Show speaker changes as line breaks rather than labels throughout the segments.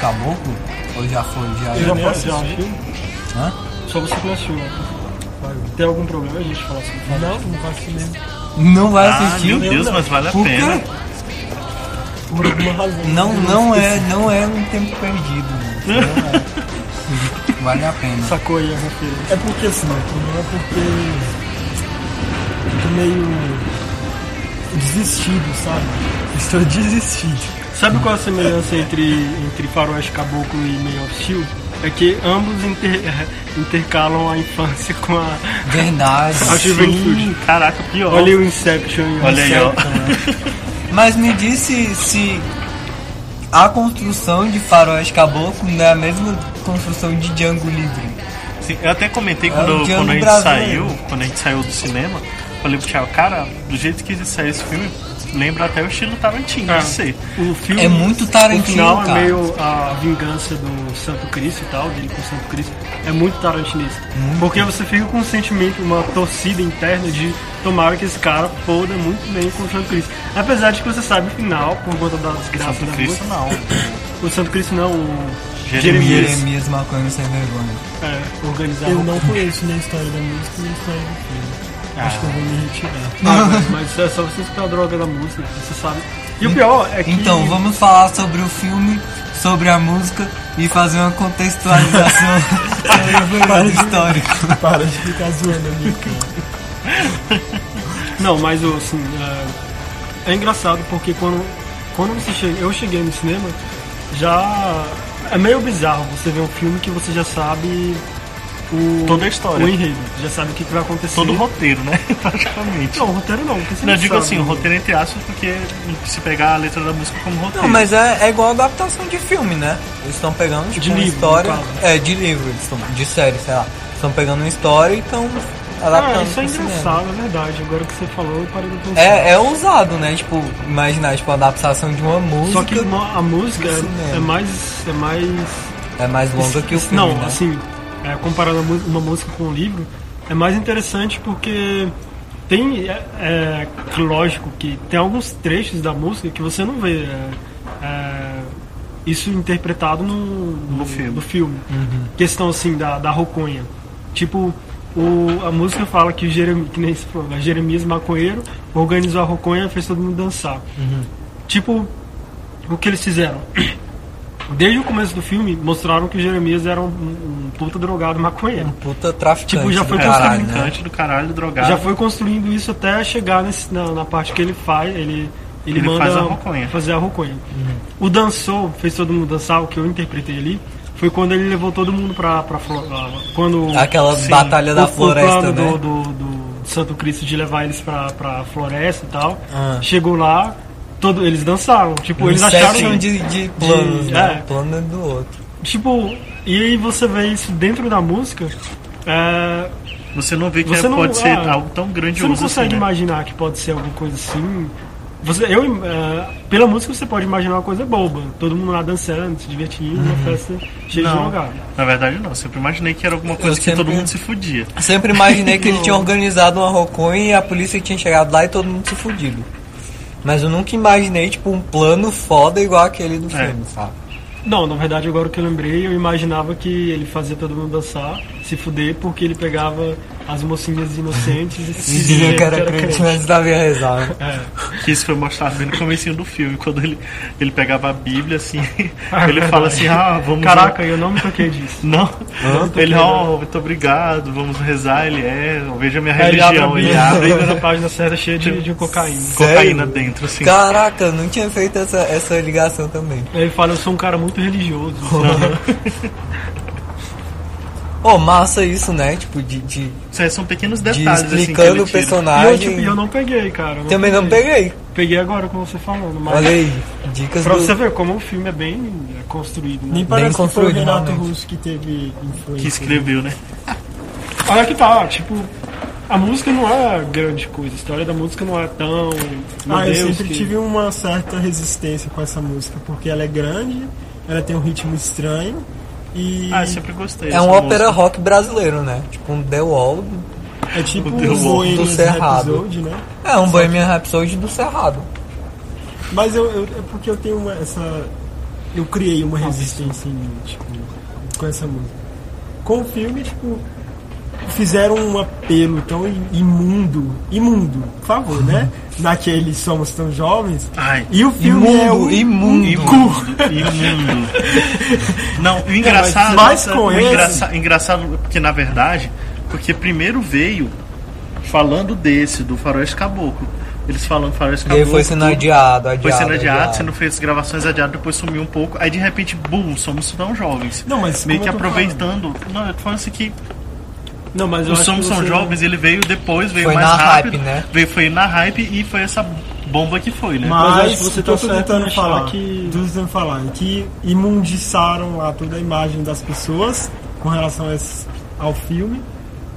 Caboclo? Ou já foi? Já,
Eu já
já
posso assistir?
Hã?
Só você que não assistiu, né? Tem algum problema a gente falar sobre isso?
Não, não faço cinema.
Não vai
Ah,
assistir?
meu Deus, mas vale a
Por
pena.
quê?
Por alguma razão.
Não, não é, não é um tempo perdido. mano. Não é. Vale a pena.
Sacou aí a referência. É porque assim, né? Não é porque. Eu tô meio. desistido, sabe? Estou desistido. Sabe qual a semelhança entre, entre Faroeste Caboclo e Meio Hostil? É que ambos inter- intercalam a infância com a,
Verdade.
a juventude.
Caraca, pior.
Olha o Inception e o
Olha aí, é, ó.
Inception, né?
Mas me disse se a construção de Faroeste Caboclo não é a mesma construção de Django Livre.
Sim, eu até comentei
É
quando,
o Django
quando a gente
brasileiro.
saiu, quando a gente saiu do cinema, falei pro Thiago, cara, do jeito que saiu esse filme, lembra até o estilo Tarantino,
Ah.
não sei.
O filme,
É muito Tarantino,
O final
cara.
é meio a vingança do Santo Cristo e tal, dele com o Santo Cristo. É muito tarantinista. Porque você fica com um sentimento, uma torcida interna de tomara que esse cara foda muito bem com o Santo Cristo. Apesar de que você sabe o final, por conta da desgraça
Santo
da
Cristo
música.
não.
O Santo Cristo não, o
Jeremias.
Jeremias
Jeremias Maconha Sem Vergonha.
é, organizava.
Eu não conheço nem a história da música nem a história do filme. Acho que eu vou me retirar.
Ah, mas, mas é só você escutar a droga da música, você sabe. E o pior é que.
Então, vamos falar sobre o filme, sobre a música e fazer uma contextualização sobre o período histórico.
Para de ficar zoando a minha cara.
Não, mas eu, assim, é, é engraçado porque quando, quando você chega, eu cheguei no cinema, já é meio bizarro você ver um filme que você já sabe o,
Toda a história.
o enredo, já sabe o que, que vai acontecer.
Todo o roteiro, né? Praticamente.
Não, o roteiro não. porque você
Não, eu digo
sabe.
assim, o roteiro entre aspas, porque se pegar a letra da música como roteiro.
Não, mas é, é igual a adaptação de filme, né? Eles estão pegando tipo,
De
uma
livro,
história.
no caso.
É, de livro, eles tão, de série, sei lá. Estão pegando uma história e estão adaptando.
Ah, isso
pro
é
tá cinema.
engraçado, é verdade. Agora que você falou, eu parei de pensar.
É, é ousado, né? Tipo, imaginar, tipo, a adaptação de uma música
Só que mo- a música é,
Cinema.
é mais. É mais
é mais longa que o filme.
Não,
né?
assim, é, comparando a mu- uma música com um livro, é mais interessante porque tem, é, é, lógico que tem alguns trechos da música que você não vê é, é, isso interpretado no, no-
filme.
no filme.
Uhum.
Questão assim da, da roconha. Tipo, o- a música fala que, o Jerem, que nem se falou, né, Jeremias Maconheiro organizou a roconha e fez todo mundo dançar.
Uhum.
Tipo, o que eles fizeram? Desde o começo do filme, mostraram que o Jeremias era um, um puta drogado maconheiro.
Puta traficante.
Tipo, já foi
do
é,
caralho,
caralho,
né?
do caralho, drogado.
Já foi construindo isso até chegar nesse- na, na parte que ele faz, ele, ele,
Ele
manda
faz a roconha. Uhum.
fazer a roconha. O dançou, fez todo mundo dançar, o que eu interpretei ali, foi quando ele levou todo mundo pra, pra flo- ah, quando
Aquela
Sim.
batalha da
o- o
floresta,
plano
né?
do, do, do Santo Cristo de levar eles pra, pra floresta e tal.
Ah.
Chegou lá, todo, eles dançaram. Tipo, eles
Inception
acharam.
Um de, de planos,
de-
né?
é.
Um plano do outro.
Tipo, e aí você vê isso dentro da música. é,
Você não vê que
Você
é-
não-
pode ser
ah,
algo tão
você
grandioso
não consegue
assim, né?
imaginar que pode ser alguma coisa assim. Você, eu, é, pela música você pode imaginar uma coisa boba. Todo mundo lá dançando, se divertindo, uma festa cheia de
Uhum. Não,
drogado.
na verdade não. Eu sempre imaginei que era alguma coisa que
sempre-
todo mundo se fudia.
Sempre imaginei que ele tinha organizado uma roconha e a polícia tinha chegado lá e todo mundo se fudido. Mas eu nunca imaginei, tipo, um plano foda igual aquele do
É.
filme, sabe?
Não, na verdade, agora que eu lembrei, eu imaginava que ele fazia todo mundo dançar, se fuder, porque ele pegava as mocinhas inocentes e se
Dizia que era
crente.
crente, mas sabia rezar.
É.
Que isso foi mostrado bem no comecinho do filme, quando ele, ele pegava a Bíblia, assim,
Ah,
ele
verdade.
fala assim, ah, vamos...
Caraca, eu não me toquei disso.
Não,
Não, tô
ele,
vendo.
ó, oh, muito obrigado, vamos rezar, ele é, veja minha
Aí ele abre a
religião, ele abre,
Bíblia, na página certa cheia de, de cocaína.
cocaína dentro, assim.
Caraca, eu não tinha feito essa, essa ligação também.
Aí Ele fala, eu sou um cara muito religioso.
Ô, massa isso, né? Tipo, de, de,
Isso aí são pequenos
de
detalhes, assim, que
explicando
ele
o
é
tira.
E eu,
personagem.
tipo, e eu não peguei, cara. eu
Também não peguei.
Peguei agora com você falando, mas.
Olha aí, dicas
Pra você
do...
ver como o filme é bem é, construído. Né?
Nem parece que foi o
construído,
Renato
realmente.
Russo que teve influência.
Que escreveu, né?
Olha que tá, tipo, a música não é grande coisa, a história da música não é tão. Meu
Ah, eu
Deus,
sempre
que-
tive uma certa resistência com essa música, porque ela é grande, ela tem um ritmo estranho e
Ah, eu sempre gostei.
É
dessa
um ópera
música.
rock brasileiro, né? Tipo, um The Wall.
é tipo
O Deus
um
do
Bohemian
Cerrado.
Rhapsody, né?
É um Bohemian Rhapsody do Cerrado.
Mas eu, eu- é porque eu tenho uma- essa eu criei uma resistência em mim, tipo, com essa música. Com o filme, tipo, fizeram um apelo tão imundo, imundo, por favor, né? Naquele Somos Tão Jovens.
Ai.
E o filme é o
Imundo, imundo.
Imundo. Não, o engraçado.
mas com
o
esse-
engraça- engraçado, porque na verdade, porque primeiro veio falando desse, do Faroeste Caboclo. Eles falando Faroeste
E aí
Caboclo.
foi sendo
tudo.
adiado, adiado.
Foi sendo adiado,
adiado.
sendo feitas gravações adiadas, depois sumiu um pouco. Aí de repente, bum, somos tão jovens.
Não, mas
Meio que
como eu tô
aproveitando. Não, eu tô falando assim que
Não, mas eu
o
acho
Somos
que
São
você-
Jovens, ele veio depois, veio
Foi
mais
na hype,
rápido.
né?
Veio, foi na hype e foi essa bomba que foi, né?
Mas acho
Mas
que
você
você
que eu
tá
tô
certo em
tentando
achar
falar, que...
que-
tô tentando falar, é que imundiçaram lá toda a imagem das pessoas com relação a esse- ao filme.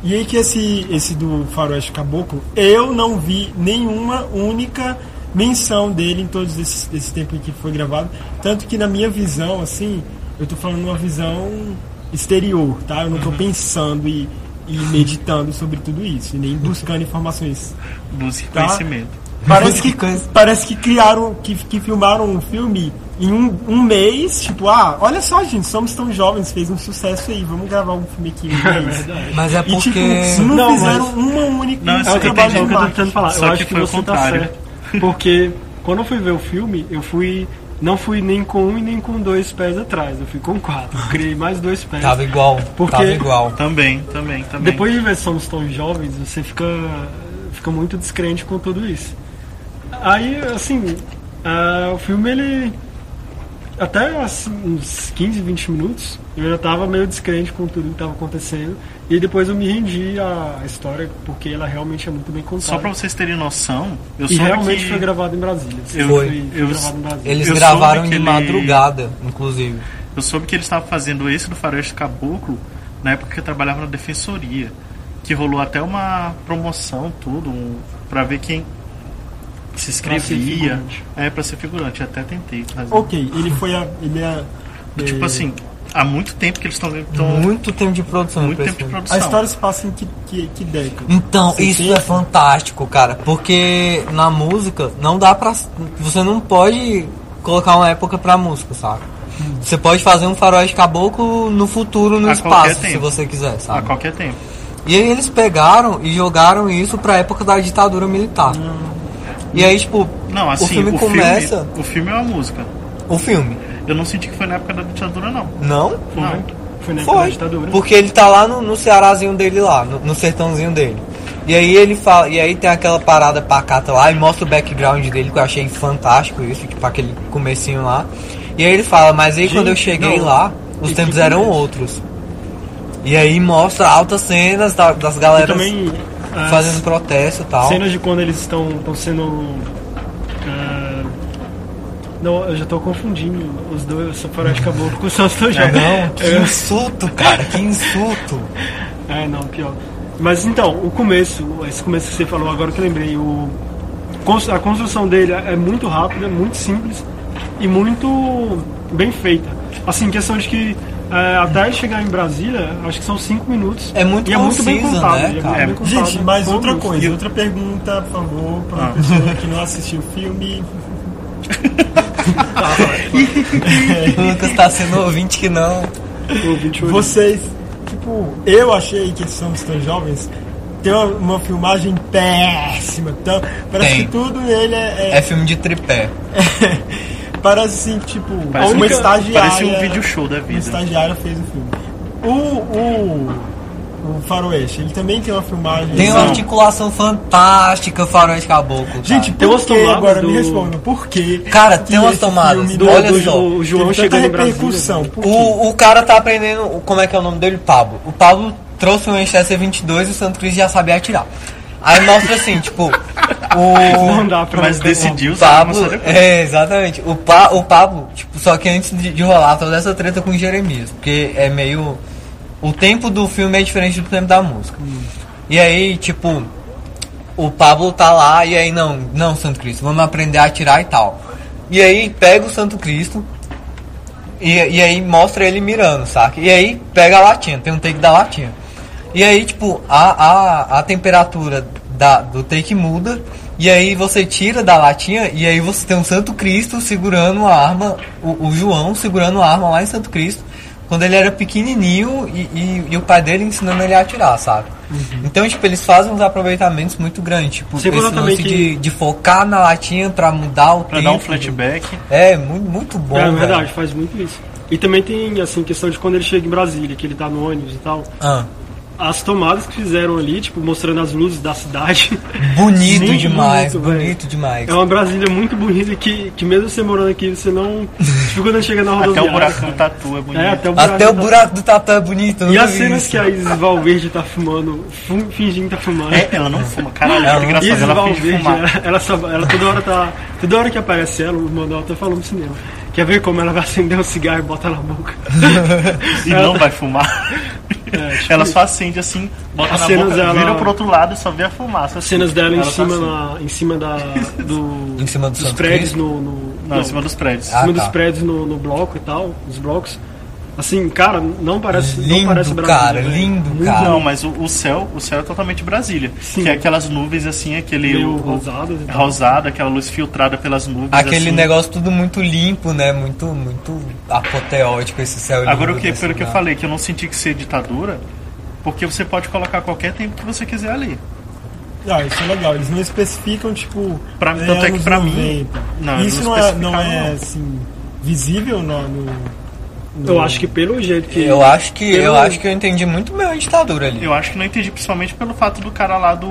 E aí que esse, esse do Faroeste Caboclo, eu não vi nenhuma única menção dele em todo esse, esse tempo em que foi gravado. Tanto que na minha visão, assim, eu tô falando uma visão exterior, tá? Eu não tô pensando e, e meditando sobre tudo isso, e nem buscando informações
Busque
Tá.
conhecimento.
Parece que,
Que coisa.
parece que criaram, que, que filmaram um filme em um, um mês, tipo, ah, olha só, gente, somos tão jovens, fez um sucesso aí, vamos gravar um filme aqui em um mês.
Mas é
E tipo,
porque.
não,
Não,
fizeram
mas-
uma única
Não,
um
isso
É o que eu,
entendi
é o que eu tô
marketing.
tentando falar.
Só
eu
que
acho que,
foi o
você tá
contrário.
certo. Porque quando eu fui ver o filme, eu fui. Não fui nem com um e nem com dois pés atrás. Eu fui com quatro. Eu criei mais dois pés.
Tava igual.
Porque-
Tava igual.
Também, também, também.
Depois de ver Somos Tão Jovens, você fica, fica muito descrente com tudo isso. Aí, assim, ah, o filme, ele... Até assim, uns 15, 20 minutos, eu já tava meio descrente com tudo que tava acontecendo. E depois eu me rendi à história, porque ela realmente é muito bem contada.
Só pra vocês terem noção, eu
E
sou
realmente
que...
foi gravado em Brasília.
Eu-
foi,
eu-
gravado em Brasília.
Eles
Eu soube
gravaram
que
de
ele-
madrugada, inclusive.
Eu soube que eles estavam fazendo esse do Faroeste Caboclo na época que eu trabalhava na defensoria, que rolou até uma promoção tudo, um, para ver quem
Pra
se
ser
inscrevia.
figurante.
É para ser figurante, até tentei fazer.
Ok, ele foi a. Ele é,
Tipo
é,
assim, há muito tempo que eles estão muito,
Muito tempo de produção
muito
pra esse
tempo de
filme.
produção.
A história se passa em que, que, que década?
Então,
Você
isso
entende?
é fantástico, cara, porque na música não dá pra. Você não pode colocar uma época pra música, sabe? Você pode fazer um faroeste caboclo no futuro, no
Hum. A qualquer
espaço, se
tempo.
você quiser,
A
sabe?
qualquer tempo.
E aí eles pegaram e jogaram isso pra época da ditadura militar. E aí, tipo,
Não, assim,
o filme começa.
o filme é uma música.
O filme.
Eu não senti que foi na época da ditadura,
Uhum.
não.
Não?
Foi,
Não.
foi na época da
Foi.
ditadura.
Porque ele tá lá no, no Cearazinho dele lá, no, no sertãozinho dele. E aí ele fala, e aí tem aquela parada pacata lá e mostra o background dele, que eu achei fantástico isso, tipo aquele comecinho lá. E aí ele fala, mas aí quando eu
Gente,
cheguei
não.
lá, os
E
tempos
que
eram
começo.
outros. E aí mostra altas cenas da- das
E
galeras
também... é, as-
fazendo protesto e tal.
Cenas de quando eles estão estão sendo. ah, não, eu já tô confundindo os dois, só para de caboclo com os seus dois
Não,
jogos.
que insulto, cara, que insulto.
É, não, pior. Mas então, o começo, esse começo que você falou agora que eu lembrei, o, cons- a construção dele é muito rápida, muito simples e muito bem feita. Assim, questão de que é, até ele chegar em Brasília, acho que são cinco minutos.
É muito
e é muito bem
conciso,
contado.
né,
e é
cara?
muito bem contado,
Gente, mas
todos.
outra coisa, outra pergunta, por favor, pra uma
Ah.
pessoa que não assistiu o filme.
O Lucas tá sendo ouvinte que não.
O 28.
Vocês, tipo, eu achei que somos tão jovens. Tem uma, uma filmagem péssima. Então, parece
Tem.
que tudo nele é. é-
É filme de tripé.
parece assim, que, tipo,
Parece
uma
um-
estagiária.
parece um vídeo show da
Uma
vida.
estagiária fez o filme. O, o, o Faroeste, ele também tem uma filmagem. assim.
Tem uma
Não.
articulação fantástica, faroeste caboclo. cara.
Gente,
Tem
por
umas
que?
tomadas
Agora
do-
me responda, por quê?
Cara, tem
que
umas
esse
tomadas.
filme
Do-
não
olha
teve
só.
O João
tanta
chegou em Brasília.
repercussão? Por quê?
O, o cara tá aprendendo. o- Como é que é o nome dele? Pablo. O Pablo trouxe um Winchester 22 e o Santo Cristo já sabia atirar. Aí mostra assim, tipo. O,
Não dá pra
Mas
não ter
decidiu
o
usar a arma
Pablo.
só depois.
É, exatamente. O, pa, o Pablo, tipo, só que antes de, de rolar toda essa treta com o Jeremias. Porque é meio. O tempo do filme é diferente do tempo da música. E aí, tipo. O Pablo tá lá e aí, não, não, Santo Cristo, vamos aprender a atirar e tal. E aí pega o Santo Cristo, e, e aí mostra ele mirando, saca? E aí pega a latinha, tem um take da latinha. E aí, tipo, a, a, a temperatura da- do take muda, e aí você tira da latinha, e aí você tem um Santo Cristo segurando a arma, o, o João segurando a arma lá em Santo Cristo, quando ele era pequenininho e, e- e o pai dele ensinando ele a atirar, sabe? Então, tipo, eles fazem uns aproveitamentos muito grandes, tipo,
Você
esse
falou também
lance
que-
de, de focar na latinha pra mudar o
Pra
tempo.
dar um flashback.
É, muito, muito bom,
é
velho.
verdade, faz muito isso. E também tem, assim, questão de quando ele chega em Brasília, que ele tá no ônibus e tal.
Ah,
As tomadas que fizeram ali, tipo, mostrando as luzes da cidade.
bonito
Sim,
demais,
bonito, velho.
bonito demais.
É uma Brasília muito bonita que, que mesmo você morando aqui, você não. Tipo, quando chega na rodoviária.
Até o buraco
cara.
do tatu é bonito.
É, até o buraco.
Até o
do-
buraco do Tatu é bonito. eu
E
nunca
as
vi
cenas
isso.
que a Isis Valverde tá fumando, fu- fingindo que tá fumando.
É, ela não fuma, caralho,
Ela
que
não-
engraçado,
Isis
ela finge
Valverde,
fumar.
ela, ela, só- ela toda hora tá. Toda hora que aparece ela, o Manuel tá falando no cinema. Quer ver como ela vai acender um cigarro e botar na boca?
E não vai fumar.
É, tipo,
Ela só acende assim, bota
As
na
cenas
boca,
dela-
vira pro outro lado e só vê a fumaça.
As
assim.
cenas dela em
Ela tá
cima,
assim.
na- em cima da, do,
Em cima do
dos
Santo
prédios
Cristo?
no, no-
Não, em cima dos prédios.
em cima
Ah,
dos
tá.
prédios no, no bloco e tal, os blocos. Assim, cara, não parece não
Lindo,
parece Brasília,
cara,
velho.
lindo,
Muito
cara.
Não, mas assim- o, o céu, o céu é totalmente Brasília.
Sim.
Que é aquelas nuvens assim, aquele
Meio
o- o- é
rosadas e tal.
rosado, aquela luz filtrada pelas nuvens.
Aquele
assim.
negócio tudo muito limpo, né? Muito, muito apoteótico esse céu lindo assim, né?
Agora o que,
desse
pelo que eu
lugar.
falei, que eu não senti que ser ditadura, porque você pode colocar qualquer tempo que você quiser ali.
Ah, isso é legal. Eles não especificam, tipo.
Pra- tanto é que
anos
pra mim-
90.
Não,
E isso
não
não, é, não
especificaram,
é,
não.
assim, visível no. no-
Eu acho que pelo jeito que.
Eu acho que eu,
Eu-
acho que eu entendi muito bem a ditadura ali.
Eu acho que não entendi, principalmente pelo fato do cara lá do.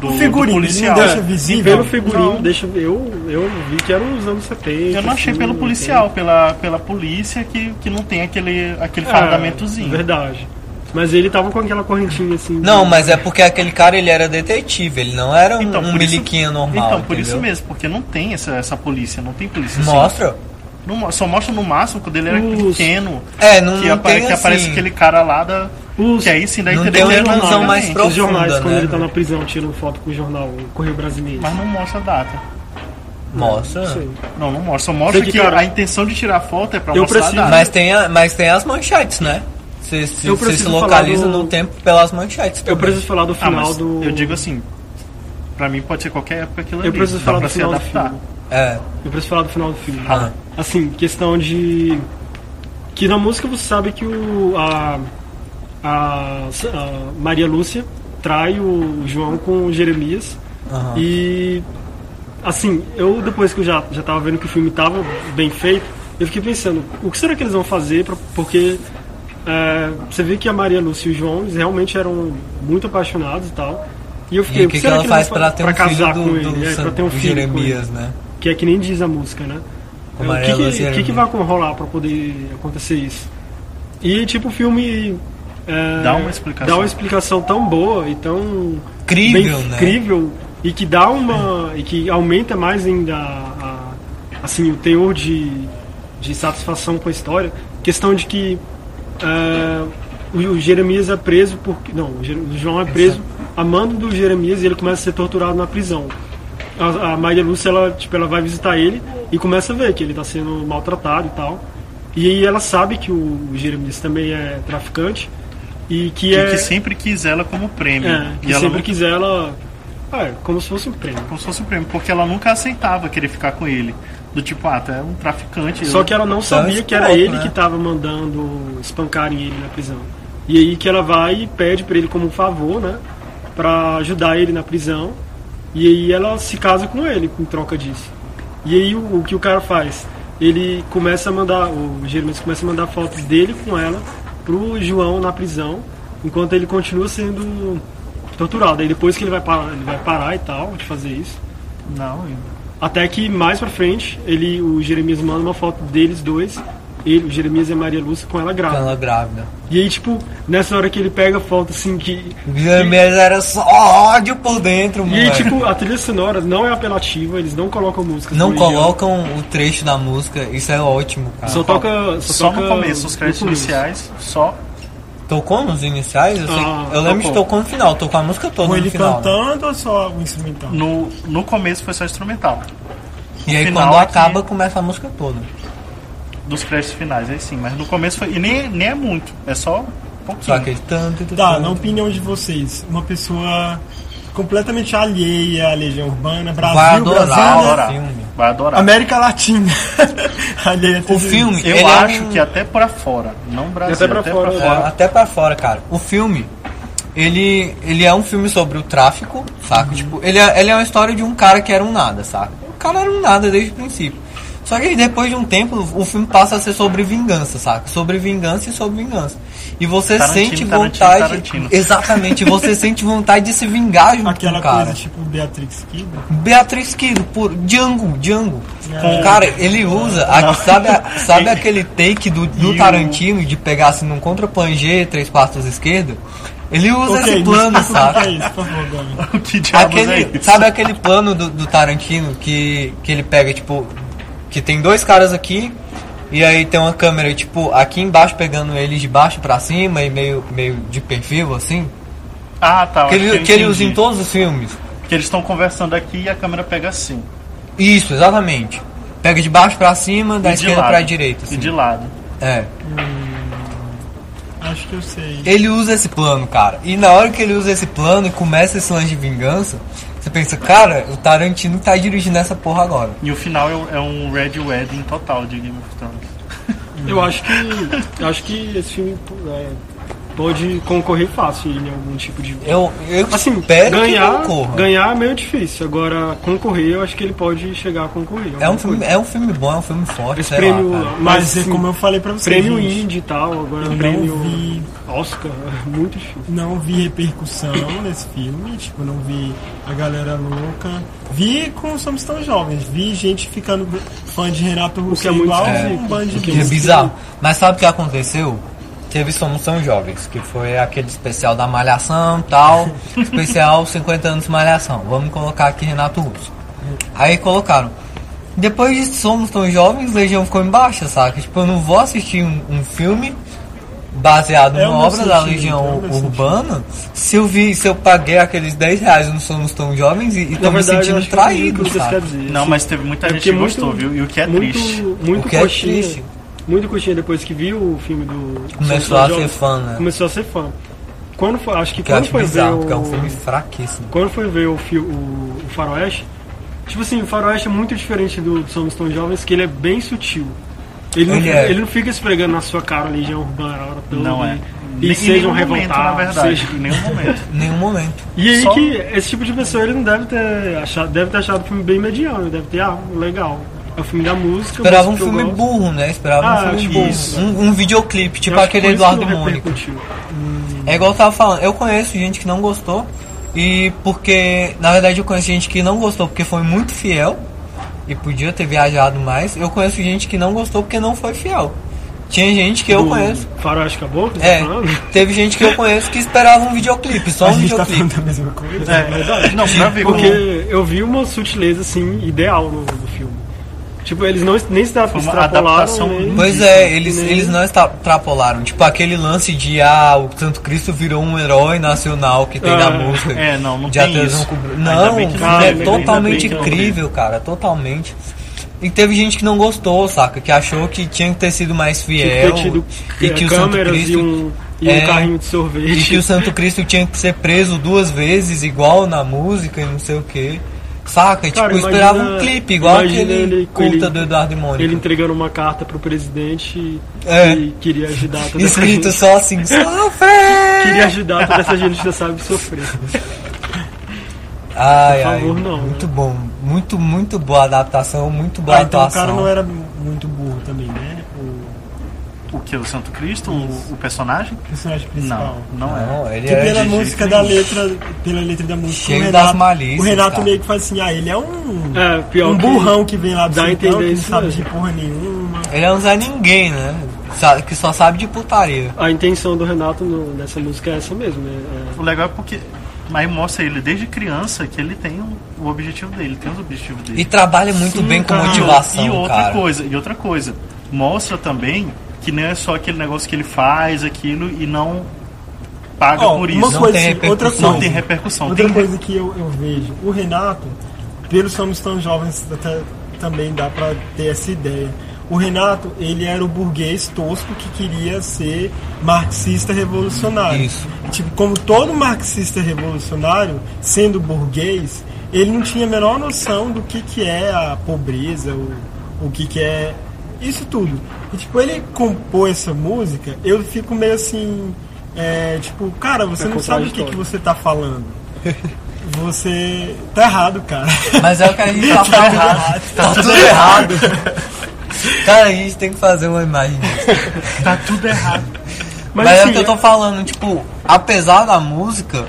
do, do
figurino, ele
policial.
não deixa
É.
visível.
Pelo figurino,
Não.
deixa eu, eu vi que era os anos 70.
Eu não achei
assim,
pelo
não
policial, pela, pela polícia que, que não tem aquele, aquele
tem-
fardamentozinho.
É, verdade. Mas ele tava com aquela correntinha assim.
Não, mas é porque aquele cara ele era detetive, ele não era um, um
Então, por isso-
miliquinha normal.
Então, por isso
entendeu?
mesmo, porque não tem essa, essa polícia, não tem polícia. assim.
Mostra?
Não mo- só mostra no máximo quando ele era
Os-
pequeno.
É, não,
que,
não
apare-
tem
que aparece
assim-
aquele cara lá da.
Os-
que aí sim dá a
não
entender
tem
que
uma
ele era
inclusão
menor,
mais
né?
pro-
Os jornais,
profunda,
quando
né,
ele tá
velho?
na prisão, tiram foto com o jornal, o Correio Brasileiro.
Mas não mostra a data.
Mostra.
Não sei.
Não, não mostra. Só mostra
Sei que,
que,
cara,
a intenção de tirar foto é pra
eu
mostrar
preciso-
a data.
Mas tem, a- mas tem as manchetes, né? Você se,
Eu
você se
preciso falar
localiza
do-
no tempo pelas manchetes.
Eu
também.
preciso falar do
Ah,
final
mas
do.
eu digo assim. Pra mim pode ser qualquer época aquilo ali.
Eu preciso
dá
falar
pra
do
se
final do
adaptar.
filme.
É.
Eu preciso falar do final do filme.
Ah.
Assim, questão de. Que na música você sabe que o. A, a, a Maria Lúcia trai o João com o Jeremias.
Aham.
E. Assim, eu depois que eu já, já tava vendo que o filme tava bem feito, eu fiquei pensando, o que será que eles vão fazer? Pra, porque. é, você vê que a Maria Lúcia e o João eles realmente eram muito apaixonados e tal. E eu
E
fiquei,
o que, que
será
ela
eles vão
faz pra
fazer
ter um filho
casar
do,
com
do,
ele, é,
San-
pra ter um
do
filho com ele?
Jeremias, né?
que é que nem diz a música, né?
Com
É, O que,
Maria Lúcia
que,
e
o que que vai
Hermes.
rolar pra poder acontecer isso? E tipo, o filme é,
Dá uma explicação.
dá uma explicação tão boa e tão
Crível,
bem
né?
crível e que dá uma e que aumenta mais ainda a- a- assim o teor de, de satisfação com a história. Questão de que é, o, o Jeremias é preso porque não, o, Jer- o João é preso amando do Jeremias e ele começa a ser torturado na prisão a, a Maria Lúcia ela, tipo, ela vai visitar ele e começa a ver que ele está sendo maltratado e tal. E aí ela sabe que o, o Jeremias também é traficante e que
E
é.
que sempre quis ela como prêmio.
é, que
e ela
sempre
nunca,
quiser ela. É, como se fosse um prêmio.
como se fosse um prêmio, porque ela nunca aceitava querer ficar com ele. Do tipo, ah, tu é um traficante.
Só
eu-
que ela não sabia que era
escroto,
ele
né?
que estava mandando espancarem ele na prisão. E aí que ela vai e pede pra ele como um favor, né? Pra ajudar ele na prisão. E aí ela se casa com ele em troca disso. E aí o, o que o cara faz? Ele começa a mandar, o Jeremias começa a mandar fotos dele com ela pro João na prisão, enquanto ele continua sendo torturado. Aí depois que ele vai parar, ele vai parar e tal de fazer isso.
Não, eu-
Até que mais pra frente, ele, o Jeremias manda uma foto deles dois, ele, o Jeremias e a Maria Lúcia com ela
Com
grávida.
ela grávida.
E aí, tipo, nessa hora que ele pega a foto assim que.
O Jeremias era só ódio por dentro,
E
mano.
aí, tipo, a trilha sonora não é apelativa, eles não colocam música. assim.
não colocam o trecho da música, isso é ótimo, cara.
Só toca. Só,
Só
toca
no começo, os créditos
no começo.
iniciais, só.
Tocou nos iniciais? Eu, sei-
Ah,
eu lembro de
tocou.
tocou no final, tocou a música toda
Com
no
ele
final. né?
cantando ou só o instrumental?
No, no começo foi só instrumental.
E aí
final
quando
é que-
acaba, começa a música toda.
Dos créditos finais, aí sim. Mas no começo foi. E nem, nem é muito, é só um pouquinho.
Só aquele tanto.
Tá, na opinião de vocês, uma pessoa completamente alheia à Legião Urbana, Brasil,
vai adorar
Brasil, né?
o
adorar.
filme.
Vai adorar.
América Latina. alheia a tudo
O
isso.
filme,
Eu
ele é
acho
um-
que até pra fora, não Brasil,
Até pra fora,
É, até pra fora, cara. O filme, ele, ele é um filme sobre o tráfico,
Uhum.
saca? Tipo, ele é, ele é uma história de um cara que era um nada, saca? O cara era um nada desde o princípio. Só que aí, depois de um tempo, o filme passa a ser sobre vingança, saca? Sobre vingança e sobre vingança. E você
Tarantino,
sente
Tarantino,
vontade.
Tarantino.
Exatamente, você sente vontade de se vingar junto
Aquela
com o cara.
coisa tipo Beatrix Kiddo.
Beatriz Kido, por Django, Django.
Não.
Cara, ele usa, a- sabe, a- sabe aquele take do, do
E o-
Tarantino de pegar assim num contra-plangê, três quartos esquerda? Ele usa
Ok,
Tá esse plano,
me explica o que
sabe?
é isso, por favor, Gomes.
O que diabos é
Aquele,
isso?
sabe aquele plano do, do Tarantino que, que ele pega, tipo, que tem dois caras aqui e aí tem uma câmera, tipo, aqui embaixo pegando eles de baixo pra cima e meio, meio de perfil, assim?
Ah, tá.
Que
acho
ele,
eu
que ele usa em
entendi.
todos os filmes.
Que eles estão conversando aqui e a câmera pega assim.
Isso, exatamente. Pega de baixo pra cima, da
e de
esquerda
lado.
pra direita. Assim.
E de lado.
É.
Acho que eu sei.
Ele usa esse plano, cara. E na hora que ele usa esse plano e começa esse lance de vingança, você pensa, cara, o Tarantino tá dirigindo essa porra agora.
E o final é um- é um Red Wedding total de Game of Thrones.
Eu acho que. eu acho que esse filme é, pode concorrer fácil em algum tipo de.
Eu, eu
Assim,
espero que
ganhar,
não corra.
ganhar é meio difícil. Agora, concorrer, eu acho que ele pode chegar a concorrer.
É, um
alguma
filme,
coisa.
é um filme bom, é um filme forte,
Esse
sei
prêmio.
lá, cara.
Mas,
Mas, assim,
como eu falei pra vocês,
prêmio
gente,
indie e tal, agora
eu
prêmio
não vi,
Oscar, é muito difícil.
não vi repercussão nesse filme, tipo, não vi a galera louca. Vi como somos tão jovens, vi gente ficando fã de Renato Russo
que é muito
igual
esquisito,
um bando de
o que
Que é
doido.
bizarro. Mas sabe o que aconteceu? Teve Somos São Jovens, que foi aquele especial da Malhação tal. especial 50 anos de Malhação. Vamos colocar aqui Renato Russo. Aí colocaram. Depois de Somos Tão Jovens, Legião ficou em baixa, saca? Tipo, eu não vou assistir um, um filme baseado
É o
numa
meu
obra da
sentido,
Legião
é o meu
Urbana se eu vi, se eu paguei aqueles 10 reais no Somos Tão Jovens e, e tô
Na
me
verdade, eu
sentindo
acho que eu entendi o que
traído,
Lucas
saca?
quer dizer.
Não,
assim.
mas teve muita
É
gente
porque
que
muito-
gostou, viu? E o que é
muito,
triste.
O
Muito
que é
coxinha.
triste.
Muito coxinha depois que viu o filme do.
Começou a ser fã, né?
Começou a ser fã. Quando foi, acho que
Que eu
quando
acho
foi ver
bizarro,
o,
porque é um filme fraquíssimo.
quando foi ver o, fi- o, o Faroeste, tipo assim, o Faroeste é muito diferente do, do Somos Tão Jovens, que ele é bem sutil. Ele, não,
Ele
fica-
é.
ele não fica esfregando na sua cara a Legião Urbana a um hora toda.
Não é.
E,
Em
e sejam
nenhum momento,
revoltados.
na verdade.
sejam-
Em nenhum momento.
Em nenhum momento.
E aí
Só-
que esse tipo de pessoa ele não deve ter achado, deve ter achado o filme bem mediano, deve ter, ah, legal. É o filme da música.
Esperava um
música que eu
filme
gosto.
burro, né? Esperava
Ah,
um filme
tipo
burro.
isso.
Um, um videoclipe, tipo
Eu acho que
aquele
por isso que
Eduardo
não
Mônico.
repercutiu.
É igual eu tava falando, eu conheço gente que não gostou. E porque, na verdade, eu conheço gente que não gostou porque foi muito fiel e podia ter viajado mais. Eu conheço gente que não gostou porque não foi fiel. Tinha gente que eu
Do
conheço.
Faroeste Caboclo?
É,
Tá falando?
teve gente que eu conheço que esperava um videoclipe, só
A
um
gente tá
videoclipe.
falando da mesma coisa.
É verdade. Não, pra ver como
Porque eu vi uma sutileza, assim, ideal no, no filme. Tipo, eles não nem se
Foi uma
extrapolaram.
adaptação
Nem,
Pois é, eles,
nem-
eles não extra- extrapolaram. Tipo aquele lance de ah, o Santo Cristo virou um herói nacional que tem
Ah,
na música.
é, não, não
de
tem
atores
isso.
não cobri-
Ainda
um Não,
bem que
o
não
filme é
teve,
totalmente
ainda bem que não
incrível, cara, totalmente. E teve gente que não gostou, saca? Que achou que tinha que ter sido mais
Tinha
fiel.
que ter tido
é, um e
eh,
que o Santo
câmeras
Cristo.
e um, e
é,
um carrinho de
E que
sorvete.
o Santo Cristo tinha que ser preso duas vezes, igual na música e não sei o que. Saca? E,
Cara,
tipo,
imagina-
esperava um clipe, igual
imagina
aquele
ele com
curta
ele-
do Eduardo e Mônica.
Ele entregando uma carta pro presidente
É.
que queria ajudar toda essa
Escrito
gente.
só assim, sofre!
Queria ajudar toda essa gente que já sabe sofrer.
Ai,
Por
ai,
favor, não, né?
muito bom. Muito, muito boa adaptação, muito boa
Ah, então o
atuação.
cara não era muito burro também, né? O
O que? O Santo Cristo? O, o personagem?
personagem principal.
Não, não é.
Não, ele
Que
era
pela
de-
música da letra, pela letra da música,
Cheio
o
das
Renato,
malícias,
o Renato
cara.
meio que faz assim, ah, ele é um,
É, pior
um
que-
burrão que vem lá do
dá a
sertão,
entender
que não
isso
sabe de
mesmo.
porra nenhuma.
Ele é um Zé Ninguém, né? Sa- Que só sabe de putaria.
A intenção do Renato no- nessa música é essa mesmo. é-
O legal é porque. Aí mostra ele desde criança que ele tem um- o objetivo dele, tem os objetivos dele. Então,
E trabalha muito
Sim,
bem com
cara.
motivação,
E outra
cara.
coisa, e outra coisa, mostra também que não é só aquele negócio que ele faz aquilo e não paga
Ó,
por
uma
isso.
coisa,
tem
assim, outra
repercussão.
coisa.
Não tem repercussão.
Outra
Tem
coisa que eu, eu vejo, o Renato, pelos somos tão jovens, até, também dá pra ter essa ideia. O Renato, ele era o burguês tosco que queria ser marxista revolucionário.
Isso.
E, Tipo, como todo marxista revolucionário, sendo burguês, ele não tinha a menor noção do que, que é a pobreza, o, o que, que é isso tudo. E, tipo, ele compôs essa música, eu fico meio assim, é, tipo, cara, você
É
não sabe o que, que
contraditório.
você tá falando. Você tá errado, cara.
Mas é o que a gente tá falando. Tá tudo errado. Cara, a gente tem que fazer uma imagem disso.
Tá tudo errado.
Mas, é
assim,
o que eu tô falando, tipo, apesar da música,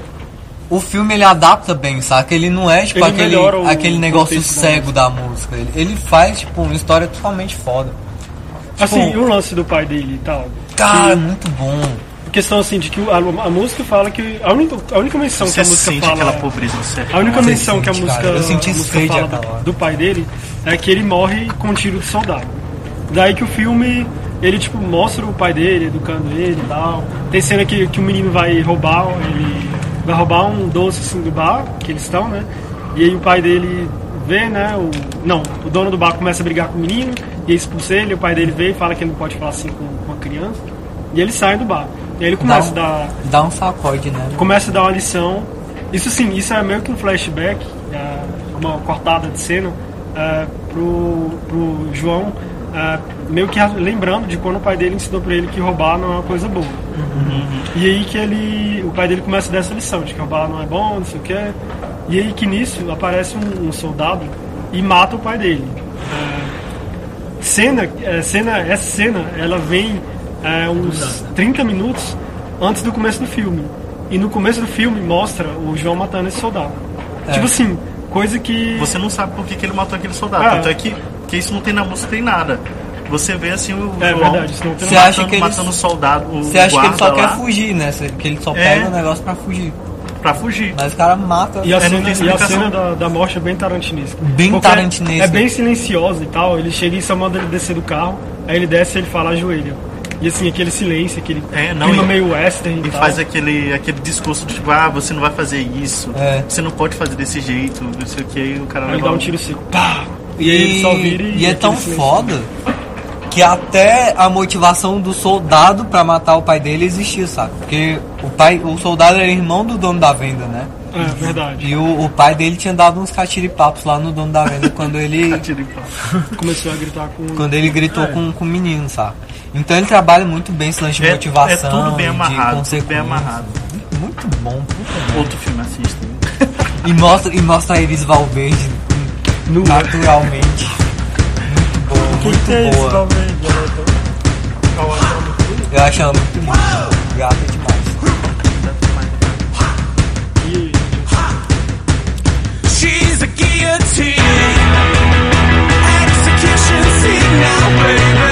o filme ele adapta bem, saca? Ele não é, tipo,
Ele
aquele,
melhora o
aquele negócio
contexto da
cego da música. Ele, ele faz, tipo, uma história totalmente foda.
Assim, e
Tipo-
o lance do pai dele e tal.
Cara, muito bom.
Questão assim, de que a, a música fala que. A única, a única menção que
Você
a música
sente
fala. é
aquela pobreza é no cérebro.
A única
Você
menção que a
sente,
música,
cara. Eu senti
a
isso
música
desde
fala
aquela hora.
do, do pai dele é que ele morre com um tiro de soldado. Daí que o filme, ele tipo mostra o pai dele, educando ele e tal. Tem cena que, que o menino vai roubar, ele vai roubar um doce assim do bar, que eles estão, né? E aí o pai dele vê, né? O, não, o dono do bar começa a brigar com o menino e expulsa ele, o pai dele vê e fala que ele não pode falar assim com, com a criança. E ele sai do bar. E aí ele começa
Não.
a dar
Dá um sacode, né?
começa a dar uma lição. Isso sim, isso é meio que um flashback, é, uma cortada de cena é, pro, pro João, é, meio que lembrando de quando o pai dele ensinou pra ele que roubar não é uma coisa boa. E aí que ele, o pai dele começa a dar essa lição de que roubar não é bom, não sei o que. E aí que nisso aparece um, um soldado e mata o pai dele. É, cena, é, cena, essa cena, ela vem é, uns 30 minutos antes do começo do filme. E no começo do filme mostra o João matando esse soldado.
É.
Tipo assim, coisa que.
Você não sabe por que, que ele matou aquele soldado.
Ah.
Tanto é que, que isso não tem na música, tem nada. Você vê assim o
É
João
verdade, isso não tem
Você
nada.
matando,
acha que ele-
matando o soldado, o
Você acha que ele só
guarda
quer
lá,
fugir, né? Cê- Que ele só
É.
pega o negócio pra fugir.
pra fugir.
Mas o cara mata.
E a,
É, não
cena,
tem
e a
explicação.
cena da, da morte é bem tarantinesca.
Bem
Porque
tarantinesca.
É bem silenciosa e tal. Ele chega e só manda ele descer do carro. Aí ele desce e ele fala ajoelha. E assim, aquele silêncio, aquele
É, não,
clima
e-
meio western e,
E
tal.
faz aquele, aquele discurso de tipo, ah, você não vai fazer isso,
É.
você não pode fazer desse jeito, não sei o que, aí o cara
Aí ele
leva
dá um
o-
tiro seco. Pá! E aí ele só vira e.
e é
aquele
tão
silêncio.
foda que até a motivação do soldado pra matar o pai dele existia, sabe? Porque o pai, o soldado era irmão do dono da venda, né?
É, verdade.
E o, o pai dele tinha dado uns catiripapos lá no dono da venda quando ele
Tiro em pau.
Começou a gritar com.
quando ele gritou com, com o menino, sabe? Então ele trabalha muito bem esse lance de
É-
motivação,
é tudo bem
de
amarrado, tudo bem
consequência.
amarrado.
Muito bom, puta.
Outro filme assista. hein?
E mostra, e mostra a Iris Valverde
Nua.
naturalmente. Muito boa,
O
muito
que, que é isso,
boa.
talvez, garota?
Eu acho ela muito bonita. Gata demais.
She's a guillotine. Execution scene now, baby.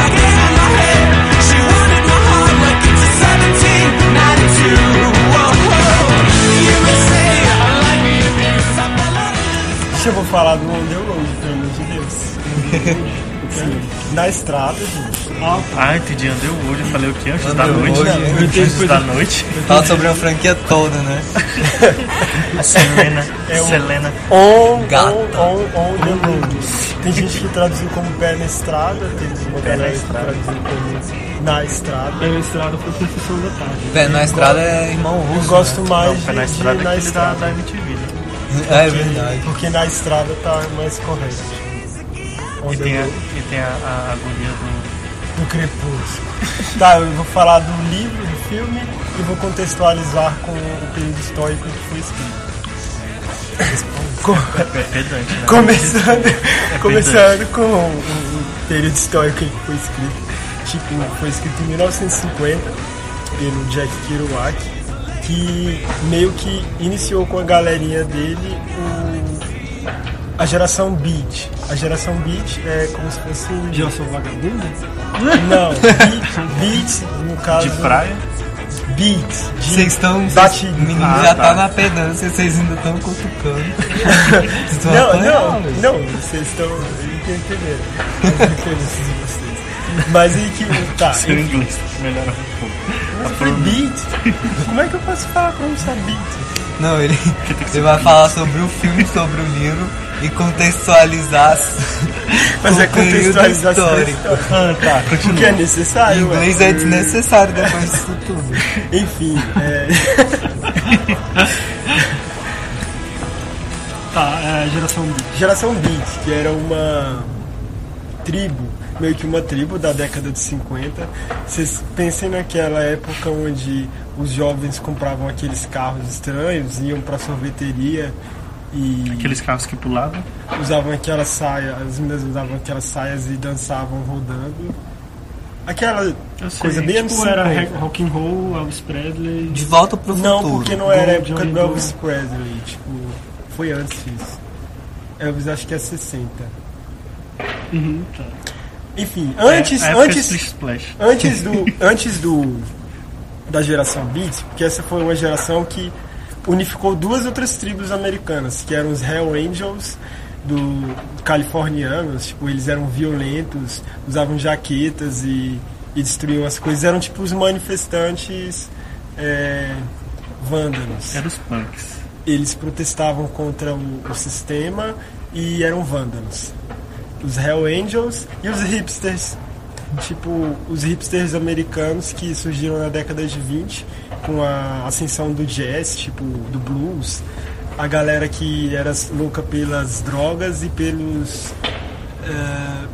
I gave her my head. She wanted my heart like it's a 1792. Whoa. You would say I like me if you stop my love.
Deixa eu vou falar do Underworld, pelo amor de Deus. Sim. Na estrada, gente.
Ah, entendi, andei hoje, falei o que? Anjos da
Andreu
noite?
hoje.
Anjos da noite.
Fala sobre a franquia toda, né?
Selena, Selena.
On,
Gata.
on, on, on the road. Tem gente que traduziu como pé na estrada, tem gente
Pé na
que
estrada.
traduziu como na estrada.
Aí na estrada foi confusão da tarde.
Pé na estrada é irmão
Eu
russo.
gosto mais
né? Não, foi na
de- de
estrada é
na
que ele dá
estrada.
da MTV, né?
né? É verdade.
Porque na estrada tá mais correto.
E tem a,
Underworld.
e tem a, a agonia do.
do Crepúsculo. Tá, eu vou falar do livro, do filme e vou contextualizar com o período histórico que foi escrito. Co-
É pedante, né?
É
começando, começando com o, o período histórico que foi escrito. Tipo, foi escrito em 1950 pelo Jack Kerouac, que meio que iniciou com a galerinha dele o- a geração beat. A geração beat é como se fosse um-
Já sou vagabundo?
não, beat, beat, no caso.
De praia?
Beat. de
Vocês estão.
batida.
O menino
Ah,
já tá,
tá.
na pedância, vocês ainda estão cutucando. Vocês estão
Não, não,
apanhando.
não, vocês estão. Entenderam. Eu fiquei nesses de vocês. Mas aí que. Tá,
Seu inglês melhora um pouco.
foi beat. Como é que eu posso falar pra não saber beat?
Não, ele, ele vai falar sobre o filme, sobre o livro e contextualizar s-
Mas
o
é contextualizar
período
história.
histórico.
Ah, tá. Porque é necessário.
Em
ué.
inglês é desnecessário depois disso tudo.
Enfim, é,
Tá, é, geração B.
Geração Beat, que era uma tribo, meio que uma tribo da década de 50. Vocês pensem naquela época onde os jovens compravam aqueles carros estranhos, iam pra sorveteria e
Aqueles carros que pulavam.
usavam aquelas saias, as meninas usavam aquelas saias e dançavam rodando. Aquela
Eu sei,
coisa bem
tipo,
anos
era
50.
rock- rock and roll, Elvis Presley.
De volta pro
Não,
futuro.
porque não era
Do
época
Johnny
do Elvis
Doe.
Presley, tipo, foi antes disso. Elvis acho que é 60.
Uhum, tá.
Enfim, antes,
É, a época
antes,
Splish Splash.
antes do antes do da geração Beats, porque essa foi uma geração que unificou duas outras tribos americanas, que eram os Hell Angels do californianos, tipo, eles eram violentos, usavam jaquetas e, e destruíam as coisas, eram tipo os manifestantes é, vândalos.
Eram os punks.
Eles protestavam contra o, o sistema e eram vândalos. Os Hell Angels e os hipsters. Tipo, os hipsters americanos que surgiram na década de 20 com a ascensão do jazz, tipo, do blues. A galera que era louca pelas drogas e pelos. eh,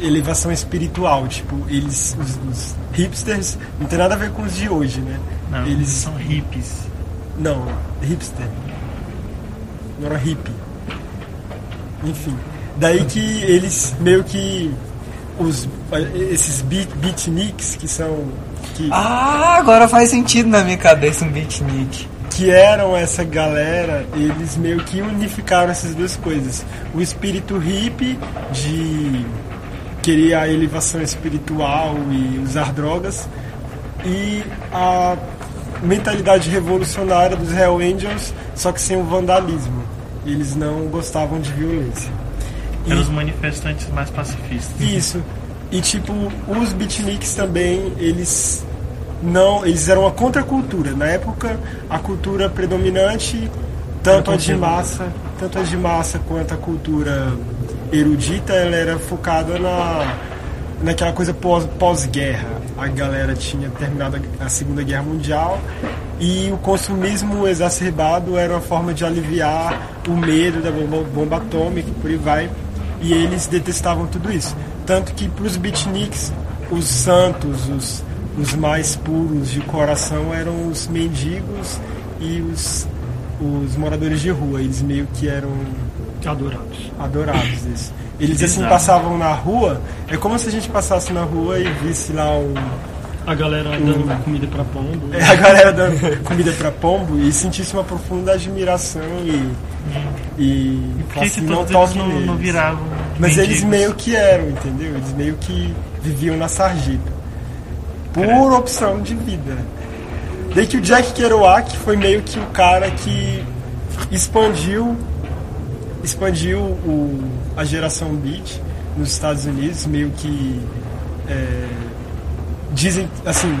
elevação espiritual. Tipo, eles. Os, os hipsters não tem nada a ver com os de hoje, né?
Não,
eles
eles são hippies.
não, hipster. Não era hippie. Enfim. Daí que eles meio que. Os, esses beat, beatniks que são. Que,
Ah, agora faz sentido na minha cabeça um beatnik.
que eram essa galera, eles meio que unificaram essas duas coisas. O espírito hippie de querer a elevação espiritual e usar drogas e a mentalidade revolucionária dos Hell Angels, só que sem o vandalismo. Eles não gostavam de violência. E-
Eram os manifestantes mais pacifistas.
isso. E tipo, os beatniks também, eles não, eles eram a contracultura. Na época, a cultura predominante, tanto a de
conteúdo.
massa, tanto a de massa quanto a cultura erudita, ela era focada na naquela Né, coisa pós- pós-guerra. a galera tinha terminado a a Segunda Guerra Mundial e o consumismo exacerbado era uma forma de aliviar o medo da bomba, bomba atômica e por aí vai. E eles detestavam tudo isso. Tanto que para os beatniks, os santos, os, os mais puros de coração eram os mendigos e os, os moradores de rua. Eles meio que eram
Adorados.
adorados isso. Eles assim
Exato.
passavam na rua, é como se a gente passasse na rua e visse lá um,
A galera dando comida pra pombo.
a galera dando comida pra pombo e sentisse uma profunda admiração e. E,
E por
falasse,
que, que todos eles
toque
não, não
neles."
viravam?
Mas eles
mendigos?
meio que eram, entendeu? Eles meio que viviam na sarjeta. Por
Credo.
opção de vida. Daí que o Jack Kerouac foi meio que o cara que expandiu expandiu o- a geração beat nos Estados Unidos, meio que é, dizem assim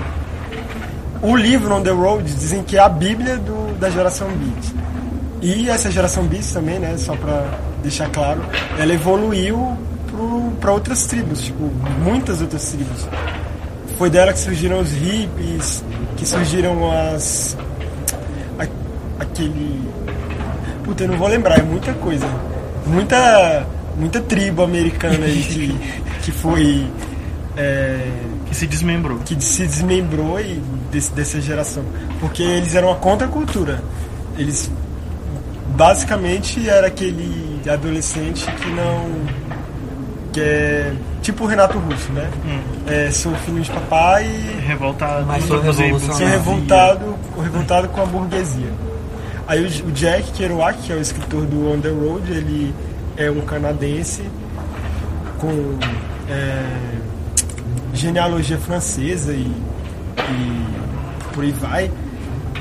o livro On the Road dizem que é a Bíblia do- da geração beat. E essa geração beat também, né, só pra deixar claro, ela evoluiu pro- pra outras tribos, tipo, muitas outras tribos. Foi dela que surgiram os hippies, que surgiram as. a- aquele. Puta, eu não vou lembrar, é muita coisa. Muita. muita tribo americana aí que, que foi. é,
Que se desmembrou.
que se desmembrou e desse- dessa geração. Porque eles eram a contracultura. Eles basicamente era aquele adolescente que não. que é. Tipo o Renato Russo, né? É, sou filho de papai e
Revoltado.
Mas sou
inclusive,
sou
revolucionário.
revoltado, revoltado com a burguesia. Aí o, o Jack Kerouac, que é o escritor do On the Road, ele é um canadense com é, genealogia francesa e, e por aí vai,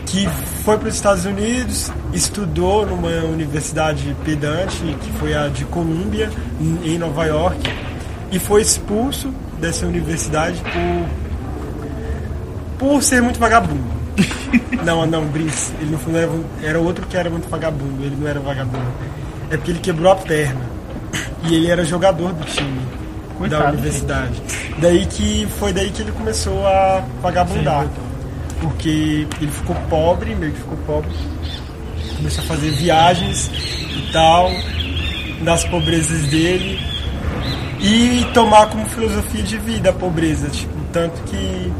que foi para os Estados Unidos, estudou numa universidade pedante, que foi a de Columbia, em- em Nova York, e foi expulso dessa universidade por por ser muito vagabundo. Não, não, Brice. Ele no fundo era, um, era outro que era muito vagabundo. Ele não era vagabundo. É porque ele quebrou a perna. E ele era jogador do time da
Coitado,
universidade. Daí que foi daí que ele começou a vagabundar. Porque ele ficou pobre, meio que ficou pobre. Começou a fazer viagens e tal, das pobrezas dele. E tomar como filosofia de vida a pobreza. Tipo, tanto que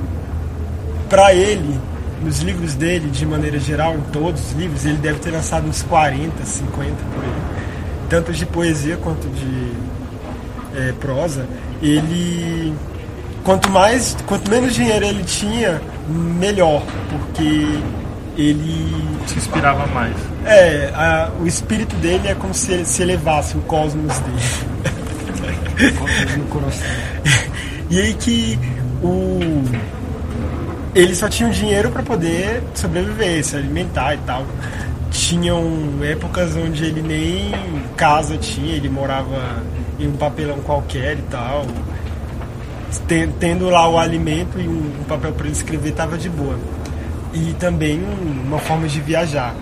Pra ele, nos livros dele, de maneira geral, em todos os livros, ele deve ter lançado uns 40, 50 por aí, tanto de poesia quanto de eh, prosa. Ele, quanto mais, quanto menos dinheiro ele tinha, melhor, porque ele
Se inspirava mais.
é, a- o espírito dele é como se ele se elevasse o cosmos dele. e aí que o ele só tinha o dinheiro para poder sobreviver, se alimentar e tal. Tinham épocas onde ele nem casa tinha, ele morava em um papelão qualquer e tal. Ten- Tendo lá o alimento e um um papel para ele escrever tava de boa. E também um, uma forma de viajar.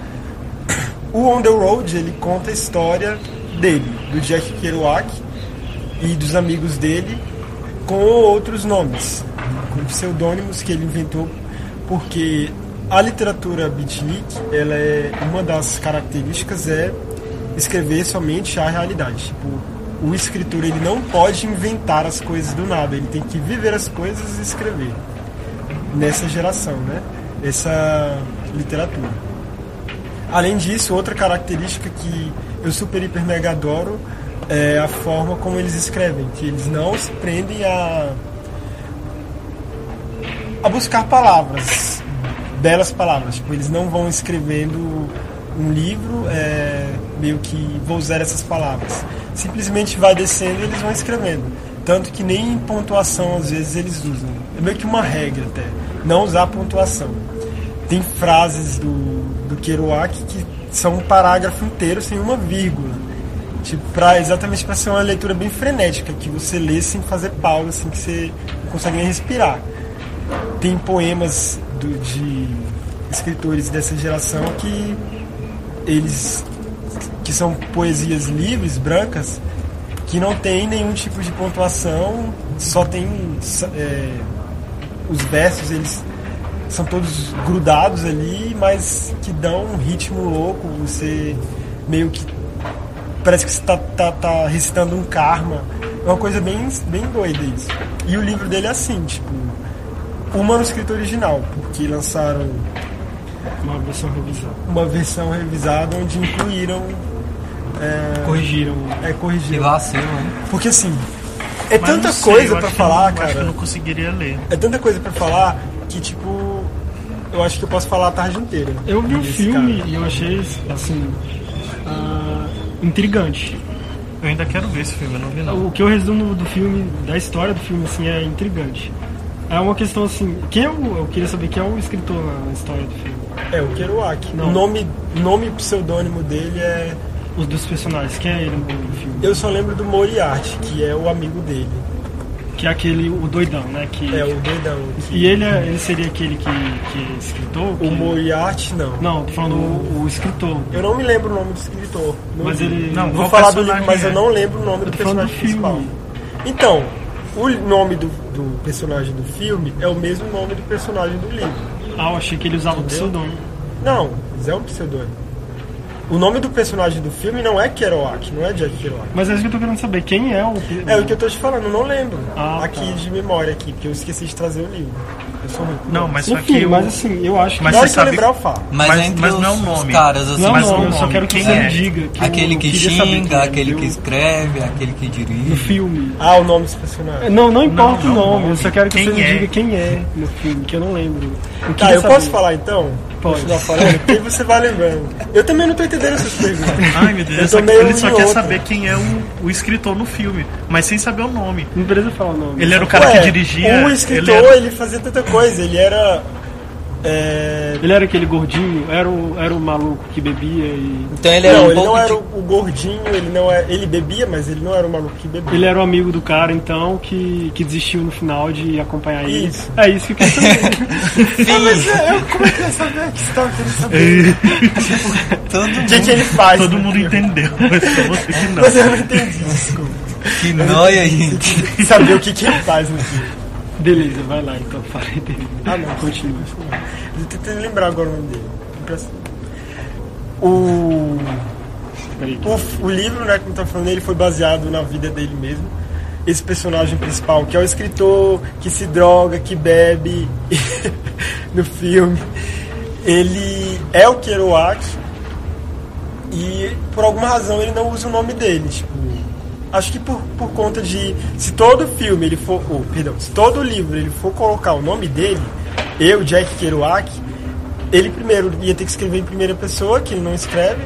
O On The Road, ele conta a história dele, do Jack Kerouac e dos amigos dele com outros nomes, com pseudônimos que ele inventou, porque a literatura beatnik, ela é uma das características é escrever somente a realidade. Tipo, o escritor ele não pode inventar as coisas do nada, ele tem que viver as coisas e escrever. Nessa geração, né? Essa literatura. Além disso, outra característica que eu super, hiper, mega adoro é a forma como eles escrevem, que eles não se prendem a, a buscar palavras, belas palavras. Tipo, eles não vão escrevendo um livro, é, meio que vou usar essas palavras. Simplesmente vai descendo e eles vão escrevendo. Tanto que nem em pontuação às vezes eles usam. É meio que uma regra até, não usar pontuação tem frases do, do Kerouac que são um parágrafo inteiro sem uma vírgula. Tipo, pra, exatamente para ser uma leitura bem frenética, que você lê sem fazer pausa, assim, que você não consegue nem respirar. Tem poemas do- de escritores dessa geração que eles que são poesias livres, brancas, que não tem nenhum tipo de pontuação, só tem é, os versos eles são todos grudados ali, mas que dão um ritmo louco, você meio que parece que você tá, tá, tá recitando um karma. É uma coisa bem, bem doida isso. E o livro dele é assim, tipo, o manuscrito original, porque lançaram
Uma versão revisada.
uma versão revisada onde incluíram é,
Corrigiram.
é
Que
corrigiram.
vacilo, hein?
Porque assim, é
Mas
tanta
não sei,
coisa
eu
pra
acho que eu não-
falar,
Eu acho que eu
cara.
não conseguiria ler.
É tanta coisa pra falar que tipo eu acho que eu posso falar a tarde inteira.
Eu vi o
Desse
filme
cara.
e eu achei, assim, ah, intrigante.
Eu ainda quero ver esse filme, eu não vi não.
O que eu resumo do filme, da história do filme, assim, é intrigante. É uma questão, assim, quem é o, eu queria saber quem é o escritor na história do filme.
É, o Kerouac.
Não.
O nome, nome pseudônimo dele é.
Os dos personagens, quem é ele no filme?
Eu só lembro do Moriarty, que é o amigo dele.
Que é aquele, o doidão, né? Que,
É o doidão. que-
E ele, é- ele seria aquele que, que é escritor?
O
que-
Moriarty, não.
Não, tô falando o, o escritor.
Eu não me lembro o nome do escritor. Não
Mas ele-
Não,
Vou
qual
falar do livro,
personagem
mas
é?
eu não lembro o nome
Eu
do
tô falando
personagem
do
principal.
filme.
Então, o nome do, do personagem do filme é o mesmo nome do personagem do livro.
Ah, eu achei que ele usava o
Entendeu?
pseudônimo.
Não, mas é um pseudônimo. O nome do personagem do filme não é Kerouac, não é Jack Kerouac.
Mas é isso que eu tô querendo saber, quem é o...
É o que eu tô te falando, eu não lembro.
Ah,
aqui
tá.
de memória aqui, porque eu esqueci de trazer o livro. Eu sou ruim.
Não, mas só
Enfim,
que. eu-
mas assim, eu acho que...
Mas
Na hora
você
que eu
sabe-
lembrar eu falo.
Mas,
Mas-
entre
mas
os,
não é o nome.
os caras, assim,
Não,
mas
não,
qual
eu só
nome?
quero que
Quem
você
é?
me diga. Que eu
aquele que
queria saber quem
xinga,
é,
aquele que
entendeu?
escreve, aquele que
No
dirige.
filme.
Ah, o nome dos personagens.
Não, não importa
Não,
o
não,
nome,
não.
eu só quero que
Quem
você me
é?
diga quem é no filme, que eu não lembro. Eu
Tá,
queria
eu posso
saber.
falar então?
Pode.
Continuar falando? Porque aí você vai lembrando. Eu também não tô entendendo essas perguntas.
Ai meu Deus,
Eu
ele só,
tô meio
ele só
um e
quer
outro.
saber quem é o, o escritor no filme, mas sem saber o nome.
Não precisa falar o nome.
Ele era o cara que
Ué,
dirigia.
O
ele
escritor,
era-
ele, fazia tanta coisa. Ele era É,
Ele era aquele gordinho, era o, era o maluco que bebia e.
Então ele era um
Não, ele
pouco.
não era
de-
o, o gordinho, ele não é. Ele bebia, mas ele não era o maluco que bebia.
Ele era o amigo do cara, então, que, que desistiu no final de acompanhar ele.
Isso.
É isso que eu quero saber.
Ah, mas é, eu, como é que eu ia saber que você tava querendo saber? O
Todo
que, que ele faz?
Todo
né?
mundo entendeu, mas só você que não.
Mas eu não entendi, desculpa.
que noia, gente.
Saber o que, que ele faz no filme.
Beleza, vai lá então, falei dele.
Ah, não.
Continua.
Eu tentei lembrar agora o nome dele. Impress- O,
Peraí.
o, f- o livro, né, como eu tava falando, ele foi baseado na vida dele mesmo. Esse personagem principal, que é o escritor que se droga, que bebe no filme. Ele é o Kerouac, E por alguma razão ele não usa o nome dele, tipo. Acho que por, por conta de. Se todo filme ele for. ou, perdão, se todo livro ele for colocar o nome dele, eu, Jack Kerouac, ele primeiro ia ter que escrever em primeira pessoa, que ele não escreve,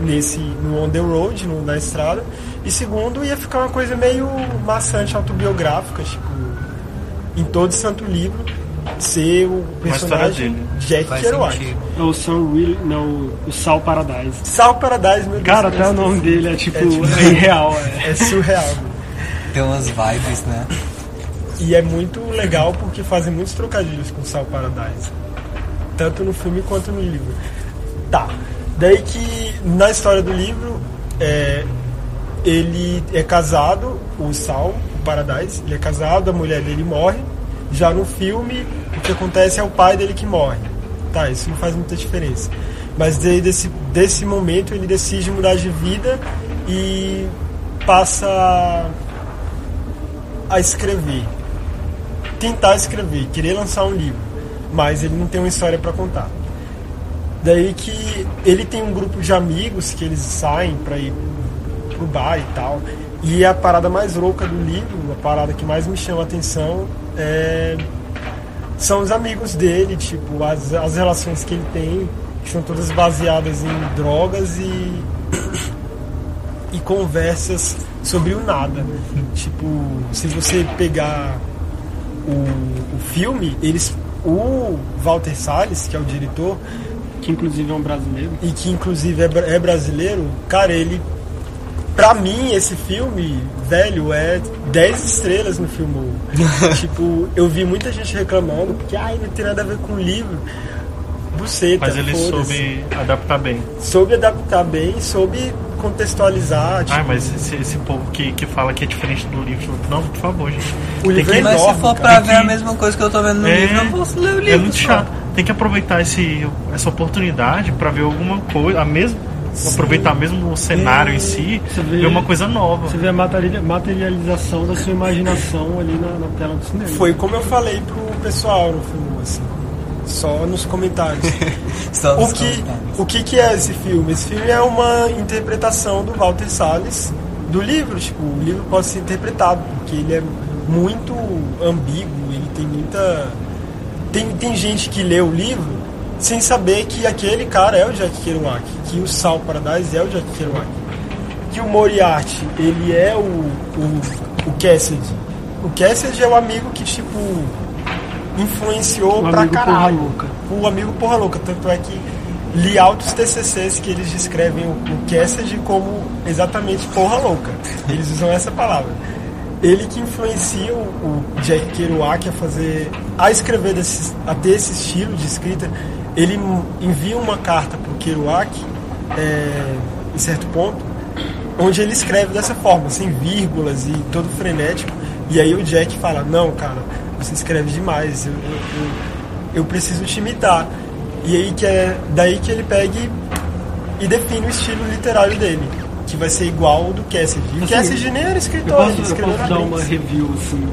nesse. no On the Road, no da estrada. E segundo, ia ficar uma coisa meio maçante autobiográfica, tipo. Em todo santo livro, ser o
história
personagem
dele.
Jack
Faz
Kerouac.
sentido.
É o Sam Will, não, o Sal Paradise.
Sal Paradise, meu Deus.
Cara, até
Cristo.
o nome dele é tipo,
É tipo-
é irreal. É.
É surreal. mano.
Tem umas vibes, né?
E é muito legal porque fazem muitos trocadilhos com Sal Paradise. Tanto no filme quanto no livro. Tá. Daí que na história do livro, é, ele é casado, o Sal, o Paradise, ele é casado, a mulher dele morre. Já no filme, o que acontece é o pai dele que morre. Tá, isso não faz muita diferença. Mas daí desse, desse momento ele decide mudar de vida e passa a escrever. Tentar escrever, querer lançar um livro, mas ele não tem uma história para contar. Daí que ele tem um grupo de amigos que eles saem para ir pro bar e tal. E a parada mais louca do livro, a parada que mais me chama a atenção é são os amigos dele, tipo, as, as relações que ele tem, que são todas baseadas em drogas e e conversas sobre o nada. Tipo, se você pegar o, o filme, eles. O Walter Salles, que é o diretor,
Que inclusive é um brasileiro.
e que inclusive é, bra- é brasileiro, cara, ele. Pra mim, esse filme, velho, é 10 estrelas no filme. tipo, eu vi muita gente reclamando, porque ai, não tem nada a ver com o livro. Buceta,
Mas ele
foda-se.
soube adaptar bem.
Soube adaptar bem, soube contextualizar. Tipo,
Ah, mas esse, esse povo que, que fala que é diferente do livro, não, por favor, gente.
O livro é
que,
Mas
enorme,
se for pra
cara.
ver a mesma coisa que eu tô vendo no
É.
livro, eu posso ler o livro.
é muito
só.
chato. Tem que aproveitar esse, essa oportunidade pra ver alguma coisa, a mesma, aproveitar mesmo o cenário em si,
Você vê-
ver uma coisa nova.
Você vê a materi- materialização da sua imaginação ali na, na tela do cinema.
Foi como eu falei pro pessoal no filme, assim, só nos comentários.
Só tá.
o,
nos
que,
comentários.
o que que é esse filme? Esse filme é uma interpretação do Walter Salles do livro, tipo, o livro pode ser interpretado, porque ele é muito ambíguo, ele tem muita... Tem, tem gente que lê o livro sem saber que aquele cara é o Jack Kerouac, que o Sal Paradise é o Jack Kerouac que o Moriarty, ele é o, o, o Cassidy. O Cassidy é o amigo que, tipo, influenciou
Um
pra
amigo porra
caralho.
louca.
O amigo porra louca. Tanto é que li altos TCCs que eles descrevem o, o Cassidy como exatamente porra louca. Eles usam essa palavra. Ele que influencia o, o Jack Kerouac a fazer, a escrever, desse, a ter esse estilo de escrita. Ele m- envia uma carta pro Kerouac, é, em certo ponto, onde ele escreve dessa forma, sem vírgulas e todo frenético. E aí o Jack fala: Não, cara, você escreve demais, eu, eu, eu, eu preciso te imitar. E aí que é daí que ele pega e, e define o estilo literário dele, que vai ser igual ao do Cassidy. E o
Assim,
Cassidy nem era
Eu
escritor,
posso,
ele
eu
escreveu
posso dar
na
uma
Blitz.
review, assim,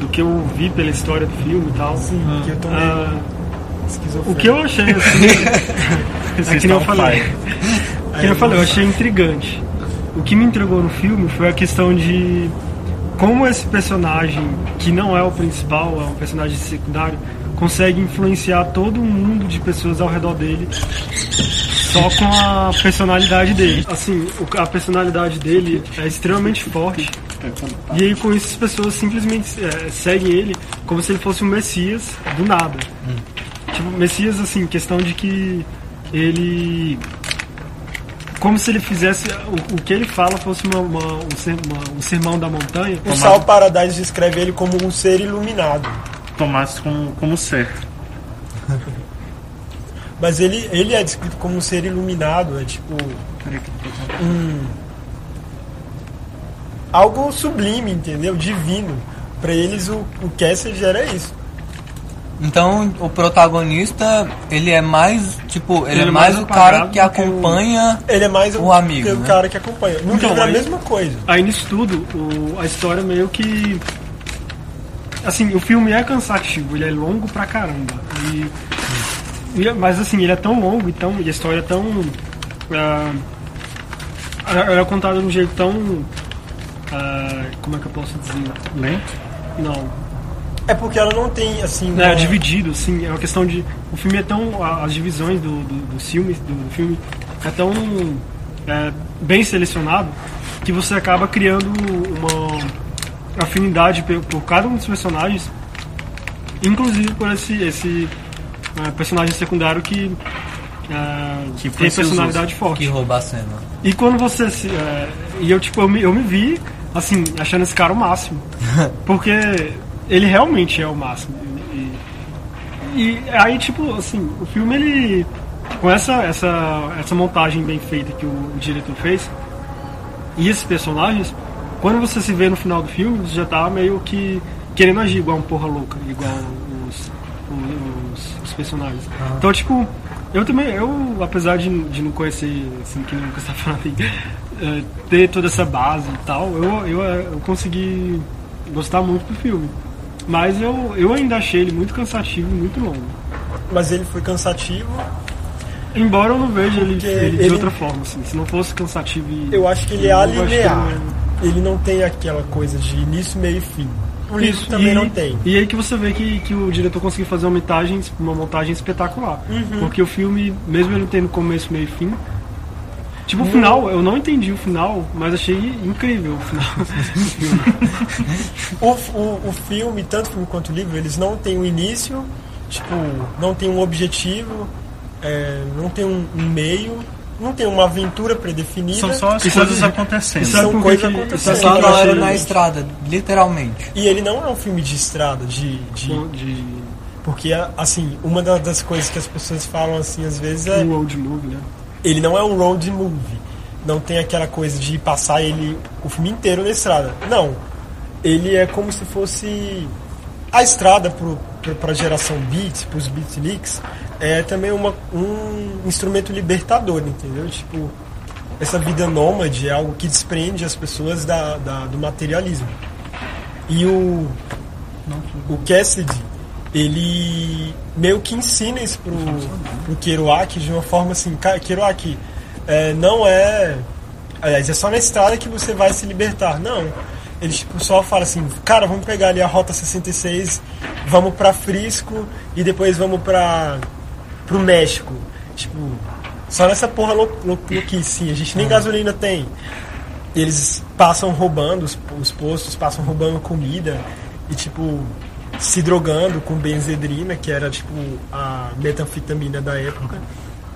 do que eu vi pela história do filme e tal.
Sim, que eu tô meio
Ah,
esquizofrênico.
o que eu achei, assim,
Vocês
é que nem eu
estão
falei.
pai.
que nem eu falei, eu achei intrigante. O que me intrigou no filme foi a questão de como esse personagem, que não é o principal, é um personagem secundário, consegue influenciar todo um mundo de pessoas ao redor dele só com a personalidade dele. Assim, o- a personalidade dele é extremamente forte. E aí com isso as é, pessoas simplesmente eh, seguem ele como se ele fosse um Messias do nada. Tipo, Messias, assim, questão de que ele. Como se ele fizesse. O, o que ele fala fosse uma, uma- um, ser- uma- um sermão da montanha.
O Sal Paradise descreve ele como um ser iluminado.
Tomasse como, como ser.
Mas ele, ele é descrito como um ser iluminado, é tipo
Peraí que eu tô com-
algo sublime, entendeu? Divino. Pra eles o, o Cassidy era isso.
Então o protagonista, ele é mais, tipo, ele, é mais, o cara
apagado
que
do que o-
acompanha.
Ele é mais
O amigo,
que o
né?
cara que acompanha. No
Então,
livro é a
aí-
mesma coisa.
Aí nisso tudo, o- a história meio que. Assim, o filme é cansativo, ele é longo pra caramba. E, e- mas assim, ele é tão longo e, tão, e a história é tão. ah, ela é contada de um jeito tão. ah, como é que eu posso dizer?
um Lento?
Não,
É porque ela não tem assim.
né,
uma-
dividido, assim, é uma questão de. O filme é tão. a- As divisões do, do, dos filmes, do, do filme, é tão é, bem selecionado que você acaba criando uma afinidade pe- por, cada um dos personagens, inclusive por esse, esse ah, personagem secundário que, ah,
Que
tem
influencia os
personalidade forte.
Que rouba a cena.
E quando você se. é, e eu, tipo, eu me, eu me vi, assim, achando esse cara o máximo. Porque ele realmente é o máximo. E, e- e aí, tipo, assim, o filme ele. Com essa, essa, essa montagem bem feita que o diretor fez, e esses personagens, quando você se vê no final do filme, você já tá meio que querendo agir igual um porra louca, igual os, os, os personagens.
Ah.
Então, tipo, eu também, eu, apesar de, de não conhecer, assim, que nunca está falando aí, eh, ter toda essa base e tal, eu, eu, eh, eu consegui gostar muito do filme. Mas eu, eu ainda achei ele muito cansativo e muito longo.
Mas ele foi cansativo.
Embora eu não veja ele,
Porque
ele de
ele-
outra forma, assim, se não fosse cansativo e.
Eu acho que ele
e
é
longo, eu acho que eu-
alinear. Ele não tem aquela coisa de início, meio e fim. O livro também
e,
não tem.
E aí que você vê que, que o diretor conseguiu fazer uma montagem, uma montagem espetacular.
Uhum.
Porque o filme, mesmo ele tendo começo, meio e fim. Tipo, o
Uhum.
final, eu não entendi o final, mas achei incrível o final.
O, o, o filme, tanto o filme quanto o livro, eles não têm um início, tipo, não tem um objetivo, é, não tem um, um meio, não tem uma aventura predefinida.
São só as
Isso
coisas
é-
acontecendo.
E sabe
São
por que
coisas
que-
acontecendo.
sabe por
Só a
que eu
galera
achei-
na estrada, literalmente.
E ele não é um filme de estrada, de. de
de
porque, assim, uma da- das coisas que as pessoas falam assim às vezes é.
um old movie, né?
Ele não é um road movie. Não tem aquela coisa de passar ele o filme inteiro na estrada. Não. Ele é como se fosse a estrada para a geração beats, para os beatniks, é também uma, um instrumento libertador, entendeu? Tipo, essa vida nômade é algo que desprende as pessoas da, da- do materialismo. E o, o Cassidy, ele meio que ensina isso pro, pro Kerouac de uma forma assim, "Ca- Kerouac, é, não é. Aliás, é só na estrada que você vai se libertar. Não. Ele tipo, só fala assim, cara, vamos pegar ali a Rota 66, vamos pra Frisco e depois vamos pra. pro México. Tipo, só nessa porra lou, lou, louquice, assim, a gente nem gasolina tem eles passam roubando os, os postos, passam roubando comida e tipo se drogando com benzedrina, que era tipo a metanfetamina da época.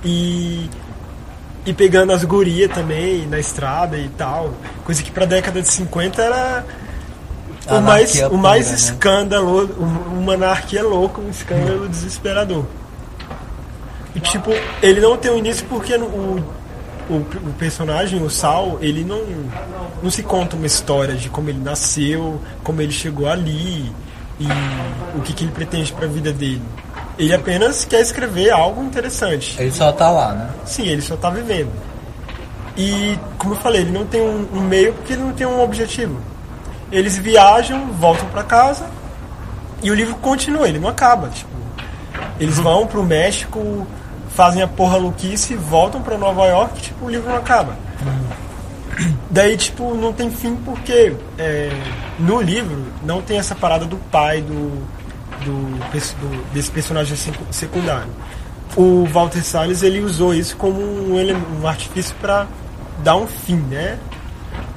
E e pegando as gurias também na estrada e tal, coisa que pra década de 50 era o
Anarquia
mais, o
pura,
mais
né?
escândalo, um- uma anarquia louca, um escândalo desesperador. E tipo, ele não tem um início porque no- o, o, o personagem, o Sal, ele não, não se conta uma história de como ele nasceu, como ele chegou ali e o que, que ele pretende pra vida dele. Ele apenas quer escrever algo interessante.
Ele só tá lá, né?
Sim, ele só tá vivendo. E, como eu falei, ele não tem um, um meio porque ele não tem um objetivo. Eles viajam, voltam pra casa e o livro continua, ele não acaba. Tipo, eles vão pro México, fazem a porra louquice, voltam pra Nova York, tipo, o livro não acaba. Daí, tipo, não tem fim porque é, no livro não tem essa parada do pai do, do, pers- do- desse personagem secu- secundário. O Walter Salles ele usou isso como um, ele- um artifício para dar um fim, né?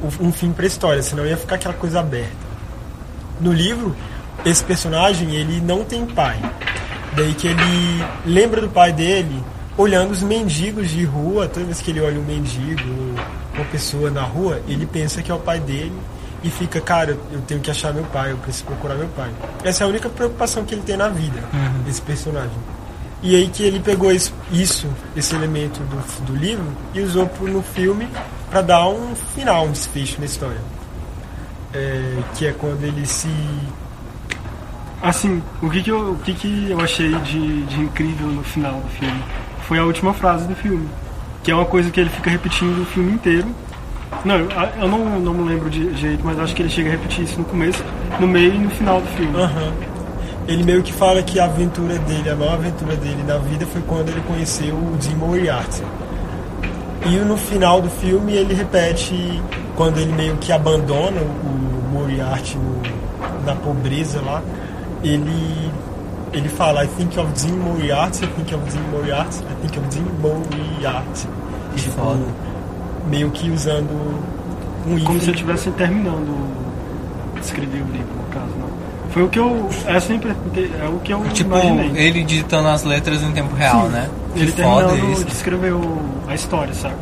Um- Um fim pra história, senão ia ficar aquela coisa aberta. No livro, esse personagem ele não tem pai. Daí que ele lembra do pai dele olhando os mendigos de rua, toda vez que ele olha um mendigo, uma pessoa na rua, ele pensa que é o pai dele e fica, cara, eu tenho que achar meu pai, eu preciso procurar meu pai. Essa é a única preocupação que ele tem na vida, esse personagem. E aí que ele pegou isso, isso, esse elemento do, do livro e usou pro- no filme para dar um final, um desfecho na história. É, que é quando ele se
Assim, o que que eu, o que que eu achei de, de incrível no final do filme foi a última frase do filme, que é uma coisa que ele fica repetindo o filme inteiro. Não, eu, a- eu não, não me lembro de jeito, mas acho que ele chega a repetir isso no começo, no meio e no final do filme.
Aham. Ele meio que fala que a aventura dele, a maior aventura dele na vida foi quando ele conheceu o Jim Moriarty. E no final do filme ele repete quando ele meio que abandona o Moriarty no- na pobreza lá, ele ele fala I think of Jim Moriarty, I think of Jim Moriarty, I think of Jim Moriarty. Tipo,
Que foda.
Meio que usando
Como
um hífen.
se eu estivesse terminando de escrever o livro, no caso, não. Foi o que eu. Essa é a impre- é o que eu
Tipo,
imaginei.
ele ditando as letras em tempo real, né? Que
Ele
foda
terminando
isso.
de escrever o- a história, sabe?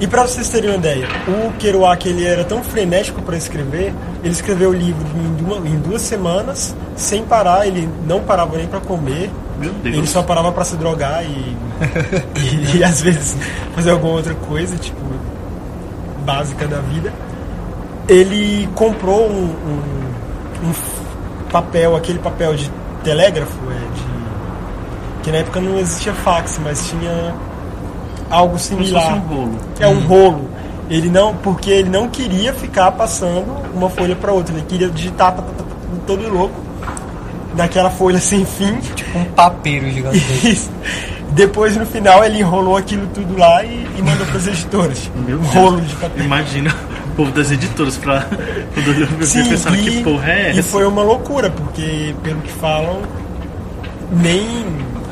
E pra vocês terem uma ideia, o Kerouac ele era tão frenético para escrever, ele escreveu o livro em, du- em duas semanas, sem parar, ele não parava nem para comer,
Meu Deus.
ele só parava para se drogar e, e, e às vezes fazer alguma outra coisa, tipo, básica da vida. Ele comprou um, um- um f- papel, aquele papel de telégrafo, é, de, que na época não existia fax, mas tinha algo
Como se fosse
similar
um rolo.
é um rolo. Ele não, porque ele não queria ficar passando uma folha para outra, ele queria digitar tá, tá, tá, tá, todo louco naquela folha sem fim. tipo
Um papeiro gigantesco.
Isso. Depois no final ele enrolou aquilo tudo lá e, e mandou para as editoras.
Meu
um
Deus.
rolo de papel.
Imagina o povo das editoras pra. Quando eu vi pensando que porra é
e
essa?
foi uma loucura, porque pelo que falam, nem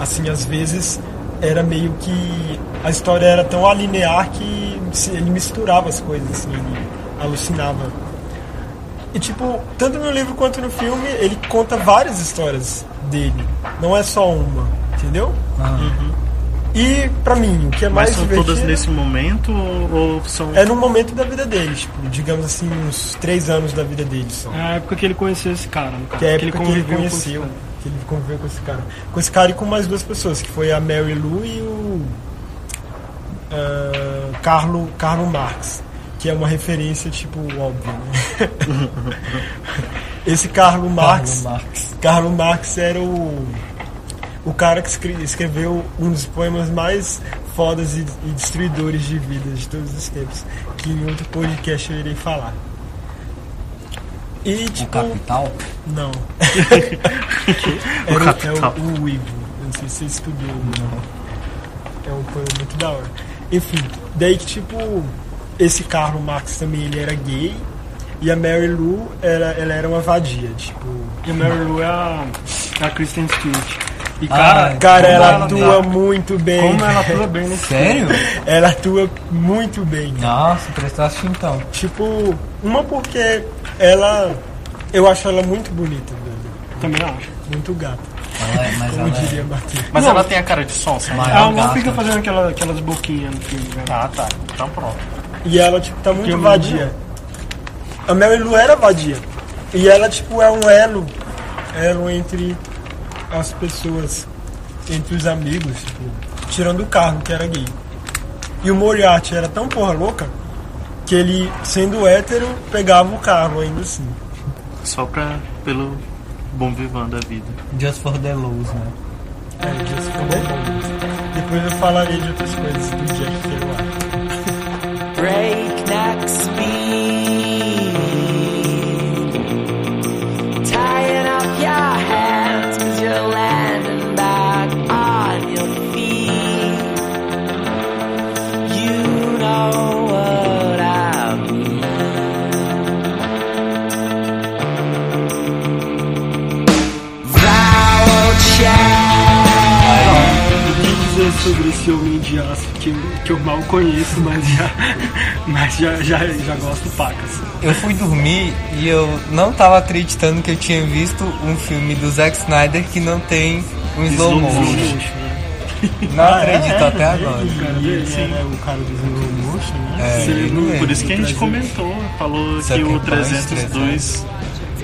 assim, às vezes era meio que a história era tão alinear que se- ele misturava as coisas, assim, ele alucinava. E tipo, tanto no livro quanto no filme, ele conta várias histórias dele, não é só uma, entendeu? Uhum. E pra mim, o que é mais
Mas são
divertido
todas nesse momento ou, ou são.
é num momento da vida dele, tipo, digamos assim, uns três anos da vida dele só.
É a época que ele conheceu esse cara, no caso.
Que é a época que ele
conviveu com esse
conheceu.
cara.
Que ele conviveu com esse cara. Com esse cara e com mais duas pessoas, que foi a Mary Lou e o ah, Carlo, Carlo Marx. Que é uma referência, tipo, óbvia, né? Esse Carlo Marx.
Carlo Marx.
Carlo Marx era o, o cara que escre- escreveu um dos poemas mais fodas e, e destruidores de vidas de todos os tempos. Que em outro podcast eu irei falar. E,
O
tipo,
capital.
não.
O
Era o,
Capital.
é o, o Ivo. Eu Não sei se você estudou ou não. É um poema muito da hora. Enfim, daí que tipo, esse Carlo Marx também ele era gay. E a Mary Lou, era, ela era uma vadia, tipo.
E a Mary Lou é a, é a Kristen Stewart. E
Ah,
cara,
é.
Cara,
Como
ela
ela
atua
tá?
muito bem.
como ela atua bem nesse
Sério?
Ela atua muito bem.
Nossa, prestaste então.
Tipo, uma porque ela. Eu acho ela muito bonita, velho.
filme, também acho.
Muito gata.
Ela é- mas
Como
ela é-
diria Matheus.
Mas ela tem a cara de som, sei lá.
Mas-
Ela não
É gata.
fica fazendo aquela, aquelas boquinhas no filme, né? velho.
Ah, tá. Então pronto.
E ela, tipo, tá muito
eu não
vadia. A Mary Lou era vadia. E ela, tipo, é um elo. Elo entre as pessoas. Entre os amigos, tipo. Tirando o carro, que era gay. E o Moriarty era tão porra louca que ele, sendo hétero, pegava o carro ainda assim.
Só pra. pelo bom vivan da vida.
Just for the lows, né?
É, isso ficou bom. Depois eu falarei de outras coisas do Jack Kerouac.
breakneck speed. Tying up your hands cause you're landing back on your feet. You know what I mean. Vowel check.
O que dizer sobre esse homem de aço que, eu- que eu mal conheço, mas já, mas já, já, já gosto assim. pacas.
Eu fui dormir e eu não tava acreditando que eu tinha visto um filme do Zack Snyder que não tem Um slow motion.
né?
Não acredito até agora.
Ele,
Cara,
ele
sim.
era o cara do slow motion, né?
É,
Sim,
ele é.
por isso que a gente comentou, falou que o
72,
302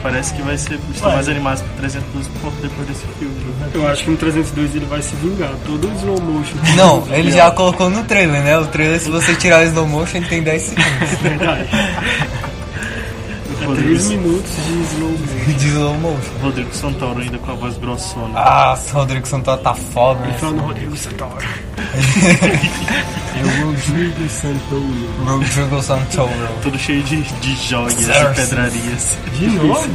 parece que vai ser estão
Ué.
mais animados pro 302 por conta depois desse filme.
Eu acho que no 302 ele vai se vingar, todo o slow motion.
Não, é ele já colocou no trailer, né? O trailer, se você tirar o slow motion, ele tem 10 segundos
Verdade.
O
É 3
Rodrigo,
minutos de slow motion.
de slow motion.
Rodrigo Santoro ainda com a voz grossona.
Ah, o Rodrigo Santoro tá foda, né?
Falando Rodrigo Santoro.
É o Rodrigo Santoro.
Rodrigo Santoro.
Tudo cheio de, de joias
Certo.
e pedrarias.
De novo?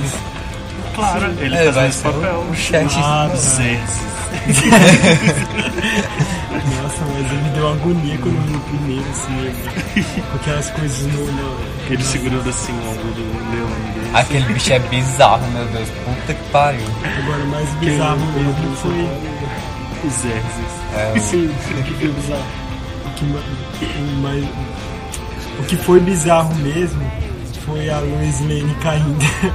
Claro, ele
É,
faz
vai
esse
ser
papel.
o chefe.
Ah, tá.
Xerxes.
Nossa, mas ele deu agonia quando eu vi o primeiro, assim, ele- com aquelas coisas no olho.
Ele segurando assim o ombro do leão dele.
Aquele bicho é bizarro, meu Deus. Puta que pariu.
Agora, o mais bizarro mesmo foi
O Xerxes.
É,
Sim, que foi bizarro.
o que, ma- o mais, o que foi bizarro mesmo foi a Lois Lane caindo.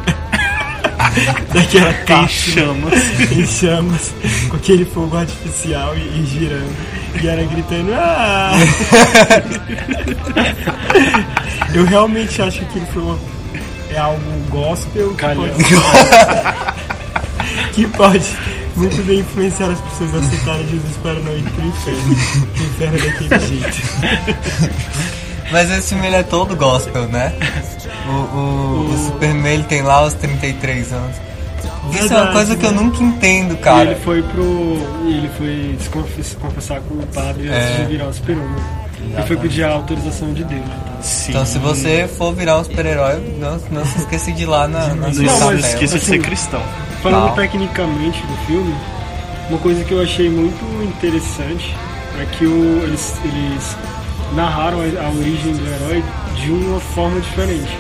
Daquela
Tem
caixa
chamas.
em chamas, com aquele fogo artificial e, e girando. E ela gritando, ah! Eu realmente acho que aquilo foi uma- é algo gospel que
Calhão.
pode- que pode muito bem influenciar as pessoas a aceitarem Jesus para não ir pro inferno. Pro inferno é daquele jeito.
Mas esse filme ele é todo gospel, né? O, o, o Superman ele tem lá os 33 anos. Isso é uma
Verdade,
coisa que eu
né?
nunca entendo,
E
cara.
ele foi pro. e Ele foi se confess- confessar com o padre antes
É.
de virar o super-homem. Ele foi pedir a autorização de Deus.
Sim.
Então se você for virar um super-herói, não, não se esqueça de ir lá na, na sua
Não,
Não,
capela.
mas esqueça de
assim,
ser cristão.
Falando
Não.
tecnicamente do filme, uma coisa que eu achei muito interessante é que o- eles, eles narraram a, a origem do herói de uma forma diferente.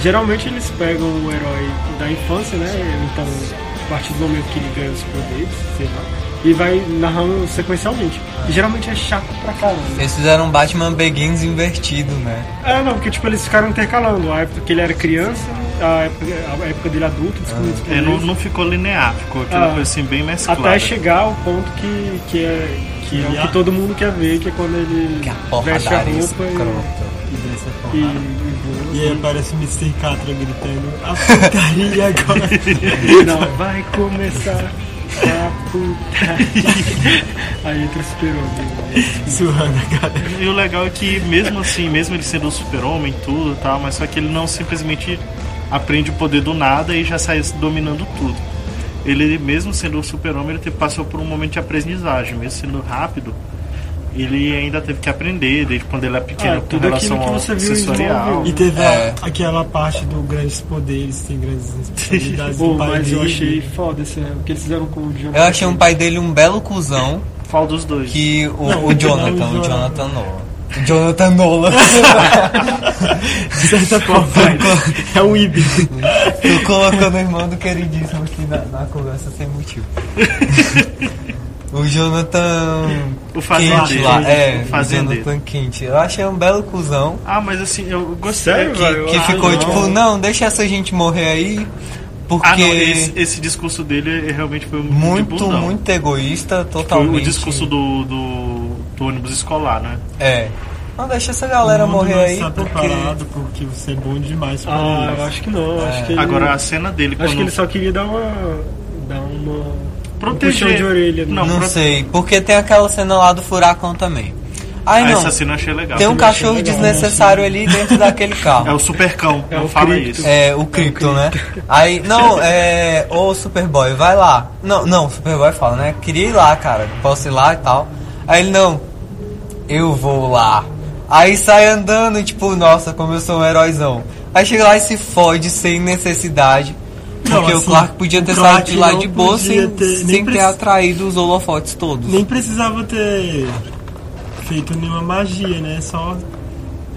Geralmente eles pegam o herói da infância, né? Então, a partir do momento que ele ganha os poderes, sei lá, e vai narrando sequencialmente. E geralmente é chato pra caramba.
Eles fizeram um Batman Begins invertido, né?
É, não, porque tipo, eles ficaram intercalando a época que ele era criança, a época, a época dele adulto, descobrindo os
É,
poderes.
não, não ficou linear, ficou aquela
Ah.
coisa assim bem mais
Até
clara.
chegar ao ponto que, que, é, que é o que todo mundo quer ver, que é quando ele
Que a porra
veste
da
a
areia
roupa e-
escrota.
e, e,
E aí aparece o Mr. Catra gritando, a putaria agora.
voa. Não, vai começar a puta. Aí entra o super-homem.
Suando a cara.
E o legal é que mesmo assim, mesmo ele sendo um super-homem e tudo e tal, mas só que ele não simplesmente aprende o poder do nada e já sai dominando tudo. Ele mesmo sendo um super-homem, ele te- passou por um momento de aprendizagem, mesmo sendo rápido. Ele ainda teve que aprender desde quando ele era pequeno
Ah,
com
tudo
relação
aquilo que
ao
você viu em
sensorial.
Smallville.
E teve
É.
a- aquela parte do grandes poderes, tem grandes responsabilidades
Pô,
do pai
mas eu
dele.
achei foda esse, o que eles fizeram com o Jonathan.
Eu achei um pai dele um belo cuzão
Qual dos dois?
que o,
Não,
o Jonathan,
não,
o
o
Jonathan Nolan. O Jonathan Nolan
De certa forma, é um híbrido.
tô colocando o irmão do queridíssimo aqui na, na conversa sem motivo. O Jonathan
O
Quente
fazendeiro.
lá, é,
o
o
fazendeiro.
Jonathan Quente. Eu achei um belo cuzão
Ah, mas assim, eu gostei.
Sério,
que-
velho? Eu
que
acho
ficou
não.
tipo, não, deixa essa gente morrer aí, porque
Ah, não, esse, esse discurso dele é- realmente foi muito
muito,
bundão.
muito egoísta,
Foi
totalmente.
o discurso do, do, do ônibus escolar, né?
É. Não deixa essa galera
O mundo
morrer
não
aí,
está
porque.
preparado porque você é bom demais pra
Ah,
isso.
eu acho que não.
É.
Acho que ele,
Agora a cena dele
acho
quando
que ele só queria dar uma. dar uma.
Proteger.
um puxão de orelha. né?
Não,
Não
pra-
sei, porque tem aquela cena lá do furacão também. Ai
Ah,
não,
essa cena eu achei legal.
tem um
achei
cachorro
legal,
desnecessário ali dentro daquele
É
carro.
o supercão,
É
não
o
fala
Krypto.
isso.
É, o Krypton, né? Aí, não, é. Ô Superboy, vai lá. Não, não, o Superboy fala, né? Queria ir lá, cara, posso ir lá e tal. Aí ele, não, eu vou lá. Aí sai andando e tipo, nossa, como eu sou um heróizão. Aí chega lá e se fode sem necessidade.
Não,
Porque
assim,
o Clark podia ter
o
saído de lá
Clark
de
não
boa
podia
sem,
ter- nem
sem ter
preci-
atraído os holofotes todos.
Nem precisava ter feito nenhuma magia, né? Só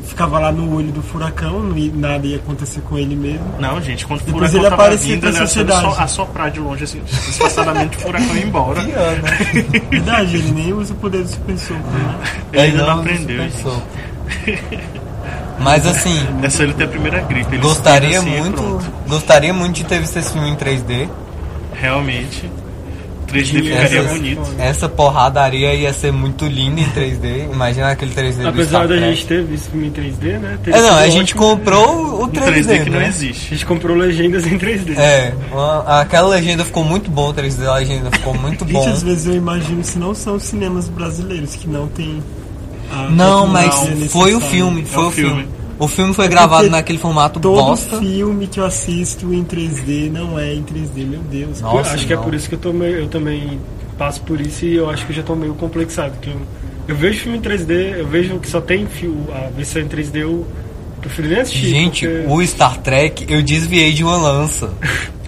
ficava lá no olho do furacão não ia- nada ia acontecer com ele mesmo.
Não, gente, quando o
Depois
furacão
ele
tava
aparecia
vindo,
pra
ele achou
sociedade.
só assoprar de longe, assim, disfarçadamente o furacão ia embora.
Pior, né?
Verdade, ele nem usa o poder do super soco, né?
Ele ainda não
usa
aprendeu,
super
gente.
soco. Mas assim,
É só ele ter a primeira gripe. Ele
gostaria
espirra assim e
muito.
pronto.
Gostaria muito de ter visto esse filme em 3D.
Realmente. 3D ficaria
Essas-
bonito.
Essa porradaria ia ser muito linda em 3D. Imagina aquele 3D do
Apesar
Star
da
tá-
Trek.
é.
gente ter visto filme em 3D, né? teria
É, não,
sido
a
ótimo.
gente
né?
comprou o 3D,
3D Um que não
né?
A
existe.
gente comprou legendas em 3D.
É, uma- aquela legenda ficou muito boa, o 3D da legenda ficou muito bom.
Gente, às vezes eu imagino se não são os cinemas brasileiros que não tem. a
Não, mas
tecnologia
foi o
necessária.
filme, foi
É o
o filme.
filme.
O filme foi gravado
Porque
naquele formato
Todo
bosta.
filme que eu assisto em 3D não é em 3D, meu Deus.
Nossa.
acho que é
não.
por isso que eu, tô meio- eu também passo por isso e eu acho que eu já tô meio complexado. Que eu, eu vejo filme em 3D, eu vejo que só tem fio, a versão em 3D, eu prefiro nem assistir.
Gente,
porque-
o Star Trek, eu desviei de uma lança.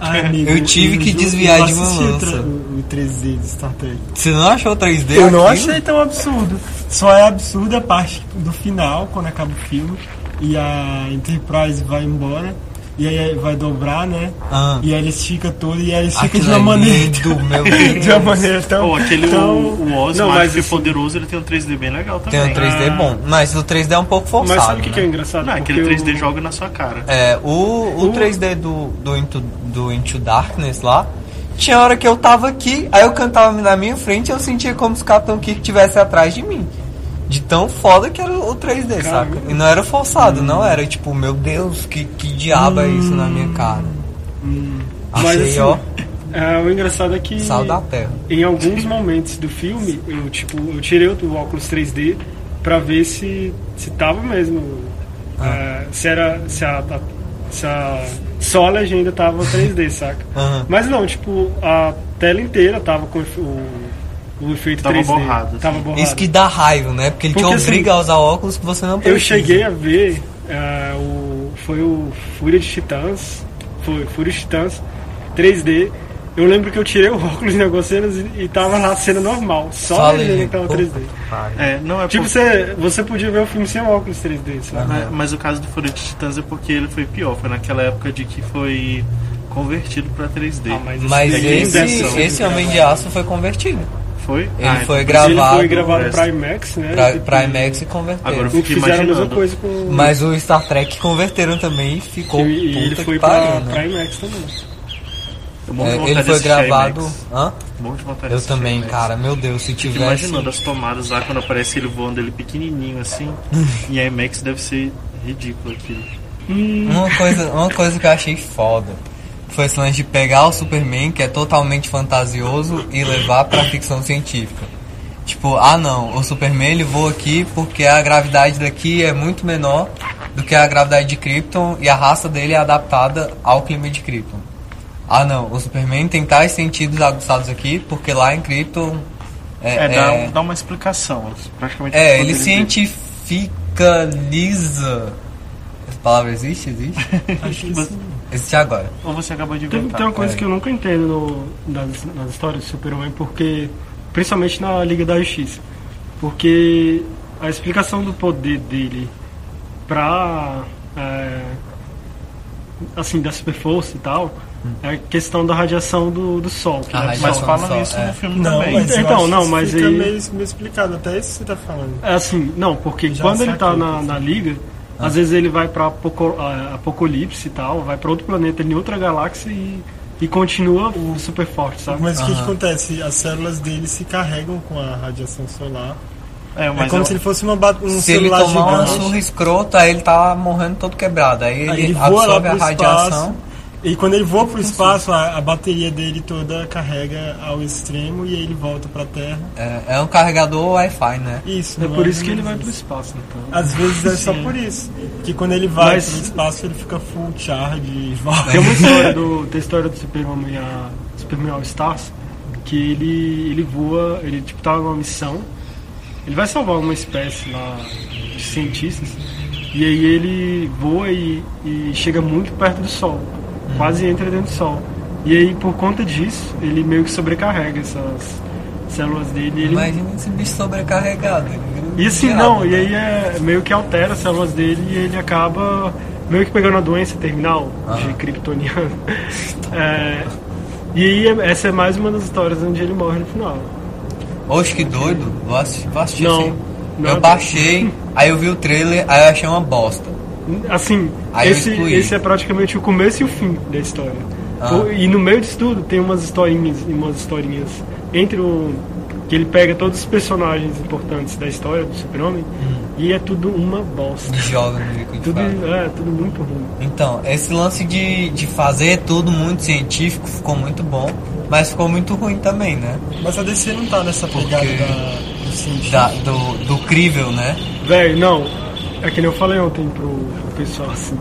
Ai, amigo,
Eu tive que
ju-
desviar
eu
de uma
assisti o
lança.
tra- O, o 3D de Star Trek.
Você não achou o 3D?
Eu não
aquilo?
achei tão absurdo. Só é absurda a parte do final, quando acaba o filme, e a Enterprise vai embora, e aí vai dobrar, né?
Ah.
E aí eles ficam todo, e aí eles ficam
Aquilo
de uma
é
maneira.
lindo, meu
De uma
Deus.
maneira tão.
Ou aquele
tão-
o, o Oz,
Não,
o
mas
Mágico e
assim-
Poderoso, ele tem um 3D bem legal também. Ah,
Tem um 3D
Ah.
bom, mas o 3D é um pouco forçado.
Mas sabe o que, que é
né?
engraçado?
Não, aquele
Porque
3D
o-
joga na sua cara.
É, o, o,
O-
3D do, do, Into, do Into Darkness lá, tinha hora que eu tava aqui, aí eu cantava na minha frente e eu sentia como se o Capitão Kirk estivesse atrás de mim. De tão foda que era o 3D,
Caramba.
saca? E não era forçado, não era tipo, meu Deus, que, que diabo é isso na minha cara?
Mas
Achei,
assim,
ó,
é, o engraçado é que
sal da terra.
em alguns momentos do filme, eu, tipo, eu tirei o óculos 3D pra ver se, se tava mesmo. ah, se era. Se a, a- se a- só a legenda tava 3D, saca?
Aham.
Mas não, tipo, a tela inteira tava com efe- o, o efeito
Tava
3D.
borrado,
Tava
assim.
borrado.
Isso que dá raiva, né? Porque ele te
Porque, assim,
obriga a usar óculos que você não precisa.
Eu cheguei a ver ah, o, foi o Fúria de Titãs, foi Fúria de Titãs 3D. Eu lembro que eu tirei o óculos do negócio e, e tava lá a cena normal, só,
Só
a legenda que tava
Puta
3D.
que pariu.
É, não é
Tipo,
por-
você, você podia ver o filme sem óculos 3D, sabe?
Mas- Mas o caso do Fúria de Titãs é porque ele foi pior. Foi naquela época de que foi convertido pra 3D.
Ah, mas
Mas
É que
esse,
inversão.
esse Homem de Aço foi convertido.
Foi?
Ele
Ah,
foi
É, então-
Mas
gravado,
ele foi gravado
resto.
pra IMAX, né?
pra,
E-
pra IMAX e converteram.
Agora eu
E
fiquei
fizeram a mesma
imaginando.
coisa com.
Mas o Star Trek converteram também e ficou.
e, e ele
puta
foi
que pariu,
pra,
né?
pra IMAX também.
Eu morro
É,
de vontade
ele
de
foi
assistir a
gravado.
IMAX.
Hã?
Morro de vontade de
Eu
assistir a
também,
IMAX.
cara. Meu Deus, se
Fico
tivesse.
imaginando as tomadas lá quando aparece ele voando ele pequenininho assim. e a IMAX deve ser ridículo aquilo.
Uma coisa, uma coisa que eu achei foda foi esse lance de pegar o Superman, que é totalmente fantasioso, e levar pra ficção científica. Tipo, ah não, o Superman ele voa aqui porque a gravidade daqui é muito menor do que a gravidade de Krypton e a raça dele é adaptada ao clima de Krypton. Ah não, o Superman tem tais sentidos aguçados aqui porque lá em Krypton é,
É, Dá,
é-
dá uma explicação. Praticamente
é,
tudo
ele cientificaliza. Essa palavra existe? Existe?
Acho que
Mas-
sim.
Existe agora.
Ou você acabou de
Então tá,
Tem,
inventar.
tem uma coisa
é.
que eu nunca entendo no- nas, nas histórias do Super-Homem, porque. Principalmente na Liga da Justiça. Porque a explicação do poder dele pra. é, assim, da super força e tal,
Hum.
é a questão da radiação do, do sol. Que
A
né,
radiação.
Mas
Só,
falam
só,
isso
é.
no filme
Não,
também.
mas eu
Então,
acho
não,
que
mas
fica
aí-
meio, meio explicado, até isso que você tá falando.
É assim, não, porque
Já
quando ele tá
saquei,
na,
assim.
na liga, às vezes ele vai pra Apoco- a- Apocalipse e tal, vai pra outro planeta, em outra galáxia e, e continua super forte, sabe?
Mas o que, que
Aham.
acontece? As células dele se carregam com a radiação solar.
É,
é
mas
como
eu-
se ele fosse uma ba- um
Se ele
celular
tomar uma
gigante.
surra escrota, aí ele tá morrendo todo quebrado. Aí ele,
Aí ele voa lá
absorve
pro
a radiação.
espaço. E quando ele voa pro espaço, a, a bateria dele toda carrega ao extremo e aí ele volta pra Terra.
É, é um carregador Wi-Fi, né?
Isso.
É
não
por isso que ele vai
menos
pro espaço, então.
Às vezes é só por isso. Porque quando ele vai
Mas-
pro espaço, ele fica full charge e volta.
Tem uma história do, tem a história do Superman e a Superman All Stars, que ele, ele voa, ele tipo tá numa missão, ele vai salvar uma espécie lá de cientistas, e aí ele voa e, e chega muito perto do Sol, quase entra dentro do Sol. E aí por conta disso, ele meio que sobrecarrega essas células dele. e ele-
Imagina esse bicho sobrecarregado. ele vira um
e assim,
diabo,
não, e
né?
aí é, meio que altera as células dele e ele acaba meio que pegando a doença terminal de kryptoniano. É, e aí é- essa é mais uma das histórias onde ele morre no final.
Oxe, que doido. Vou assistir, vou assistir
Não,
assim.
não é
eu
bom.
baixei, aí eu vi o trailer, aí eu achei uma bosta.
Assim,
Aí eu
esse,
excluí.
esse é praticamente o começo e o fim da história.
Ah.
O- E no meio disso tudo tem umas historinhas, umas historinhas entre o que ele pega todos os personagens importantes da história do Super-Homem
Hum.
e é tudo uma bosta.
E joga no
Tudo,
liquidificador.
é, tudo muito ruim.
Então, esse lance de, de fazer tudo muito científico ficou muito bom, mas ficou muito ruim também, né?
Mas a DC não tá nessa pegada
Porque-
da, do científico.
Da- do, do crível, né?
Velho, não. É que nem eu falei ontem pro, pro pessoal assim.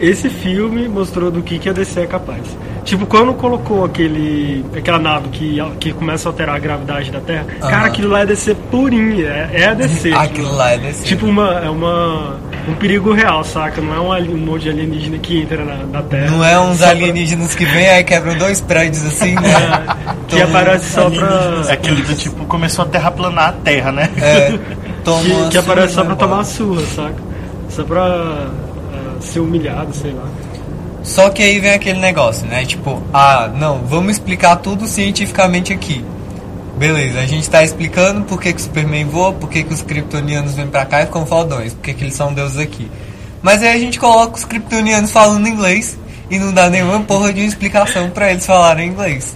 Esse filme mostrou do que, que a DC é capaz. Tipo, quando colocou aquele aquela nave que, que começa a alterar a gravidade da Terra, cara, aquilo lá é DC purinha, é, é a DC.
Ah. Aquilo lá é desse.
Tipo, uma, é uma, um perigo real, saca? Não é um, ali- um monte de alienígena que entra na, na Terra.
não é uns
só pra-
alienígenas que vêm aí quebram dois prédios assim, né?
que aparece só pra.
É aquele do tipo, começou a terraplanar a terra, né?
É, assim, né? toma
que,
uma
que aparece só
surra e
pra
vai
tomar um
embora.
surra, saca? Só pra ah, ser humilhado, sei lá.
Só que aí vem aquele negócio, né? Tipo, ah, não, vamos explicar tudo cientificamente aqui. Beleza, a gente tá explicando por que, que o Superman voa, por que, que os kryptonianos vêm pra cá e ficam fodões, por que, que eles são deuses aqui. Mas aí a gente coloca os kryptonianos falando inglês e não dá nenhuma porra de uma explicação pra eles falarem inglês.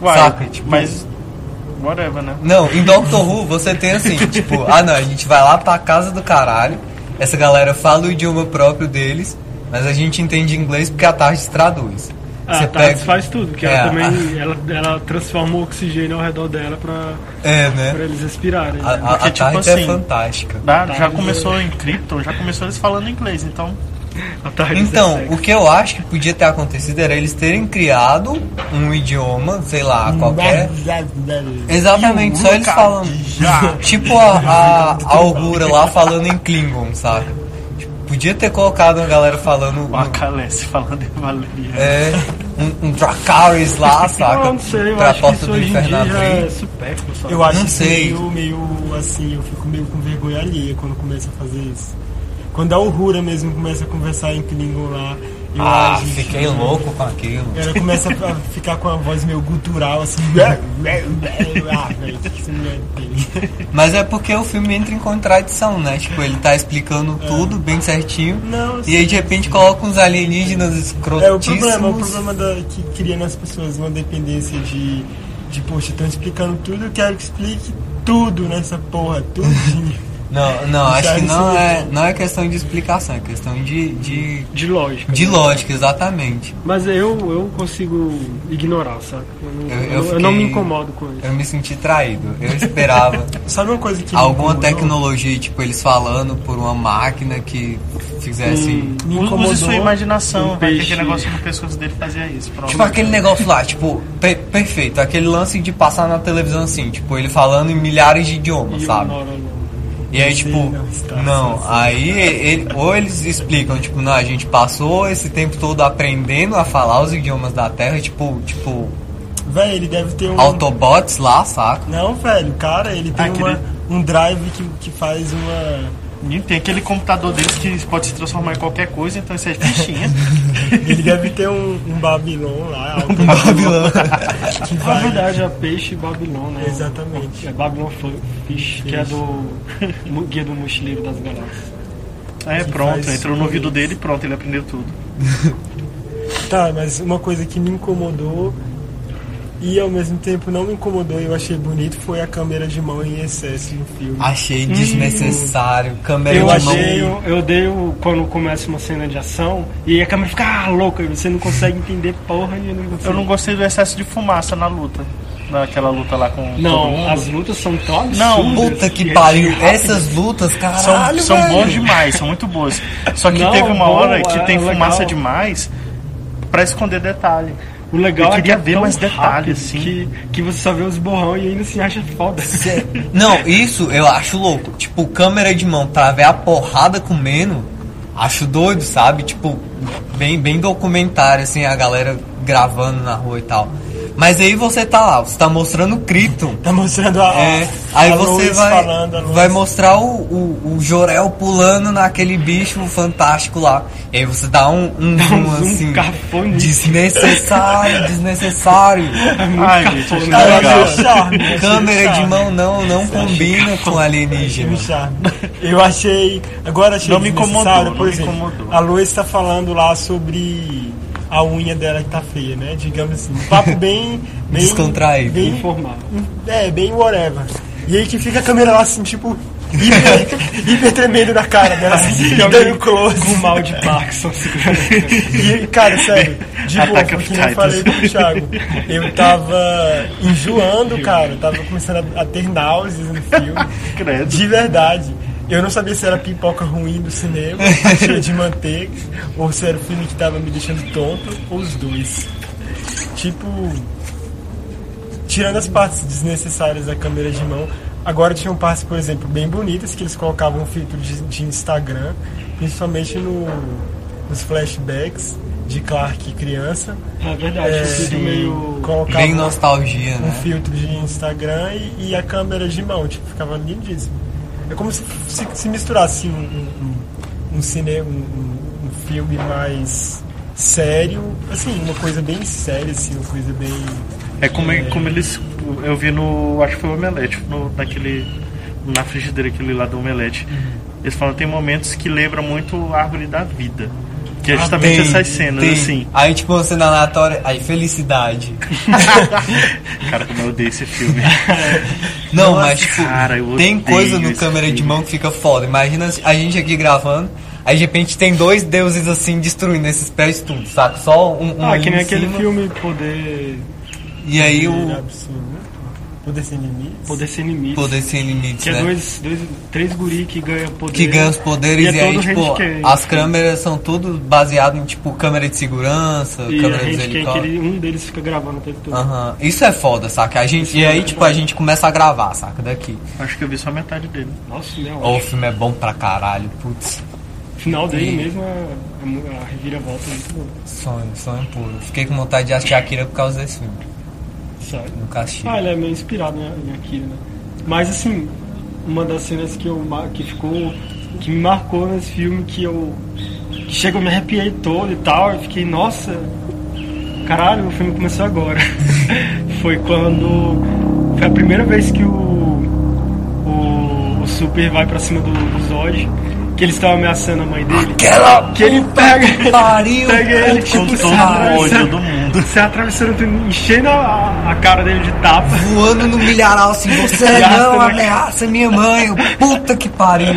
Uai,
Saca, tipo-
mas. Whatever, né?
Não, em Doctor Who você tem assim, tipo, ah não, a gente vai lá pra casa do caralho, essa galera fala o idioma próprio deles, mas a gente entende inglês porque a tarde traduz.
Ah,
Você
a Tardis faz tudo, porque
É,
ela também ela, ela transforma o oxigênio ao redor dela pra,
É,
pra
né?
eles respirarem.
A,
né?
a,
Porque,
a
tipo
tarde é
assim,
fantástica.
Ah, já
Tá,
começou em Krypton, já começou eles falando inglês, então.
A Tardis é
Então,
sexy.
o que eu acho que podia ter acontecido era eles terem criado um idioma, sei lá, qualquer. Exatamente, só eles falando. Tipo a, a, a Augura lá falando em Klingon, saca? Tipo, Podia ter colocado uma galera falando.
O Acalece falando em Valeria.
É, um, um Dracarys lá,
Ah,
saca?
não sei, eu
pra
acho que
porta
isso
do
hoje em dia já é
Infernador.
supérfluo, sabe?
Eu acho
Não
que
sei.
meio, meio assim, eu fico meio com vergonha alheia quando começa a fazer isso. Quando a Uhura mesmo começa a conversar em Klingon lá, eu
Ah,
ai, gente,
fiquei louco com aquilo.
Ela começa a ficar com a voz meio gutural, assim. ah, velho, que isso não é dele.
Mas é porque o filme entra em contradição, né? Tipo, ele tá explicando
É.
tudo bem certinho.
Não,
E aí de repente coloca uns alienígenas
É o
escrotíssimos.
problema, o problema da, que cria nas pessoas uma dependência de, de poxa, estão explicando tudo, eu quero que explique tudo nessa porra, tudinho.
Não, não, acho que
Sabe,
não
isso
é,
mesmo.
não é questão de explicação, é questão de, de,
De lógica.
de
né?
lógica, exatamente.
Mas eu, eu consigo ignorar, sabe? Eu não,
Eu- eu
eu não- eu não me
fiquei-
incomodo com isso.
Eu me senti traído. Eu esperava
Sabe uma coisa que. me
alguma
incomodou?
tecnologia, tipo, eles falando por uma máquina que fizesse.
Hum.
Me incomodou.
Use sua imaginação,
um
vai ter
peixe.
aquele negócio no pescoço dele fazia isso. Pronto.
Tipo aquele negócio lá, tipo, per- perfeito, aquele lance de passar na televisão assim, tipo, ele falando em milhares de idiomas,
E eu
sabe?
ignoro, né? não.
E aí,
Sim,
tipo,
não, está
não,
assim.
aí ele, ou eles explicam, tipo, não, a gente passou esse tempo todo aprendendo a falar os idiomas da Terra, tipo, tipo,
Véi, ele deve ter um.
Autobots lá, saca?
Não, velho, cara, ele tem
Ah, que
uma-
ele-
um drive que, que faz uma.
E tem aquele computador deles que pode se transformar em qualquer coisa, então isso é fichinha.
Ele deve ter um, um Babilon lá, algo
Um
Babilão.
que
Na
vai.
verdade, é Peixe e Babilon, né?
Exatamente.
É Babylon Fish, que é do Guia do Mochileiro das Galáxias.
É,
Que
pronto,
faz
entrou no ouvido
isso.
dele e pronto, ele aprendeu tudo.
Tá, mas uma coisa que me incomodou e ao mesmo tempo não me incomodou e eu achei bonito foi a câmera de mão em excesso no filme.
Achei desnecessário, câmera
Eu
de mão.
achei, eu, eu odeio quando começa uma cena de ação e a câmera fica ah, louca, e você não consegue entender porra nenhuma.
Eu não gostei do excesso de fumaça na luta. Naquela luta lá com todo
Não,
mundo.
as lutas são tão absurdas.
Não,
Puta
e
que
é
pariu,
rápido.
essas lutas,
São,
caralho,
são
velho.
boas demais, são muito boas. Só que
Não,
teve uma
bom,
hora que
é,
tem
é
fumaça
legal.
demais pra esconder detalhe.
O legal
Eu queria
é que é
ver
tão
mais detalhes,
rápido
sim.
Que, que você só vê os borrão e ainda se acha foda.
Não, isso eu acho louco. Tipo, câmera de mão pra ver a porrada comendo, acho doido, sabe? Tipo, bem, bem documentário, assim, a galera gravando na rua e tal. Mas aí você tá lá, você tá mostrando o Krypton.
Tá mostrando a,
É,
a,
aí
a
você
Lois
vai,
falando, a Lois.
vai mostrar o, o, o Jorel pulando naquele bicho fantástico lá. E aí você dá um, um, zoom,
zoom
assim.
cafone.
Desnecessário, desnecessário.
Ai, gente, achei
Ah, eu
legal.
achei um charme, eu achei um
Câmera de
charme.
mão não, não combina com
Achei um
alienígena.
charme. Eu achei. Agora achei
Não me
desnecessário,
incomodou,
por
não me
exemplo,
incomodou.
A Lois está falando lá tá sobre a unha dela que tá feia, né? Digamos assim, um papo bem... bem
Descontraído.
Bem,
Informal.
é, bem whatever. E aí que fica a câmera lá assim, tipo, hiper, hiper tremendo na cara dela, assim, e dando close.
Com mal de Parkinson. assim,
E, cara, sério, de boa,
Attack of
porque eu
Titans.
falei pro Thiago, eu tava enjoando, cara, eu tava começando a, a ter náuseas no filme,
Credo.
de verdade. Eu não sabia se era pipoca ruim do cinema, cheia de manteiga, ou se era o filme que tava me deixando tonto, ou os dois. Tipo, tirando as partes desnecessárias da câmera de mão, agora tinham partes, por exemplo, bem bonitas que eles colocavam um filtro de, de Instagram, principalmente no- nos flashbacks de Clark criança.
É verdade,
É,
eu sinto meio.
colocavam
Bem nostalgia,
um
né?
filtro de Instagram e, e a câmera de mão, tipo, ficava lindíssimo. É como se, se, se misturasse um, um- um, um cinema, um, um- um filme mais sério, assim, uma coisa bem séria, assim, uma coisa bem
É como, como eles. Eu vi no. Acho que foi o Omelete, no, naquele. Na frigideira, aquele lá do Omelete.
Hum.
Eles falam tem momentos que lembram muito a árvore da vida. Que
Ah,
é justamente
Tem,
essas cenas,
tem.
assim.
Aí, tipo, uma cena aleatória, aí felicidade.
Cara, como eu odeio esse filme.
Não,
Nossa,
mas tipo,
cara, eu
tem
odeio
coisa no
esse
câmera de
filme.
mão que fica foda. Imagina a gente aqui gravando, aí de repente tem dois deuses assim destruindo esses prédios tudo, saca? Só um, um
Ah,
ali
que nem
em
aquele
cima,
filme é Poder,
E aí o
absurdo. Poder sem limites.
poder Sem Limites.
poder sem limites,
que é
né?
dois, dois, três guri que ganham poder.
Que ganha os poderes e,
é
aí,
todo
tipo,
handicap.
as câmeras são tudo baseado em, tipo, câmera de segurança,
E a
câmera dos
gente quer que
helicópteros.
ele- um deles fica gravando o tempo todo.
Aham. Isso é foda, saca? A gente, e aí, tipo, a gente começa a gravar, saca? Daqui.
Acho que eu vi só metade dele.
Nossa, né?
Ou
O
o filme é bom pra caralho, putz.
final dele
E-
mesmo, a, a mu- a reviravolta é muito boa.
Sonho, sonho puro. Fiquei com vontade de assistir Akira por causa desse filme.
Sério.
Nunca assisti.
Ah, ele é meio inspirado em, em Akira, né? Mas assim, uma das cenas que eu ma- que ficou. que me marcou nesse filme que eu. que chega, eu me arrepiei todo e tal, eu fiquei, nossa, caralho, o filme começou agora. foi quando. Foi a primeira vez que o. o, o Super vai pra cima do, do Zod, que eles estão ameaçando a mãe dele.
Aquela
Que ele pega.
pariu!
Pega ele,
puta
tipo,
que
Todo
pariu.
o
sabe?
ódio do mundo.
Você tá atravessando, o filme, enchendo a, a cara dele de tapa.
Voando no milharal assim, você
Ameaça,
não
né?
ameaça minha mãe, puta que pariu!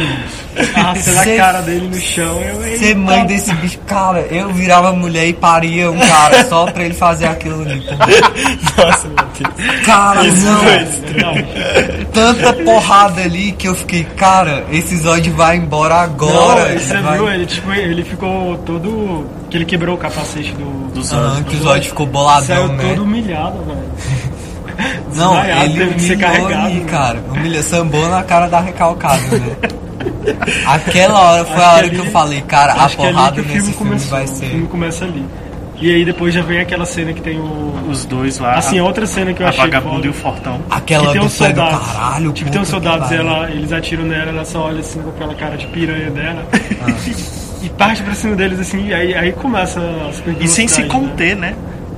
arrastando
Cê-
a cara dele no chão. Eu,
Ser
eita.
mãe desse bicho, cara, eu virava mulher e paria um cara só pra ele fazer aquilo ali. tá?
Nossa, meu Deus. é.
Cara, não!
Não,
Tanta porrada ali que eu fiquei, cara, esse Zod vai embora agora.
não, você
vai...
viu? Ele, tipo, ele ficou todo. que ele quebrou o capacete do.
Dos
Ah,
anos.
que o Zod ficou boladão,
Saiu
né?
todo humilhado, velho.
Não,
desmaiado,
ele
teve que ser
humilhou
carregado,
ali,
né?
cara. Humilha, sambou na cara da recalcada, né? Aquela hora foi a
Acho
hora
ali-
que eu falei, cara, a
acho que é ali
porrada
que o
nesse filme
começou,
vai
O filme
ser.
começa ali. E aí depois já vem aquela cena que tem o.
Os dois lá.
Assim, outra cena que eu
a
achei.
vagabunda
foda,
e o fortão.
Aquela
que tem
do
uns
pé do
soldados.
caralho,
tipo, tem uns
puta que
soldados,
pariu.
ela, eles atiram nela, ela só olha assim com aquela cara de piranha dela.
Ah.
E, e parte pra cima deles assim, e aí, aí começa as
E sem se
perversidades, né?
conter, né?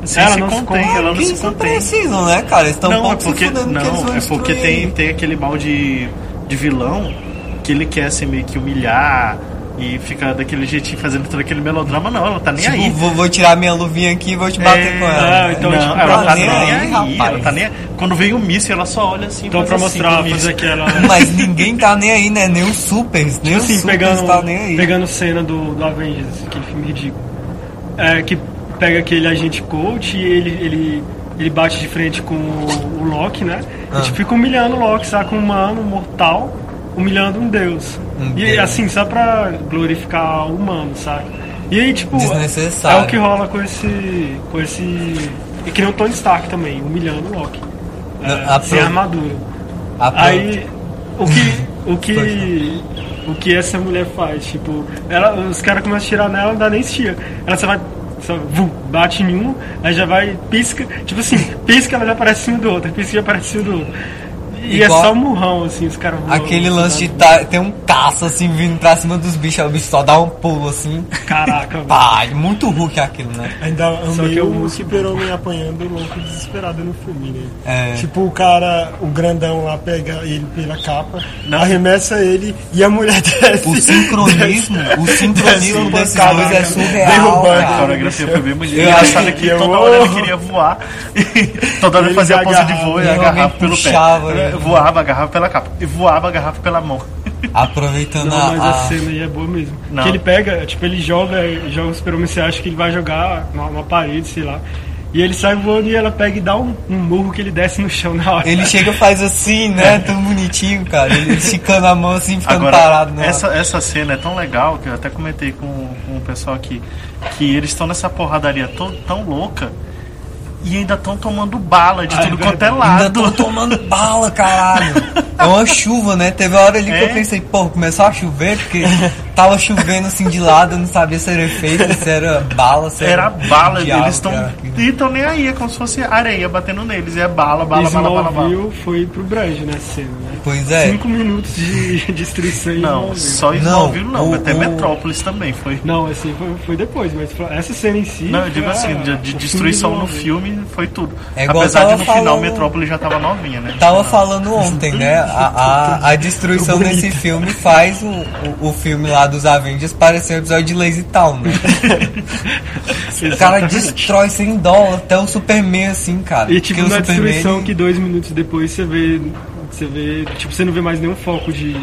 Sem
é, Ela
se
não se
contém,
contém.
ela não
Quem
se
só
contém.
precisam, né, cara? Eles estão um
Não, é
pouco
porque,
se fudendo que eles
não,
vão
é porque
destruir.
tem, tem aquele balde de vilão que ele quer se meio que humilhar e fica daquele jeitinho fazendo todo aquele melodrama. Não, ela tá nem
Tipo,
aí.
vou, vou tirar minha luvinha aqui e vou te bater
É,
com ela.
não,
né?
então,
não,
tipo,
ela
tá
tá
nem
nem
aí,
aí, ela
rapaz.
tá nem Quando vem o míssil, ela só olha assim.
Então
faz
pra
assim
mostrar,
pro míssil.
fazer aquela.
Mas ninguém tá nem aí, né? Nem o Super, nem o
assim,
Super
pegando,
tá nem aí.
pegando cena do, do Avengers, aquele filme ridículo. É, que pega aquele agente coach e ele, ele, ele bate de frente com o, o Loki, né?
Ah.
E tipo, fica humilhando o Loki, saca? Um humano, um mortal, humilhando um deus.
Um
e
deus.
assim, só pra glorificar o humano, saca? E aí, tipo,
Desnecessário.
é o que rola com esse. com esse. E que nem o Tony Stark também, humilhando o Loki. É,
Na- a
sem
pro-
armadura.
A pro-
Aí, o que, o que, o que essa mulher faz? Tipo, ela, os caras começam a tirar nela, não dá nem estia. Ela só vai, só vu, bate em um, aí já vai, pisca, tipo assim, pisca, ela já aparece em cima do outro, pisca, já aparece em cima do outro. E
Igual-
é só murrão, assim, os caras assim, voam.
Aquele lance de ta- ter um taço assim vindo pra cima dos bichos, aí o bicho só dá um pulo assim.
Caraca, velho.
Pá, muito Hulk aquilo, né?
Ainda
Só
amei
que é um
o
urso.
super-homem apanhando o louco desesperado no filme, né?
É.
Tipo, o cara, o grandão lá, pega ele pela capa,
Não.
arremessa ele e a mulher desce.
O sincronismo, o sincronismo
Desce
desses
pancada,
dois é
né?
surreal,
Derrubando.
um A
cara.
coreografia foi bem bonita.
Eu
Engraçado
acho
que
que
toda
eu-
hora ele queria voar. toda hora ele
Ele
fazia a pose de
agarrava,
voo e
ele
agarrava
realmente
pelo
puxava,
pé. É,
né?
Voava, agarrava pela capa. E voava, agarrava pela mão.
Aproveitando
Não, mas a
a, a-
cena aí é boa mesmo.
Não.
Que ele pega, tipo, ele joga, joga o super-homem, você acha que ele vai jogar uma, uma parede, sei lá. E ele sai voando e ela pega e dá um, um murro que ele desce no chão na hora.
Ele chega e faz assim, né? Tão bonitinho, cara. Ele esticando a mão assim, ficando
Agora,
parado, né?
essa, essa cena é tão legal que eu até comentei com, com o pessoal aqui que eles estão nessa porradaria tão, tão louca e ainda estão tomando bala de
Ah, é
tudo quanto é
verdade.
Ainda
lado.
tô tomando bala, caralho. É uma chuva, né? Teve uma hora ali que
É.
eu pensei, pô, começou a chover, porque tava chovendo assim de lado, eu não sabia se era efeito, se era bala, se era.
Era bala,
diabo,
eles estão.
cara.
E tão nem aí, é como se fosse areia batendo neles. E é bala, bala, bala, bala, bala.
Smallville foi pro Brejo nessa cena, né?
Pois é.
Cinco minutos de destruição em um
Não,
Smallville.
só
Não,
Smallville não,
o-
até
o-
Metrópolis também foi.
Não, assim, foi, foi depois, mas essa cena em si...
Não, eu digo
foi
assim,
a-
de,
o
de
filme
destruição no
Smallville.
filme foi tudo.
É igual
Apesar de
tava
no final
falando-
Metrópolis já tava novinha, né?
Tava
Não.
falando ontem, né? A, a, a destruição desse filme faz o, o, o filme lá dos Avengers parecer um episódio de Lazy Town, né? o cara destrói sem dó até o Superman, assim, cara.
E tipo,
Porque
na
o Superman,
destruição
ele-
que dois minutos depois você vê. Você vê. Tipo, você não vê mais nenhum foco de,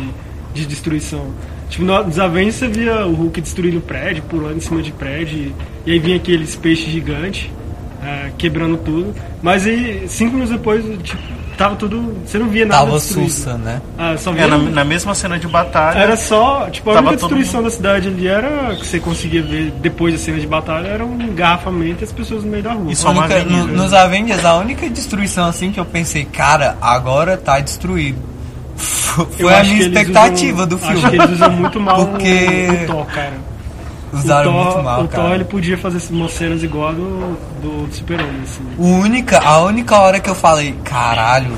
de destruição. Tipo, no- nos Avengers você via o Hulk destruindo prédio, pulando em cima de prédio, e, e aí vinha aqueles peixes gigantes, ah, quebrando tudo. Mas aí, cinco minutos depois, tipo, tava tudo. Você não via nada.
Tava
tá destruído.
sussa, né?
Ah, só via.
É, na, na mesma cena de batalha.
Era só, tipo, a
Tava
única
todo
destruição da cidade ali era que você conseguia ver depois da cena de batalha era um engarrafamento e as pessoas no meio da rua.
E só uma
Única-
avenida,
no-
né?
nos Avengers, a única destruição assim que eu pensei, cara, agora tá destruído. F-
Eu
Foi a
acho
minha
que eles
expectativa
usam-
do
Acho que
filme.
eles usam muito mal
Porque-
o, o Thor, cara.
Usaram
o Thor,
muito mal,
o Thor,
cara.
ele podia fazer umas cenas igual a do, do Super-Homem, assim.
O única, a única hora que eu falei, caralho,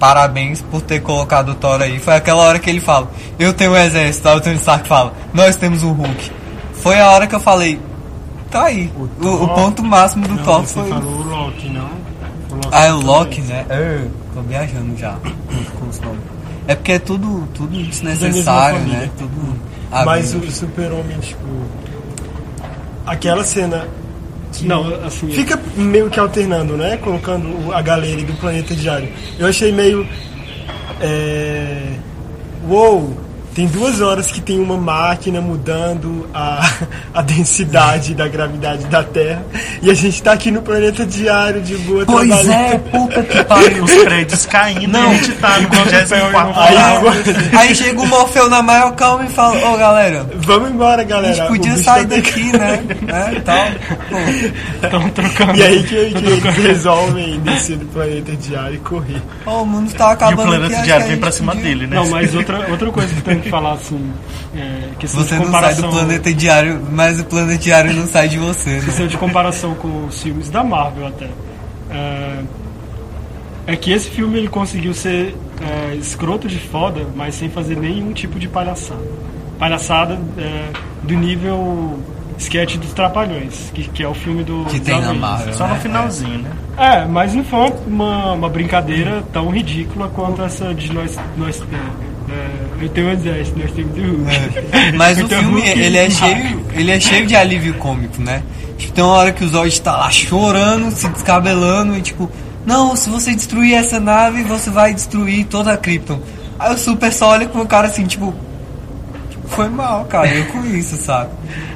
parabéns por ter colocado o Thor aí, foi aquela hora que ele fala, eu tenho um exército, aí o Tony Stark fala, nós temos um Hulk. Foi a hora que eu falei, tá aí, o, o ponto máximo do
Não,
Thor
você
foi...
falou o Loki, não? O Loki
Ah, é o Loki, né? É, tô viajando já com, com os nomes. É porque é tudo, tudo desnecessário,
Da mesma
né?
família.
Tudo...
Mas
abrindo.
o super-homem, tipo. Aquela cena
Não, assim...
Fica meio que alternando, né? Colocando o- a galera do Planeta Diário. Eu achei meio. É... Uou! Tem duas horas que tem uma máquina mudando a, a densidade da gravidade da Terra. E a gente tá aqui no Planeta Diário de boa
Pois
trabalhando.
é, puta que pariu.
tá Os prédios caindo e a gente tá no 24
Aí,
andar.
agora-
Aí chega o Morfeu na maior calma e fala, ô galera,
vamos embora,
a
galera.
gente
O
podia
bicho tá
sair
pegando.
daqui, né? né? Tal.
Estão trocando...
E aí que, que eles resolvem descer do Planeta Diário e correr.
Pô, o mundo tá
E o
acabando aqui.
planeta
acho
diário
que a
vem
gente
pra cima
podia-
dele, né?
Não, mas outra, outra coisa que tem que falar, assim, é, questão
Você
de
não sai
comparação...
do planeta diário, mas o planeta diário não sai de você, né?
questão de comparação com os filmes da Marvel até. É, É que esse filme ele conseguiu ser é, escroto de foda, mas sem fazer nenhum tipo de palhaçada. Palhaçada é, do nível sketch dos Trapalhões, que, que é o filme do.
Que
dos
tem na
Avengers.
Marvel.
Só no
né?
finalzinho, né?
É, mas não foi uma, uma brincadeira tão ridícula quanto essa de nós. nós é, é, eu tenho um exército, nós temos o Hulk.
É, Mas o
Então,
filme,
Hulk
ele é,
e
cheio, ele é cheio de alívio cômico, né? Tipo, tem uma hora que o Zod tá lá chorando, se descabelando e tipo... Não, se você destruir essa nave, você vai destruir toda a Krypton. Aí o Super só olha com o cara assim, tipo... tipo, Foi mal, cara, eu com isso, sabe?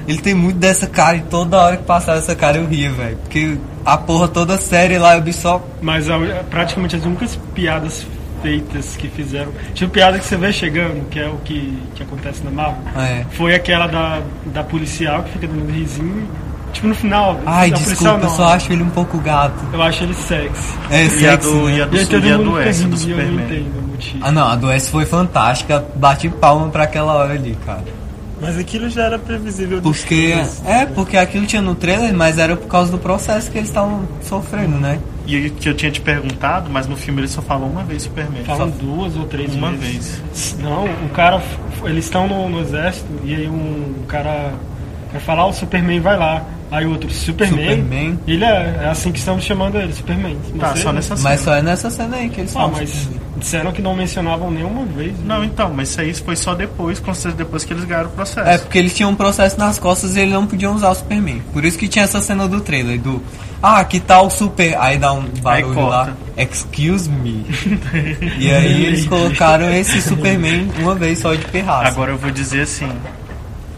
Ele tem muito dessa cara e toda hora que passar essa cara eu ria, velho. Porque a porra toda série lá, eu vi só...
Mas a- praticamente as únicas piadas feitas que fizeram. Tipo, piada que você vê chegando, que é o que, que acontece na Marvel.
É.
Foi aquela da, da policial que fica dando risinho. Tipo, no final.
Ai,
a policial
desculpa, eu
não.
só acho ele um pouco gato.
Eu acho ele sexy.
É,
E a
sexy,
do,
né?
e a do,
E aí todo
e a
mundo
do
fica
S do
rindo, e eu não
Superman.
entendo o motivo.
Ah não, a do S foi fantástica, bati palma pra aquela hora ali, cara.
Mas aquilo já era previsível dos
Porque.
filmes.
É, porque aquilo tinha no trailer, mas era por causa do processo que eles estavam sofrendo, né?
E que eu tinha te perguntado, mas no filme ele só falou uma vez Superman.
Falam duas ou três
Uma
vezes.
vez.
Não, o cara. f- Eles estão no, no exército e aí um cara vai falar, o Superman vai lá. Aí outro, Superman.
Superman.
Ele é, é assim que estamos chamando ele, Superman.
Tá,
Você- né?
só nessa cena.
Mas só é nessa cena aí que eles
Ah,
falam.
mas disseram que não mencionavam nenhuma vez. né?
Não, então, mas isso aí foi só depois, com certeza depois que eles ganharam o processo.
É porque eles tinham um processo nas costas e eles não podiam usar o Superman. Por isso que tinha essa cena do trailer do Ah, que tal o Super. Aí dá um barulho
corta.
lá. Excuse me. e aí eles colocaram esse Superman uma vez só de perraça.
Agora eu vou dizer assim,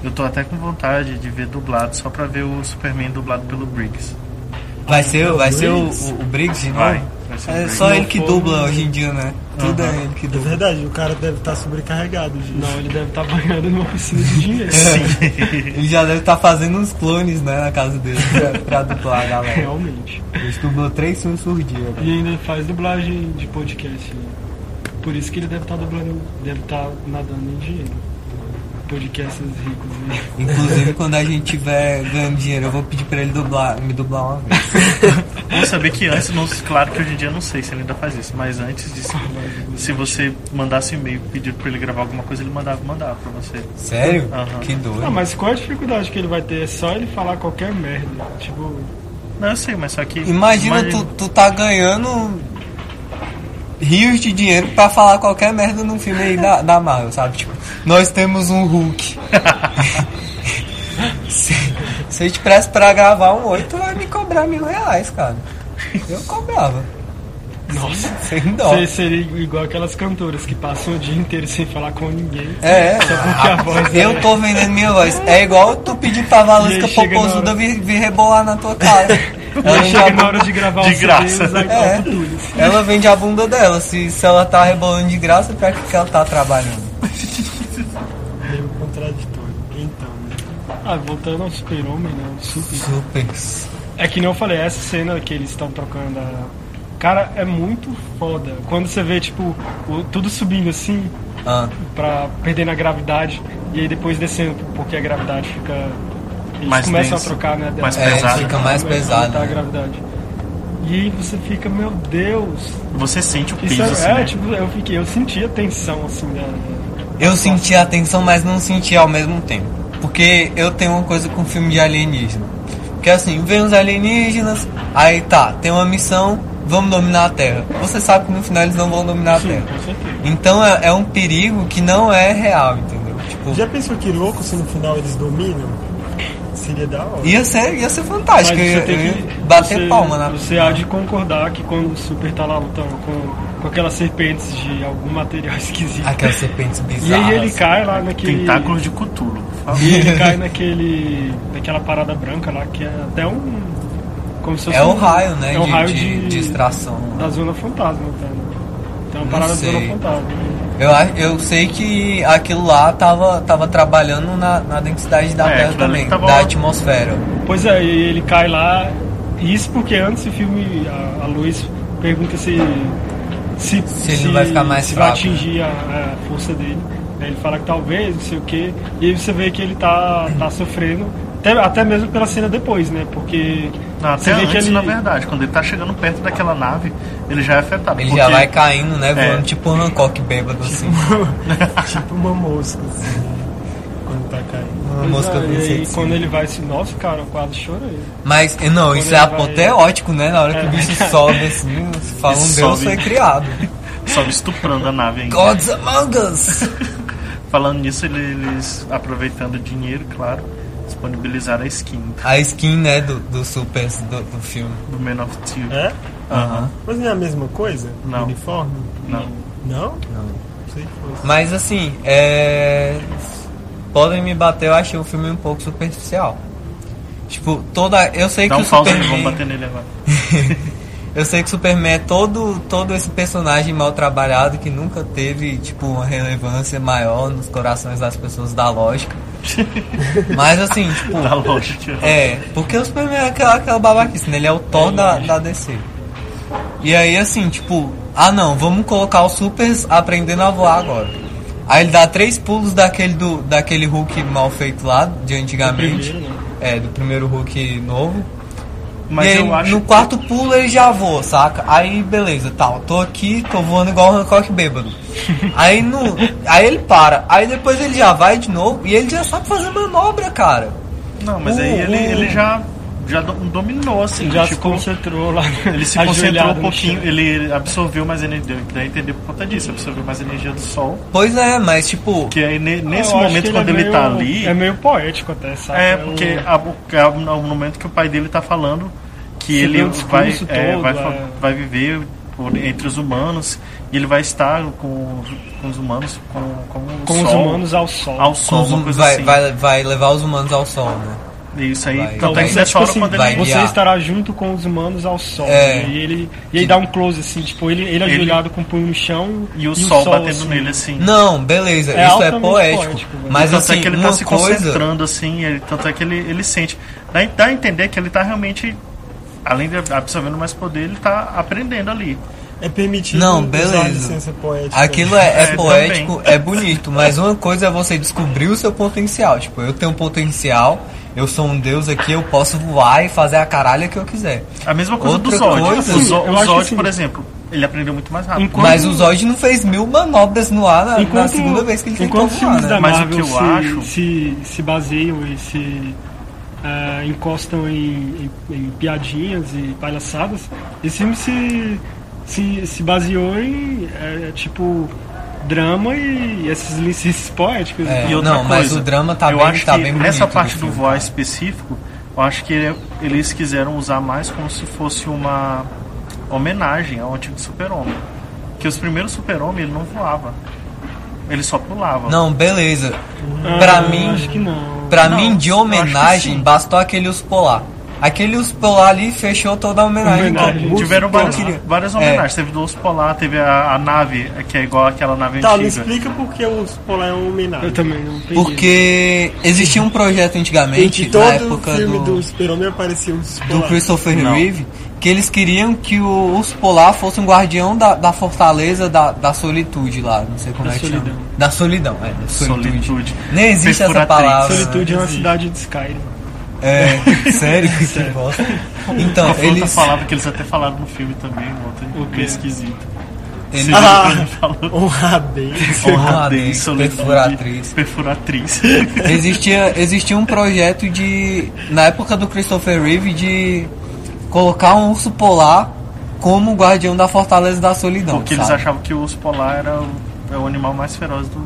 eu tô até com vontade de ver dublado, só pra ver o Superman dublado pelo Briggs.
vai ser, vai ser o, o, o Briggs de novo?
Vai, vai ser o
é
Briggs.
só
Não
ele que
for-
dubla hoje em dia, né? Tudo é ele que
É
dubla.
verdade, o cara deve estar sobrecarregado, gente.
Não, ele deve tá estar banhado numa piscina de
É.
dinheiro.
Ele já deve estar fazendo uns clones, né, na casa dele pra, pra dublar a galera.
Realmente.
Ele dublou três filmes por dia.
E ainda faz dublagem de podcast. né? Por isso que ele deve estar dublando, deve estar nadando em dinheiro. Podcasts ricos, né?
Inclusive, quando a gente tiver ganhando dinheiro, eu vou pedir pra ele dublar, me dublar uma vez.
Vamos saber que antes, não, claro que hoje em dia eu não sei se ele ainda faz isso, mas antes disso, se você mandasse e-mail pedindo pra ele gravar alguma coisa, ele mandava mandava pra você.
Sério?
Aham.
Que doido.
Ah, mas qual a dificuldade que ele vai ter? É só ele falar qualquer merda. Tipo,
Não, eu sei, mas só que.
Imagina tu, tu tá ganhando rios de dinheiro pra falar qualquer merda num filme aí da, da Marvel, sabe? Tipo, nós temos um Hulk. se, se eu te preste pra gravar um oito, tu vai me cobrar mil reais, cara. Eu cobrava.
nossa.
Sem dó.
Você seria igual aquelas cantoras que passam o dia inteiro sem falar com ninguém.
É,
Porque a voz é-
eu tô vendendo minha voz. É igual tu pedir pra Valesca
E aí chega na hora.
Popozuda vir, vir rebolar na tua casa. Ela
Aí
não
chega
vai-
na hora de gravar
De
um CD,
graça.
usar igual
É.
pro Túlio.
Ela vende a bunda dela. Se, se ela tá rebolando de graça, pra que, que ela tá trabalhando?
Meio contraditório. Então, né?
Ah, voltando ao super-homem, né? O super
Super.
É que nem eu falei, essa cena que eles estão trocando a... Cara, é muito foda. Quando você vê, tipo, o- tudo subindo assim,
Ah,
pra perdendo a gravidade, e aí depois descendo, porque a gravidade fica. Eles
Mais
começam
denso,
a trocar, né?
mais
dela.
é,
Pesado.
fica mais
Começa a
pesado.
aumentar a
né?
gravidade. E aí você fica, meu Deus.
Você sente o
Isso
peso
é,
assim.
é,
né?
tipo, eu fiquei, eu senti a tensão assim da.
Eu senti a tensão, mas não senti ao mesmo tempo. Porque eu tenho uma coisa com filme de alienígena. Que é assim, vem os alienígenas, aí tá, tem uma missão, vamos dominar a Terra. Você sabe que no final eles não vão dominar a
Sim,
Terra.
com certeza.
Então é, é um perigo que não é real, entendeu? Tipo,
Já pensou que louco se no final eles dominam? Seria da hora.
ia ser, ia ser fantástico.
Mas
Eu,
você
ia-
tem
eu
que-
ia é, bater
você-
palma né? na
Você há de concordar que quando o Super tá lá lutando com, com aquelas serpentes de algum material esquisito.
Aquelas serpentes
e
bizarras.
aí ele cai lá naquele.
Tentáculos de Cthulhu.
E ele cai naquele. naquela parada branca lá, que é até um. Como se fosse
É um raio, né?
É um
de,
raio
de,
de,
de extração. né?
Da zona fantasma, até, né? Tem uma parada da
sei.
zona fantasma. né?
Eu, a- eu sei que aquilo lá tava, tava trabalhando na, na densidade da
É,
Terra
aquilo ali
também,
tava-
da atmosfera.
Pois é, e ele cai lá. Isso porque antes do filme a, a luz pergunta se. Se,
Se ele não vai ficar mais
se vai
fraco, né?
atingir a, a força dele. Aí ele fala que talvez, não sei o quê. E aí você vê que ele tá, tá sofrendo. Até, até mesmo pela cena depois, né? Porque.
Não,
Ah,
você
até
vê
antes,
que ele.
na verdade, quando ele tá chegando perto daquela nave, ele já é afetado.
Ele
porque
já vai caindo, né? Voando
É.
tipo um Hancock bêbado assim.
tipo uma mosca, assim, né? Quando tá caindo.
Uma
Pois
mosca
é, e aí,
princesa.
quando ele vai assim, nossa, cara, eu quase chorei.
Mas, eh, não, isso é
ele vai-
apoteótico, né? Na hora que o bicho sobe assim, você fala, um
É. Ele
Deus
sobe.
foi criado.
Sobe estuprando a nave ainda.
Gods among us!
Falando nisso, ele- eles, aproveitando o dinheiro, claro, disponibilizaram a skin
A skin, né, do, do Super, do, do filme.
do Man of Steel.
É?
Ah.
Aham.
Mas não é a mesma coisa?
Não.
Uniforme?
Não.
Não?
Não.
Sei que fosse.
Mas assim, é... podem me bater, eu achei o filme um pouco superficial. Tipo, toda. Eu sei
Dá
que
um
o
pause aí, vamos
Superman.
bater nele agora.
Eu sei que o Superman é todo, todo esse personagem mal trabalhado que nunca teve, tipo, uma relevância maior nos corações das pessoas da lógica. Mas assim, tipo.
Da lógica.
É, porque o Superman é aquela, aquela babaquice, né? Ele é o Thor da, da DC. E aí, assim, tipo, ah não, vamos colocar o Super aprendendo a voar agora. Aí ele dá três pulos daquele, do, daquele Hulk mal feito lá, de antigamente.
primeiro, né?
É, do primeiro Hulk novo.
Mas
e aí,
eu acho
no quarto pulo ele já voa, saca? Aí beleza, tal, tô aqui, tô voando igual o Hancock bêbado. Aí no, aí ele para, aí depois ele já vai de novo e ele já sabe fazer manobra, cara.
Não, mas
O-
aí ele,
o-
ele já, já do- dominou, assim.
Já se
tipo,
concentrou lá.
ele se concentrou um pouquinho, ele absorveu mais energia. Dá a entender por conta disso, absorveu mais energia do sol.
Pois é, mas tipo,
Que aí ne- nesse momento, quando ele, tá ali.
É meio poético até, sabe?
É, porque a- o- é o no momento que o pai dele tá falando que
Se
ele
deu o
vai,
discurso
é,
todo,
vai,
é.
fa- vai viver por- entre os humanos e ele vai estar com, os- com os humanos, com, com o
Com os
sol,
humanos ao sol.
ao sol,
os hum-
uma coisa
vai,
assim.
vai, vai levar os humanos ao sol, né?
E isso aí,
vai-
tanto é
vai-
que nessa
tipo
hora
assim,
quando ele
vai
você
guiar.
estará junto com os humanos ao sol.
É.
né? E ele e aí dá um close assim, tipo, ele, ele ajoelhado com o punho no chão
E o sol, batendo
assim.
nele assim.
Não, beleza,
É
isso é
altamente
poético,
poético, né? velho.
mas
tanto
assim,
é que ele
uma
tá se
coisa,
concentrando assim, ele, tanto é que ele, ele sente. Dá, dá a entender que ele tá realmente, além de absorvendo mais poder, ele tá aprendendo ali.
É permitido
Não,
usar
beleza.
a licença poética.
aquilo é, é
É,
poético, é bonito, mas uma coisa é você descobrir o seu potencial, tipo, eu tenho potencial, eu sou um deus aqui, eu posso voar e fazer a caralha que eu quiser.
A mesma coisa
Outra
do Zod.
coisa-
o Zo-
Eu
o
acho
Zod,
assim-
por exemplo, ele aprendeu muito mais rápido.
Enquanto-
Mas o Zod não fez mil manobras no ar na, na
Enquanto-
segunda vez que ele tentou
enquanto os
voar,
filmes da
né?
Mas o
Marvel
que eu
se,
acho-
se, se baseiam e se ah, encostam em, em- em piadinhas e palhaçadas, esse filme se, se, se baseou em é, tipo drama e esses Então, licenças poéticas.
É.
E outra
Não, mas
coisa,
o drama tá
eu
bem-
acho
tá
que
bem
nessa
bonito do
parte do
filme,
voar específico, eu acho que ele- eles quiseram usar mais como se fosse uma homenagem ao antigo super-homem. Que os primeiros super-homem ele não voava. Ele só pulava.
Não, beleza.
Ah,
Pra mim,
acho que não.
Pra
Não,
mim, de
eu acho que
homenagem,
sim.
bastou aquele urso polar. Aquele urso polar ali fechou toda a homenagem.
Homenagem.
Então, muito
É, Tiveram
bom,
várias,
queria.
várias
É.
homenagens. Teve do Osso Polar, teve a, a nave, que é igual aquela nave
Tá, me
antiga.
explica por que o Polar é uma homenagem.
Eu também não entendi.
Porque existia um projeto
Em
antigamente,
que
na
todo
época
filme do,
do,
Super-Homem aparecia o
do
Polar.
Christopher
Não.
Reeve, que eles queriam que o urso polar fosse um guardião da, da fortaleza da, da solitude lá. Não sei como
Da
é que
solidão.
chama. Da solidão, é. Da solitude.
Solitude.
Nem existe essa
Perfuratriz.
palavra. né?
Solitude é uma cidade de Skyrim.
É, sério? que bosta. Então,
Qual foi outra
eles.
palavra que eles até falaram no filme também, uma outra
O quê?
meio esquisita.
eles
Ah,
Falou.
honradez.
Honradez,
solitude,
perfuratriz.
Perfuratriz.
existia, existia um projeto de. Na época do Christopher Reeve de colocar um urso polar como guardião da Fortaleza da Solidão.
Porque eles
sabe?
achavam que o urso polar era o, é o animal mais feroz do,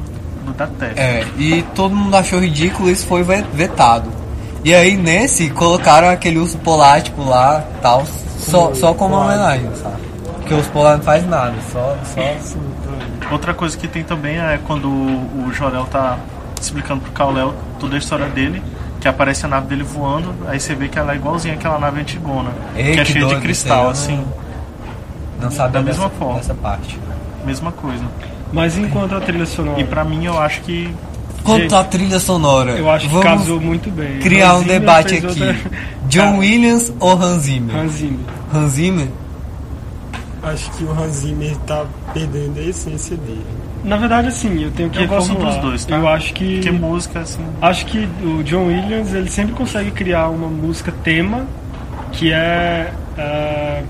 do- da Terra.
É, e todo mundo achou ridículo isso foi ve- vetado. E aí nesse colocaram aquele urso polar, tipo, lá tal, só, só como homenagem, sabe? Porque o urso polar não faz nada, só. só...
Outra coisa que tem também é quando o, o Jorel tá explicando pro Kaulel toda a história dele, que aparece a nave dele voando, aí você vê que ela é igualzinha àquela nave antigona,
Ei,
que é
que
cheia
doido,
de cristal,
isso aí é eu
assim,
não- Não sabe
Da mesma
dessa,
forma.
dessa parte.
mesma coisa.
Mas enquanto a trilha sonora,
E pra mim eu acho que
Quanto
Gente,
à trilha sonora,
eu acho que
vamos
casou muito bem.
criar
Hans
um
Zimmer
debate
fez
aqui.
outra-
John
Ah,
Williams ou Hans Zimmer?
Hans Zimmer.
Hans Zimmer?
Acho que o Hans Zimmer tá perdendo a essência dele.
Na verdade, assim, eu tenho que
Eu gosto
reformular.
dos dois, tá?
Eu acho que
que música, assim,
acho que o John Williams ele sempre consegue criar uma música tema que é ah,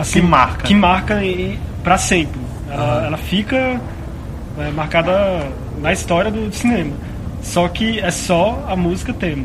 assim
Que marca.
que marca e- pra sempre. Ela, ela fica é, marcada na história do, do cinema. Só que é só a música tema.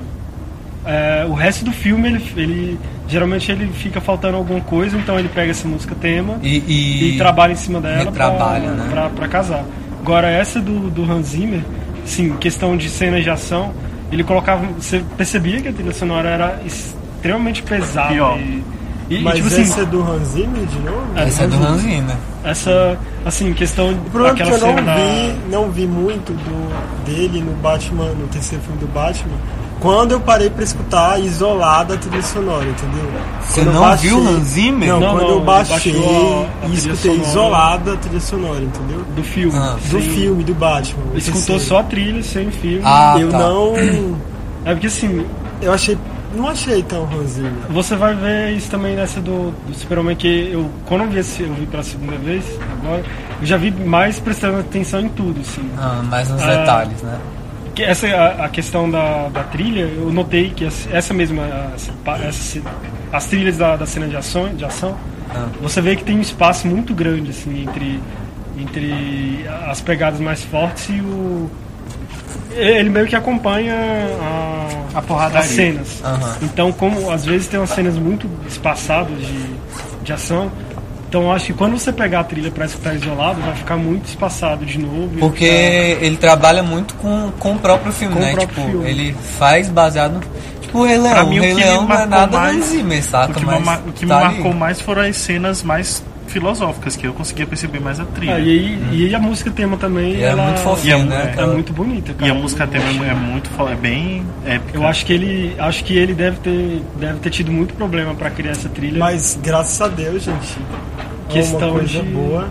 É, o resto do filme ele, ele geralmente ele fica faltando alguma coisa, então ele pega essa música tema
E, e,
e trabalha em cima dela
retrabalha,
pra,
né?
pra- pra casar. Agora, essa do, do Hans Zimmer, sim, questão de cenas de ação, ele colocava. Você percebia que a trilha sonora era extremamente pesada.
Pior.
E, e- e,
Mas
tipo assim,
essa é do Hans Zimmer de novo?
É.
Essa é do Hans Zimmer.
essa. Assim, questão.
O problema é que
daquela
eu não
cena da-
vi, não vi muito do, dele no Batman, no terceiro filme do Batman, quando eu parei pra escutar isolada a trilha sonora, entendeu?
Você
Quando eu
não
baixei-
viu Hans Zimmer?
Não,
Não,
quando
não,
eu
ele
baixei
baixou a- a
e
trilha
escutei
sonora.
isolada a trilha sonora, entendeu?
do filme.
Ah.
Do
sem-
filme, do Batman. o
Escutou
terceiro.
só a trilha, sem o filme.
Ah,
Eu
tá.
não.
É porque assim,
Eu achei. Não achei tão Hans Zimmer.
Você vai ver isso também nessa do, do Super-Homem que eu, quando eu vi, esse, eu vi pela segunda vez, agora, eu já vi mais prestando atenção em tudo, assim.
É.
Ah, mais uns
Ah.
detalhes, né?
que essa é a, a questão da, da trilha, eu notei que essa essa mesma essa pa- essa- as trilhas da, da cena de ação, de ação
Ah.
você vê que tem um espaço muito grande assim entre entre as pegadas mais fortes e o ele meio que acompanha a,
A porradaria.
as cenas.
Aham.
Então, como às vezes tem umas cenas muito espaçadas de, de ação, então eu acho que quando você pegar a trilha para escutar isolado, vai ficar muito espaçado de novo. e
Porque ele trabalha muito com, com o próprio filme,
Com o
né?
próprio
tipo,
filme.
ele faz baseado no. Tipo, o Rei Leão.
Pra
O
mim, o
Rei
que me
Leão não é
marcou
nada
mais-
mais, exímio,
O
saca?
que,
Mas
me, mar- o que me
tá ali.
marcou mais foram as cenas mais filosóficas, que eu conseguia perceber mais a trilha.
Ah, e, aí, e aí a música tema também.
E é
ela
muito fofinho,
e é
né?
muito-
É muito bonita, cara.
E a música
Eu
tema
acho-
é muito fo- é bem épica.
Eu acho que ele, acho que ele deve, ter, deve ter tido muito problema para criar essa trilha.
Mas graças a Deus, gente, é
Questão
uma coisa
de-
boa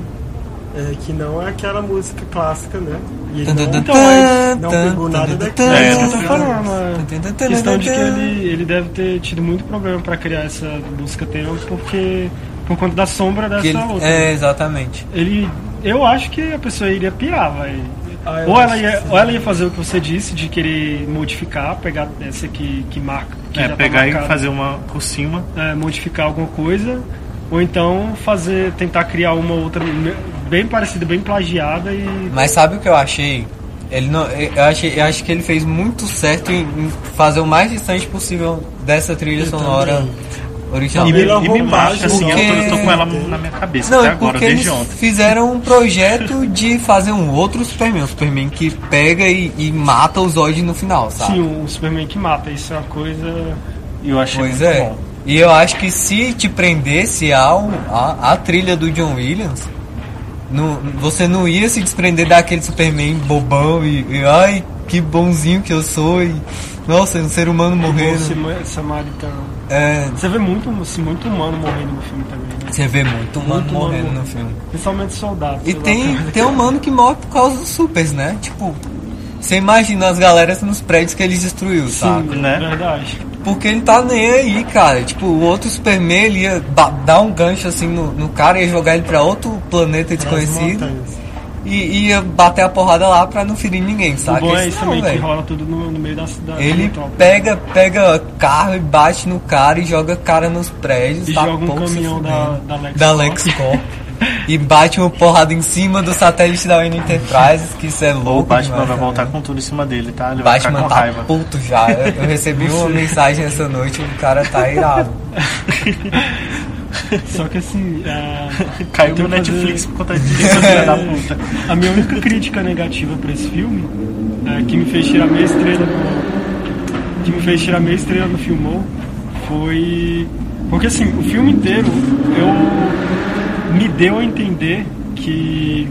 é, que não é aquela música clássica, né? E ele
Tum, tum,
não,
tum,
ele não
tum,
pegou
tum, tum,
nada daquilo. Ah,
É,
é isso que eu
tum,
tô
tum, tum,
falando.
tum,
A
tum,
questão de que
tum.
ele, ele deve ter tido muito problema para criar essa música tema porque por conta da sombra dessa
Que ele-
outra.
é, exatamente.
ele eu acho que a pessoa iria pirar, vai.
Ah, eu
ou,
acho
ela
que
ia,
sim.
ou ela ia fazer o que você disse, de querer modificar, pegar essa que, que marca. Que
é
já tá
pegar e
marcada,
fazer uma por cima.
é, modificar alguma coisa, ou então fazer, tentar criar uma outra me- bem parecida, bem plagiada e.
Mas sabe o que eu achei? Ele não, eu, achei, eu acho que ele fez muito certo em, em fazer o mais distante possível dessa trilha sonora original.
E, me-
ele
e me
arrumou
marca,
mais,
assim,
porque-
eu, tô, eu tô com ela na minha cabeça
Não,
até
é
agora,
porque
desde
eles
ontem.
fizeram um projeto de fazer um outro Superman, um Superman que pega e, e mata o Zod no final, sabe?
Sim, o Superman que mata, isso é uma coisa.
E eu achei
Pois
muito
é.
bom.
E eu acho que se te prendesse ao, a, a trilha do John Williams, não- você não ia se desprender daquele Superman bobão e, e, ai, que bonzinho que eu sou e nossa, um ser humano
Bom
morrendo.
Sima- Samaritano.
É,
Você vê muito, assim, muito humano morrendo no filme também, né?
você vê muito humano
Muito humano
morrendo no
morrendo.
filme.
Principalmente soldados.
E
sei lá,
tem,
cara.
tem humano que morre por causa dos supers, né? Tipo, você imagina as galeras nos prédios que eles destruiu, sabe?
Sim, é
né?
Verdade.
Porque ele tá nem aí, cara. Tipo, o outro Superman ele ia ba- dar um gancho assim no, no cara, ia jogar ele pra outro planeta desconhecido
montanhas.
e e ia bater a porrada lá pra não ferir ninguém,
O
sabe?
bom é isso também, que rola tudo no, no meio da cidade.
Ele pega, pega carro e bate no cara e joga cara nos prédios.
E
tá
joga um
pouco se
caminhão da-
fudendo.
da LexCorp.
Da LexCorp. e bate uma porrada em cima do satélite da UN Enterprises, que isso é
O
louco.
Batman
demais
vai voltar
também.
com tudo em cima dele, tá? Ele vai
Batman
ficar com
tá
raiva.
puto já. Eu, eu recebi uma mensagem essa noite, o cara tá irado.
Só que assim. é,
Caiu
eu tenho
meu
que fazer-
Netflix por conta disso, filha da puta.
A minha única crítica negativa pra esse filme é, que me fez tirar meia estrela no, que me fez tirar meia estrela no filmou foi porque assim o filme inteiro eu me deu a entender que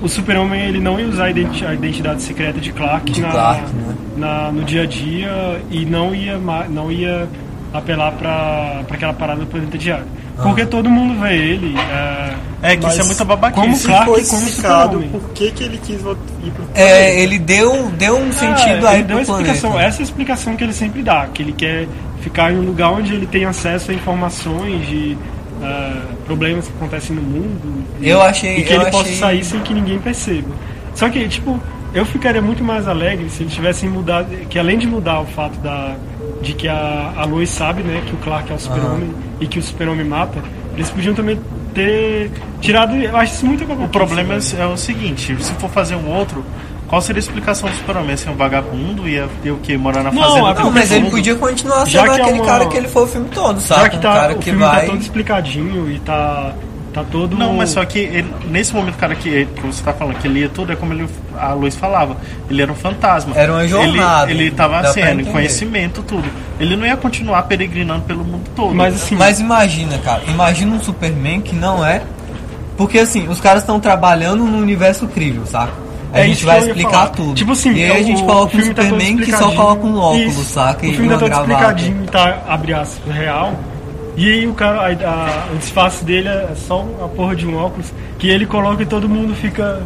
o super-homem ele não ia usar a identi- a identidade secreta de Clark,
De
na,
Clark, né?
na- no dia a dia e não ia ma- não ia apelar pra pra aquela parada do planeta diário
Ah.
porque todo mundo vê ele é,
É que isso é
Mas
muito
como
babaquice.
Clark-
Foi
como
explicado
super-homem.
por que, que ele quis vol- ir pro
É, ele deu, deu um sentido
Ah,
aí
ele
pro
deu a explicação,
planeta.
essa é a explicação que ele sempre dá, que ele quer ficar em um lugar onde ele tem acesso a informações de ah, problemas que acontecem no mundo. e-
Eu achei-
E que
eu
ele possa
achei-
sair sem que ninguém perceba. Só que, tipo, eu ficaria muito mais alegre se eles tivessem mudado. Que além de mudar o fato da, de que a, a Lois sabe, né, que o Clark é o super-homem e que o super-homem mata, eles podiam também ter tirado. Eu acho isso muito né?
O problema é, é o seguinte, se for fazer um outro, qual seria a explicação do Superman? Ser um vagabundo? Ia ter o quê? Morar na
Não,
fazenda?
é
com
Não, mas
todo
ele
mundo?
podia continuar
Já
sendo
que é
aquele
uma-
cara que ele foi o filme todo,
Já
sabe?
que
um
tá,
cara
o
que
filme
vai.
tá todo explicadinho e tá, tá todo.
Não, mas só que ele- nesse momento, cara, que, ele- que você tá falando que ele ia tudo, é como ele, a Luiz falava. Ele era um fantasma.
Era uma jornada,
Ele, ele tava
dá pra
assim, era em
entender.
conhecimento, tudo. Ele não ia continuar peregrinando pelo mundo todo. É,
Mas assim,
Mas imagina, cara, imagina um Superman que não é. Porque assim, os caras estão trabalhando num universo crível, saca? A
É isso
gente
que
vai
eu ia
explicar
falar.
tudo.
Tipo assim,
e aí a
o-
gente
o
coloca um
filme tá todo
Superman que só
explicadinho.
coloca um óculos,
Isso.
saca?
O
E
filme
uma
tá todo
gravata.
explicadinho, tá, abre aspas, real. E aí o cara, a- a- o disfarce dele é só a porra de um óculos que ele coloca e todo mundo fica.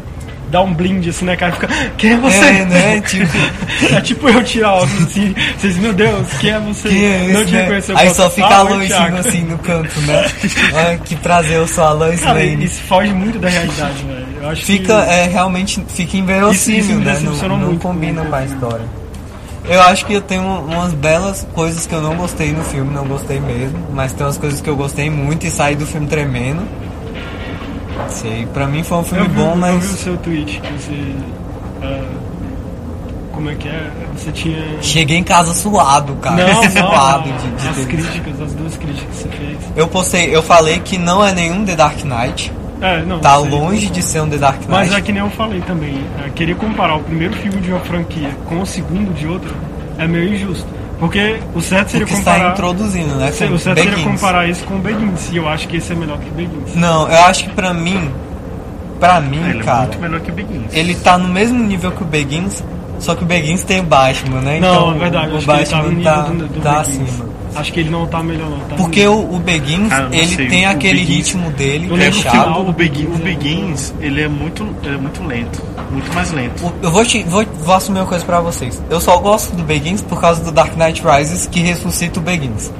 dá um blind assim na cara e fica, quem é você?
É, né? Tipo,
É tipo eu tirar óculos assim, vocês, meu Deus, quem é você?
que é
não
isso,
te
né?
reconheceu.
Aí
Eu
só
falo,
fica
"Ah,
a
oi,
lua em
Thiago."
cima assim no canto, né? Ai, que prazer, eu sou a Lois
Cara,
Lane.
isso foge muito da realidade, velho. Eu acho
Fica,
que...
é, realmente, fica inverossímil,
Isso- isso me
né? Não,
decepcionou
não
muito,
combina
muito,
com a
muito.
história. Eu acho que eu tenho umas belas coisas que eu não gostei no filme, não gostei mesmo, mas tem umas coisas que eu gostei muito e saí do filme tremendo. Sei, pra mim foi um
Eu
filme
vi,
bom,
eu vi o
mas
seu tweet que você. ah, como é que é? Você tinha.
cheguei em casa suado, cara.
Não,
suado
não,
de, de
as
ter-
críticas, as duas críticas que você fez.
Eu postei, eu falei que não é nenhum The Dark Knight.
É, não.
Tá
sei.
longe de ser um The Dark Knight.
Mas é que nem eu falei também. é, querer comparar o primeiro filme de uma franquia com o segundo de outra é meio injusto. Porque o certo seria
porque está
comparar.
introduzindo, né?
se-
com
o certo seria
Begins.
comparar isso com o Begins. E eu acho que esse é melhor que o Begins.
Não, eu acho que pra mim, pra mim,
Ah,
Ele é
cara,
muito melhor que o Begins.
ele tá no mesmo nível que o Begins, só que o Begins tem o Batman, né?
não,
então,
é verdade.
o
acho
Batman
que ele
tá,
tá no nível do, do
tá
Begins.
acima.
Acho que ele não tá melhor, não. Tá no
Porque o, o Begins,
Ah, eu não
ele
sei,
tem
o
aquele
Begins-
ritmo dele
Eu
É
lembro
fechado.
porque o, Begin,
né?
o Begins, ele é muito, ele é muito lento. Muito mais lento.
O- Eu vou, te, vou, vou assumir uma coisa pra vocês. Eu só gosto do Begins por causa do Dark Knight Rises que ressuscita o Begins.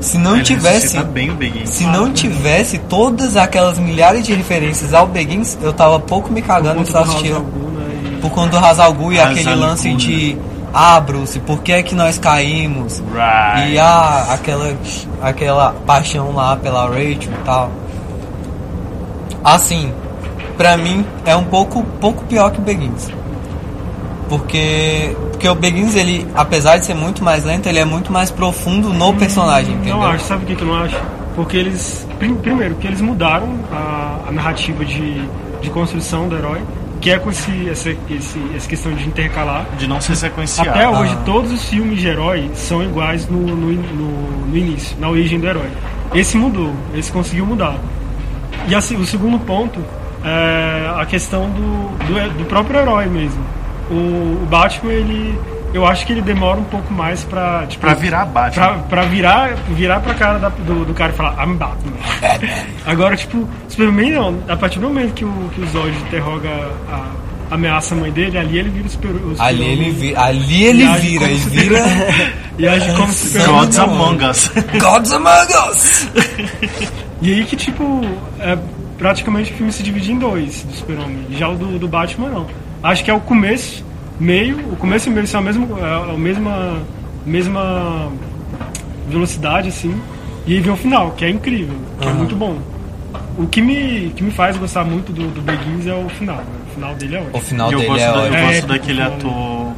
Se não
ele
tivesse.
ressuscita bem o Begins.
Se
né?
não tivesse todas aquelas milhares de referências ao Begins, eu tava pouco me cagando e
ponto
só
do Raul
tá assistindo.
Gul, né, e-
Por conta do Hazalgu e
Hazal
aquele
Gul,
lance
né?
de. Ah, Bruce, por que é que nós caímos?
Right.
E ah, aquela, aquela paixão lá pela Rachel e tal. Assim, pra mim é um pouco, pouco pior que o Begins. Porque, porque o Begins, ele, apesar de ser muito mais lento, ele é muito mais profundo no personagem, entendeu?
Não acho, sabe o que, que eu não acho? Porque eles. prim- primeiro, que eles mudaram a, a narrativa de, de construção do herói, que é com esse, essa, esse, essa questão de intercalar.
De não ser sequenciado.
Até hoje, todos os filmes de herói são iguais no, no, no- no início, na origem do herói. Esse mudou, esse conseguiu mudar. E assim, o segundo ponto é a questão do, do, he- do próprio herói mesmo. O, o Batman, ele. Eu acho que ele demora um pouco mais pra. Tipo,
Pra virar Batman.
Pra, pra virar, virar pra cara da- do, do cara e falar, I'm Batman. Agora, tipo, Superman não. A partir do momento que o, que o Zod interroga a, ameaça a mãe dele, ali ele vira o super- o super
Ali ele, vi, ali ele
age
vira,
como
ele
se-
vira
E age como se
Não,
Gods
não.
Among Us.
Gods Among Us!
E aí que, tipo, é, praticamente o filme se divide em dois do Super-Homem. Já o do, do Batman, não. Acho que é o começo, meio. O começo e o meio são a mesma, é a mesma, mesma velocidade, assim. E aí vem o final, que é incrível, que é muito bom. O que me, que me faz gostar muito do, do Begins é o final. né? O final dele é
O
ótimo.
final
E eu
dele
gosto,
é
da- eu
ótimo.
É,
gosto
é,
daquele
é.
ator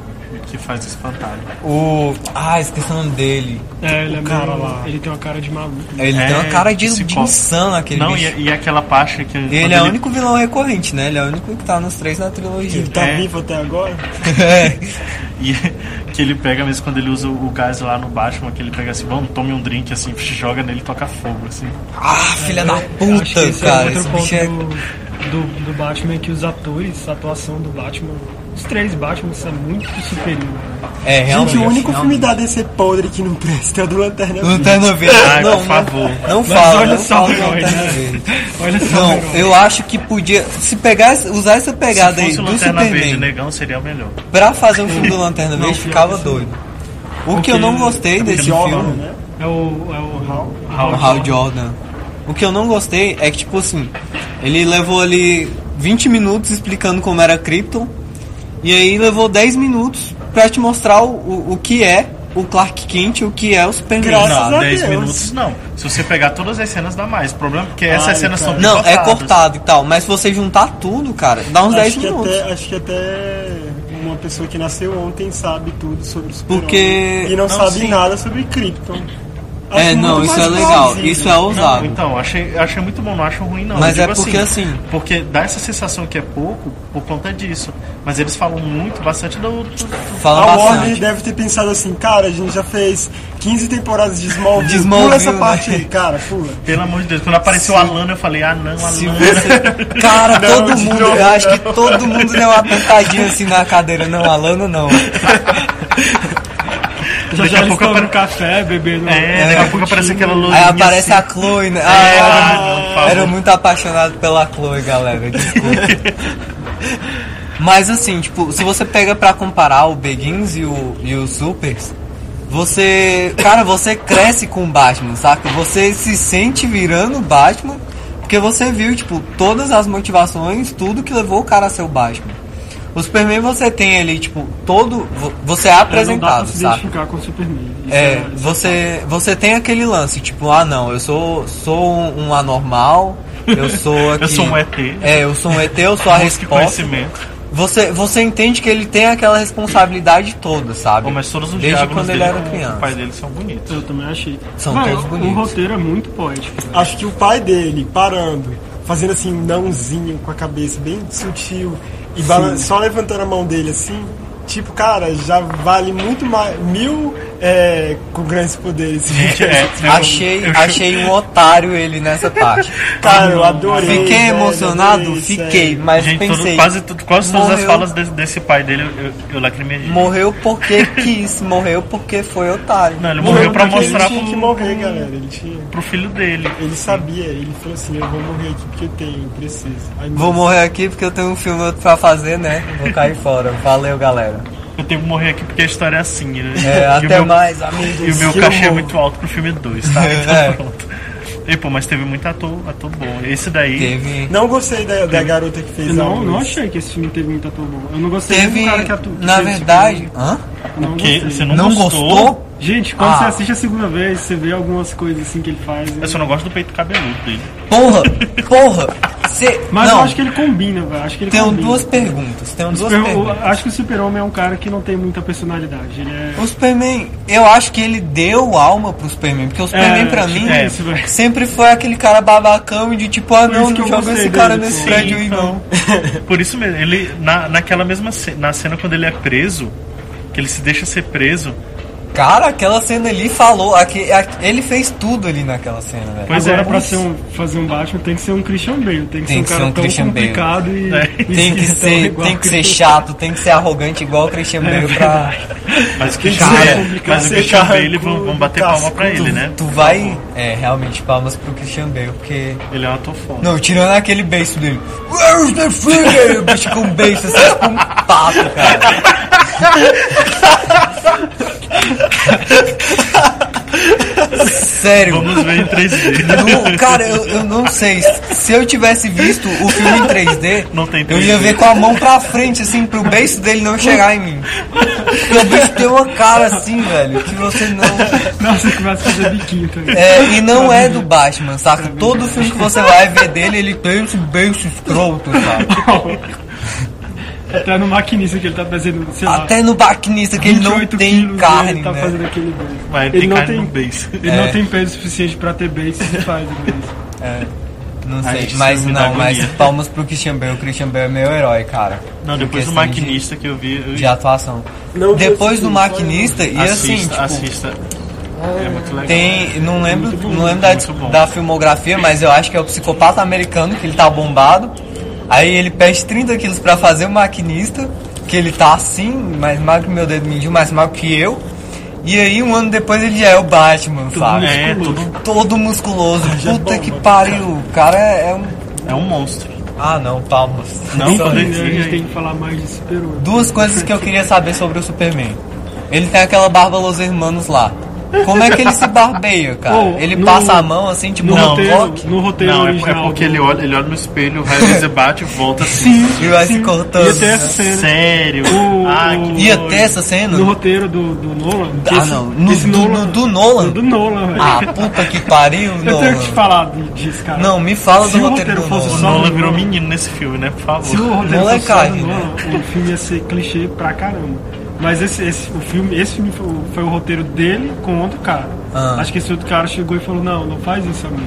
que faz esse espantalho.
O. Ah, esqueci o nome dele.
É, ele, é
o cara
meio-
lá.
ele tem uma cara de maluco.
Ele
É,
tem uma cara de, de
psicopata.
insano aquele
Não,
bicho.
e, é- e aquela parte que. quando
Ele, é o único vilão recorrente, né? Ele é o único que tá nos três na trilogia.
Ele tá
É.
vivo até agora?
É.
E que ele pega mesmo quando ele usa o gás lá no Batman, que ele pega assim, vamos, tome um drink assim, joga nele e toca fogo, assim.
Ah, filha da
Eu acho que
puta,
esse
cara.
É outro
Esse
ponto
bicho é.
do, do, do Batman é que os atores, a atuação do Batman, os três Batman são muito superior.
É, realmente.
Gente, o único
realmente.
filme da DC podre que não presta é o do Lanterna
Não
Verde.
tá no verde.
Ai,
não,
"Ah, por favor.
Não, não
Mas
fala.
olha
não
só,
fala, não
herói,
tá no
né?
verde.
Olha só,
Não,
herói.
eu acho que podia. Se pegar, usar essa pegada
Se
aí
fosse o
do
Lanterna Verde né?
Superman
Negão, seria o melhor.
pra fazer um filme do Lanterna Verde,
pior
ficava
que
doido. O que eu não gostei desse
Jordan,
filme.
né?
é o, é o Hal,
O Hal Jordan. O que eu não gostei é que, tipo assim, ele levou ali 20 minutos explicando como era Krypton, e aí levou 10 minutos pra te mostrar o, o, o que é o Clark Kent e o que é o Superman.
Graças
sabe?
a
não, 10
Deus.
minutos não. Se você pegar todas as cenas, dá mais. O problema é que essas
Ai,
cenas
cara.
são
Não, é
cortadas.
cortado e tal, mas se você juntar tudo, cara, dá uns 10
Acho que,
minutos.
até, acho que até uma pessoa que nasceu ontem sabe tudo sobre o super
Porque-
E
Não,
não, sabe
sim.
nada sobre Krypton.
É,
Acho
não,
muito
isso é
mais
legal,
plausível.
isso é
Não,
ousado.
então, achei, achei muito bom, não acho ruim não.
Mas
Eu
é
digo
porque, assim-
Porque dá essa sensação que é pouco por conta disso. Mas eles falam muito, bastante do. do-
Fala
A Warner
bastante.
deve ter pensado assim, cara, a gente já fez 15 temporadas de Smallville,
De
pula
Smallville,
essa parte
né?
aí, cara, pula.
Pelo amor de Deus, quando apareceu o Alana, eu falei, ah não,
Se
Alana.
você... Cara, todo
de
mundo,
novo,
eu acho que todo mundo deu uma tentadinha assim na cadeira, não, Alana não.
Já
Daqui
já
a
eles
pouco
estão
apare-
no café, bebendo.
É, daqui a pouco aparece aquela
Aí
loirinha.
aparece a
assim.
Chloe, né?
É,
Ah,
ah, não, por favor.
Era muito apaixonado pela Chloe, galera. Desculpa. Mas assim, tipo, se você pega pra comparar o Begins e o, e o Supers, você. Cara, você cresce com o Batman, saca? Você se sente virando o Batman, porque você viu, tipo, todas as motivações, tudo que levou o cara a ser o Batman. O Superman você tem ali, tipo, todo. vo- Você é
É, não dá pra
apresentado,
se
saca?
identificar com o Superman. Isso
É,
isso
você, você tem aquele lance, tipo, ah não, eu sou, sou um, um anormal, eu sou aqui.
Eu sou um ET.
É, eu sou um ET, eu sou a
Busque
resposta.
conhecimento.
Você, você entende que ele tem aquela responsabilidade toda, sabe?
Bom, mas todos os
Desde
diálogos
quando
dele
ele era
com o pai
criança.
dele são bonitos.
Eu também achei.
São
Mano,
todos bonitos.
O roteiro é muito poético. velho.
Acho que o pai dele parando, fazendo assim um nãozinho com a cabeça bem sutil e balan- só levantando a mão dele assim, tipo, cara, já vale muito mais mil é, com grandes poderes. Gente,
É, eu-
Achei,
eu-
achei um otário ele nessa parte.
cara, eu adorei.
Fiquei
velho,
emocionado?
adorei,
Fiquei,
sério.
mas
Gente, todo-
pensei.
quase, tudo- quase todas as
morreu.
falas desse, desse pai dele eu, eu, eu lacrimejei.
Morreu porque quis, morreu porque foi otário.
Não, ele
Morreu
morreu pra
porque
mostrar
Ele tinha que
pro,
morrer, galera. Ele tinha.
pro filho dele.
Ele sabia, ele falou assim, eu vou morrer aqui porque eu tenho, eu preciso. Aí,
Vou
mas-
morrer aqui porque eu tenho um filme outro pra fazer, né? Vou cair fora. Valeu, galera.
Eu tenho que morrer aqui porque a história é assim, né?
É,
E o
até
meu-
mais, amigos.
E o meu
Que
cachê é
horror.
muito alto pro filme 2, tá? Então
É.
pronto. E, pô, mas teve muito ator, ator bom. Esse daí.
Teve.
Não gostei da, da garota que fez
Eu
a
não, não
luz.
achei que esse filme teve muito ator bom. Eu não gostei
Teve.
do cara que atua. que
Na
fez esse
verdade.
filme.
Hã?
Eu Não
O quê?
gostei.
Você não,
Não
gostou?
gostou?
Gente, quando
Ah.
você assiste a segunda vez, você vê algumas coisas assim que ele faz.
Eu só não gosto do peito cabeludo dele.
Porra! Porra! Cê...
Mas
não,
eu acho que ele combina, velho. Acho que ele
tenho
combina.
duas perguntas. Tenho duas
Eu- eu
perguntas.
acho que o Super-Homem é um cara que não tem muita personalidade. Ele é.
O Superman, eu acho que ele deu alma pro Superman, porque o Superman pra
tipo
mim
isso, velho.
sempre foi aquele cara babacão de tipo, ah
Por
não,
isso que
não
eu
joga
gostei
esse cara
dele, tipo,
nesse
pô.
prédio aí
então.
não.
Por isso mesmo, ele. Na, naquela mesma ce- na cena quando ele é preso, que ele se deixa ser preso.
Cara, aquela cena ali falou, aque- a- ele fez tudo ali naquela cena, velho.
Pois
Agora,
é,
pra
mas-
ser um- fazer um Batman, tem que ser um Christian Bale. Tem que ser
Tem
um
que ser
cara
um
tão
Christian Bale.
complicado e.
É.
e
Tem que
esquisitão
ser,
igual
tem que ser
Christian-
chato, tem que ser arrogante igual o
É
Christian Bale pra
Mas o Christian,
cara,
é,
complicado.
mas o
Você
Christian
carrancudo,
Bale, vão, vão bater palma pra ele, né?
Tu vai, é, realmente palmas pro Christian Bale, porque
Ele é um ator foda.
não, tirando aquele beijo dele. Where's the finger? O bicho com beijo assim, tipo um pato, cara. Sério.
Vamos ver em 3D.
Não, cara, eu, eu não sei. Se eu tivesse visto o filme em 3D,
Não tem
eu ia
3D.
ver com a mão pra frente, assim, pro beijo dele não chegar em mim. Porque o bicho tem uma cara assim, velho, que você não.
Nossa, que vai fazer biquinho também.
É, e não é do Batman, saca? Todo filme que você vai ver dele, ele tem esse beijo escroto, sabe?
Até no maquinista que ele tá fazendo, sei lá.
Até no Baquinista, que ele não
28
tem
quilos,
carne,
Ele tá
né?
fazendo aquele beijo.
Mas ele,
Ele
tem
não
carne
tem-
no beijo.
Ele
É.
não tem peso suficiente pra ter beijo se faz né? o beijo.
É, Não
Ai,
sei,
isso
mas
me dá
não, mas
agonia.
palmas pro Christian Bale. O Christian Bale é meu herói, cara. assim,
Não,
Em
depois do
questão de-
maquinista que eu vi. Eu...
de atuação.
Não,
Depois
não,
do
não,
maquinista, e assim,
assista,
tipo,
assista. É muito legal.
tem. Não lembro,
Muito bom,
não lembro
muito
da,
bom.
da filmografia, mas eu acho que é o psicopata americano, que ele tá bombado. Aí ele perde 30 quilos pra fazer o maquinista, que ele tá assim, mais magro que meu dedo mindinho, mais magro que eu. E aí um ano depois ele já é o Batman, sabe?
É, tudo,
Todo musculoso.
Já é
Puta
bom,
que
mano.
pariu. O cara é, é um.
é um monstro.
Ah não, palmas.
Não,
Só
falei-
isso.
A gente tem que falar mais de super-homem.
Duas coisas que eu queria saber sobre o Superman. Ele tem aquela barba Los Hermanos lá. Como é que ele se barbeia, cara?
Ô,
ele
no-
passa a mão assim, tipo,
No
um
roteiro,
bloco,
no roteiro
Não, é, é
original. né?
porque
do-
ele olha, ele olha no espelho, o raio laser bate e volta assim.
e vai se cortando.
E até essa
né?
cena.
Sério?
O-
Ah, que
E até essa cena?
No roteiro do, do Nolan. que
Ah, não. No- do- no- do Nolan?
Do, do Nolan, velho.
Ah, puta que pariu,
eu tenho que te
não.
falar de- disso, cara.
Não, me fala do
Se o
roteiro
roteiro
do
fosse
O
Nolan.
só-
Nolan virou menino nesse filme, né? Por
Se o
favor.
roteiro fosse só do
Molecagem,
Nolan, o filme ia ser clichê pra caramba. Mas esse, esse, o filme, esse filme foi, o- foi o roteiro dele com outro cara.
Ah.
Acho que esse outro cara chegou e falou, não, não faz isso, amigo.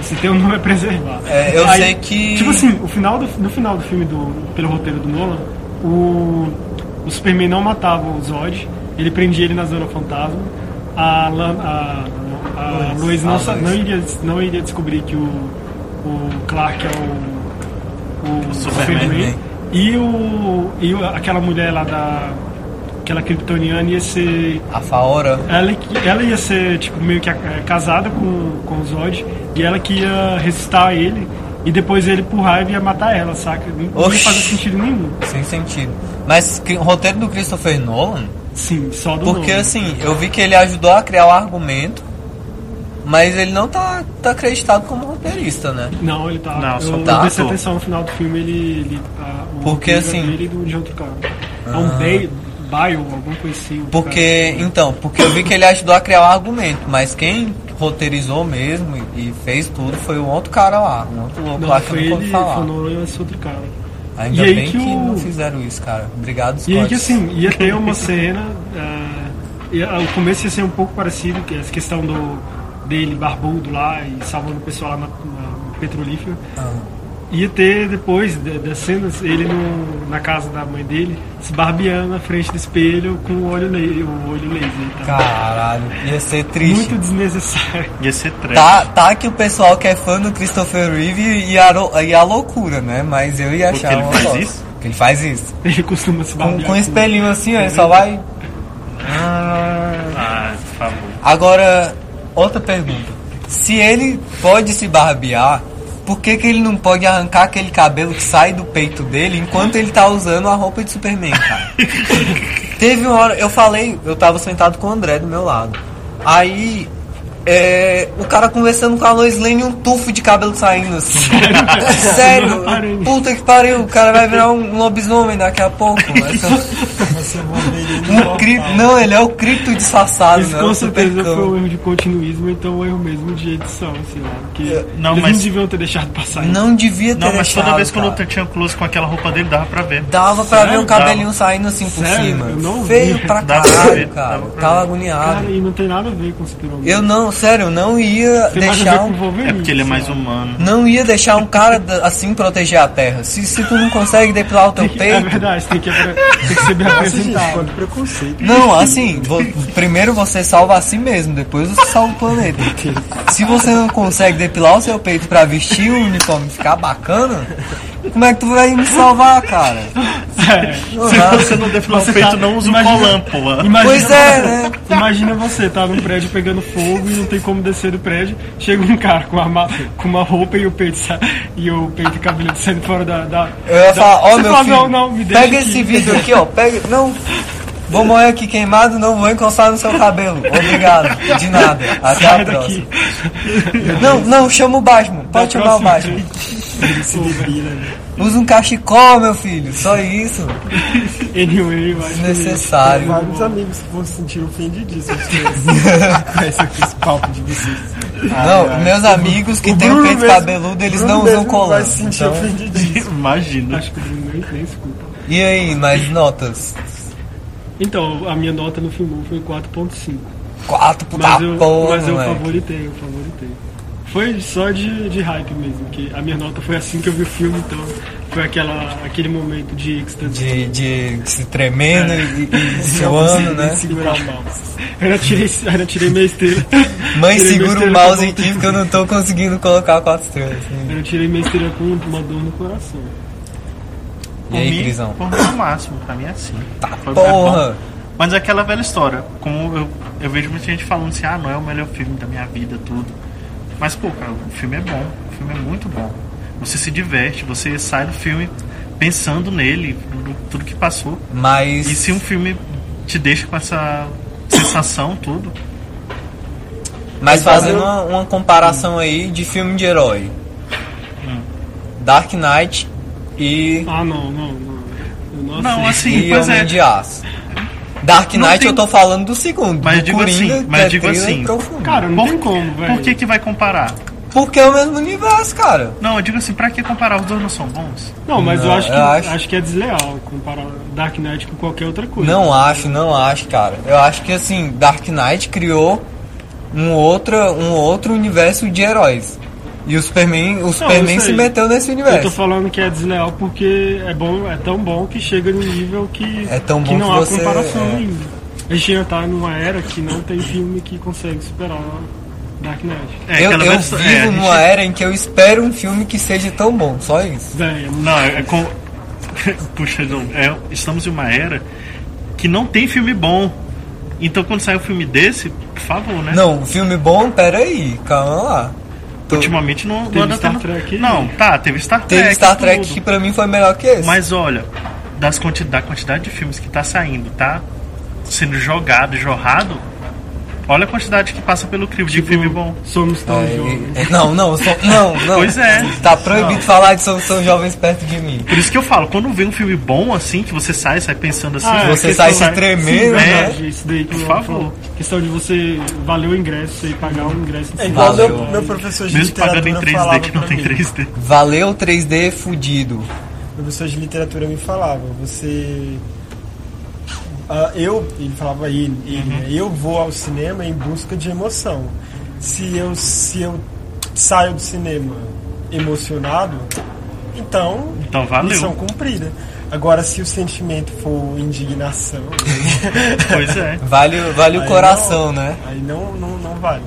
Esse teu nome é preservado.
É, eu sei que-
Tipo assim, o final do, no final do filme, do, pelo roteiro do Nolan, o, o Superman não matava o Zod, ele prendia ele na Zona Fantasma, a, Lan- a, a, a Lois
A
não, sa-
Lois.
não, iria, não iria descobrir que o, o Clark é o, o,
Superman.
Superman. E, o, e o- aquela mulher lá da. Aquela kryptoniana ia ser.
A Faora.
Ela, que- ela ia é, ser, tipo, meio que eh, casada com, com o Zod. E ela que ia ressuscitar ele. E depois ele, por raiva, ia matar ela, saca? Não, não
Oxi.
fazia sentido nenhum.
Sem sentido. Mas cri- o roteiro do Christopher Nolan,
Sim, só do
porque
nome.
assim, eu vi que ele ajudou a criar o argumento, mas ele não tá, tá acreditado como roteirista, né?
Não, ele tá.
Não,
eu
só
eu
tá
prestei
ator.
atenção no final do filme, ele. ele tá, o
Porque,
roteiro
assim- Ah.
Dele e do, de outro cara. É um Bale, Bale, alguma coisa assim. o
Porque,
cara.
então, porque eu vi que ele ajudou a criar o argumento, mas quem roteirizou mesmo e e fez tudo foi um outro cara lá, um outro louco
Não,
lá que eu
foi
não
ele,
posso
foi
falar.
o Nolan e esse outro cara.
Ainda
E aí
bem que,
que o-
não fizeram isso, cara. Obrigado, Scott.
E aí que assim, ia ter uma cena. ah, e, ah, o começo ia ser um pouco parecido, que essa questão do dele barbudo lá e salvando o pessoal lá na, na petrolífera.
Ah.
Ia ter depois de- das cenas ele no- na casa da mãe dele, se barbeando na frente do espelho com o olho, le- o olho laser. Tá?
Caralho, ia ser triste.
Muito desnecessário.
Ia ser trash.
Tá, tá que o pessoal que é fã do Christopher Reeve e a, ro- e a loucura, né? Mas eu ia
Porque
achar
ele
uma
faz
bosta.
isso?
Porque ele faz isso.
Ele costuma se
Com,
barbear.
com um espelhinho assim, ó, ele só vai. Ah.
Ah, por favor.
Agora, outra pergunta. Se ele pode se barbear, por que, que ele não pode arrancar aquele cabelo que sai do peito dele enquanto ele tá usando a roupa de Superman, cara? Teve uma hora, eu falei, eu tava sentado com o André do meu lado. Aí, é, o cara conversando com a Lois Lane e um tufo de cabelo saindo assim. Sério?
reparei nisso.
puta que pariu, o cara vai virar um lobisomem daqui a pouco. Essa,
Você vai ver ele
um
no
cripto,
local.
não, ele é o cripto disfarçado,
Isso
né?
com
O
certeza
Supercão.
foi um erro de continuismo, então um erro mesmo de edição, sei lá. Porque
Não,
eles
mas-
não deviam ter deixado passar isso.
Não devia ter
Não, mas toda
deixado,
vez que o
cara.
Luthor tinha um close com aquela roupa dele, dava pra ver.
Dava pra ver
Sério?
um cabelinho saindo assim por
Sério?
cima.
Eu não
Feio
vi.
pra
Dava pra
caralho,
ver,
cara.
dava pra
Tava
ver.
agoniado.
Cara, e não tem nada a ver com o super-homem.
Eu não, sério, eu não ia
Tem mais a
deixar
ver com o
um,
Wolverine.
É porque ele é mais
sabe?
humano.
não ia deixar um cara da- assim proteger a terra. Se, se tu não consegue depilar o teu
Tem que- É
peito,
verdade, tem que, apre- tem que ser bem
Nossa, gente,
apresentado.
quanto preconceito.
não, assim, vo- primeiro você salva a si mesmo, depois você salva o planeta. Se você não consegue depilar o seu peito pra vestir o uniforme e ficar bacana, como é que tu vai me salvar, cara? Não
Se
dá.
você não depilar o
Você
peito,
tá-
não usa um
imagina-
colan, porra.
É. Imagina
Pois é, né?
Imagina você, tá num prédio pegando fogo e não tem como descer do prédio. Chega um cara com uma, ma- com uma roupa e o peito sa- e o peito e cabelo saindo fora da. da
Eu ia
da-
falar, ó
Você
meu
fala,
filho,
não, não, me deixa
pega
aqui.
esse vídeo aqui, ó, pega, não, vou morrer aqui queimado, não vou encostar no seu cabelo, obrigado, de nada, até a
Sai
próxima.
daqui.
Não, não, chama o Batman,
Até a
pode chamar o
próxima.
Batman.
Ele se debira, né?
Usa um cachecol, meu filho, só isso,
Anyway, eu acho que-
desnecessário.
Vários amigos vão se sentir ofendidíssimos com esse, com esse papo de vocês.
Não, meus amigos que
O
têm o
Bruno
peito
mesmo-
cabeludo, eles
Bruno
não usam
mesmo
colar.
Vai se sentir
Então,
ofendidíssimo.
Imagina.
Acho que o Bruno nem, nem escuta.
e aí, mais notas?
Então, a minha nota no filme foi 4.5.
Quatro puta
Mas eu,
porra,
mas eu
Tá moleque.
favoritei, eu favoritei. Foi só de, de hype mesmo, que a minha nota foi assim que eu vi o filme, então foi aquela, aquele momento de êxtase.
De, de se
É.
tremendo e, e- e
Eu
suando,
consegui
né?
segurar o mouse. Eu ainda tirei, eu ainda tirei minha estrela.
Mãe,
Tirei minha
segura o
estrela
mouse
com-
aqui porque eu não tô conseguindo colocar quatro estrelas.
Eu não tirei minha estrela com uma dor no coração.
E aí, Crisão?
Por mim, o máximo, pra mim é assim. Foi
Tá, Porra!
bom. Mas é aquela velha história. Como eu, eu vejo muita gente falando assim, ah, não é o melhor filme da minha vida, tudo. Mas, pô, cara, o filme é bom. O filme é muito bom. Você se diverte, você sai do filme pensando nele, no- tudo que passou.
Mas.
E se um filme te deixa com essa sensação, tudo,
Mas fazendo
um-
uma, uma comparação aí de filme de herói.
Hum.
Dark Knight e.
Ah, não, não, não. Eu não,
Não,
aceito.
assim,
e
pois
Homem
é.
de Aço. Dark
Não
Knight
tem-
eu tô falando do segundo.
Mas
do
digo
Coringa,
assim,
que
mas
é
digo
thriller
assim,
profundo.
Cara, não
Por-
tem como, velho.
por que que vai comparar?
Porque é o mesmo universo, cara.
Não, eu digo assim, pra que comparar? Os dois não são bons?
Não, mas eu,
Não,
acho que,
eu acho-
acho que é desleal comparar Dark Knight com qualquer outra coisa.
Não acho, não acho, cara. Eu acho que assim, Dark Knight criou um outro, um outro universo de heróis. E o Superman, o Superman
eu
se
sei.
meteu nesse
Eu
universo.
tô falando que é desleal porque é bom, é tão bom que chega num nível que,
É tão
que
bom
não
que
há
você-
comparação
é.
ainda. A gente ainda tá numa era que não tem filme que consegue superar Dark Knight.
É,
eu
aquela
eu
velha
vivo
história- é, a gente-
numa era em que eu espero um filme que seja tão bom, só isso.
Véi, é muito-
Não, é com. Puxa, não. É, estamos em uma era que não tem filme bom. Então quando sai um filme desse, por favor, né?
Não, um filme bom, peraí, calma lá. Tô-
Ultimamente não
Teve
anda
Star
tendo-
Trek?
Não, tá, teve Star Trek.
Teve Star Trek
tudo.
que pra mim foi melhor que esse.
Mas olha, das quanti da quantidade de filmes que tá saindo, tá sendo jogado, jorrado, olha a quantidade que passa pelo crivo de um filme bom.
Somos tão
É,
jovens.
é, não, não, só- não, não.
um Pois é.
Tá proibido falar de são, são jovens perto de mim.
Por isso que eu falo, quando vem um filme bom assim, que você sai, sai pensando assim,
Ah,
que
é,
Você
questão-
sai se
vai- Sim,
tremendo, né?
verdade, isso daí que
Por
eu
favor.
falo. Questão de você valer o ingresso, você pagar o ingresso.
É igual
Valeu.
meu, meu professor de
mesmo
literatura
pagando em
falava
3D que não
pra
tem
mim.
3D.
Valeu 3D fudido.
Meu professor de literatura me falava, você... Ah, eu, ele falava ele, ele
Uhum.
né? eu vou ao cinema em busca de emoção. Se eu, se eu saio do cinema emocionado, então
Então valeu.
Missão cumprida. Agora, se o sentimento for indignação,
Pois é.
Vale, vale o
Aí
coração,
não-
né?
aí não, não, não vale.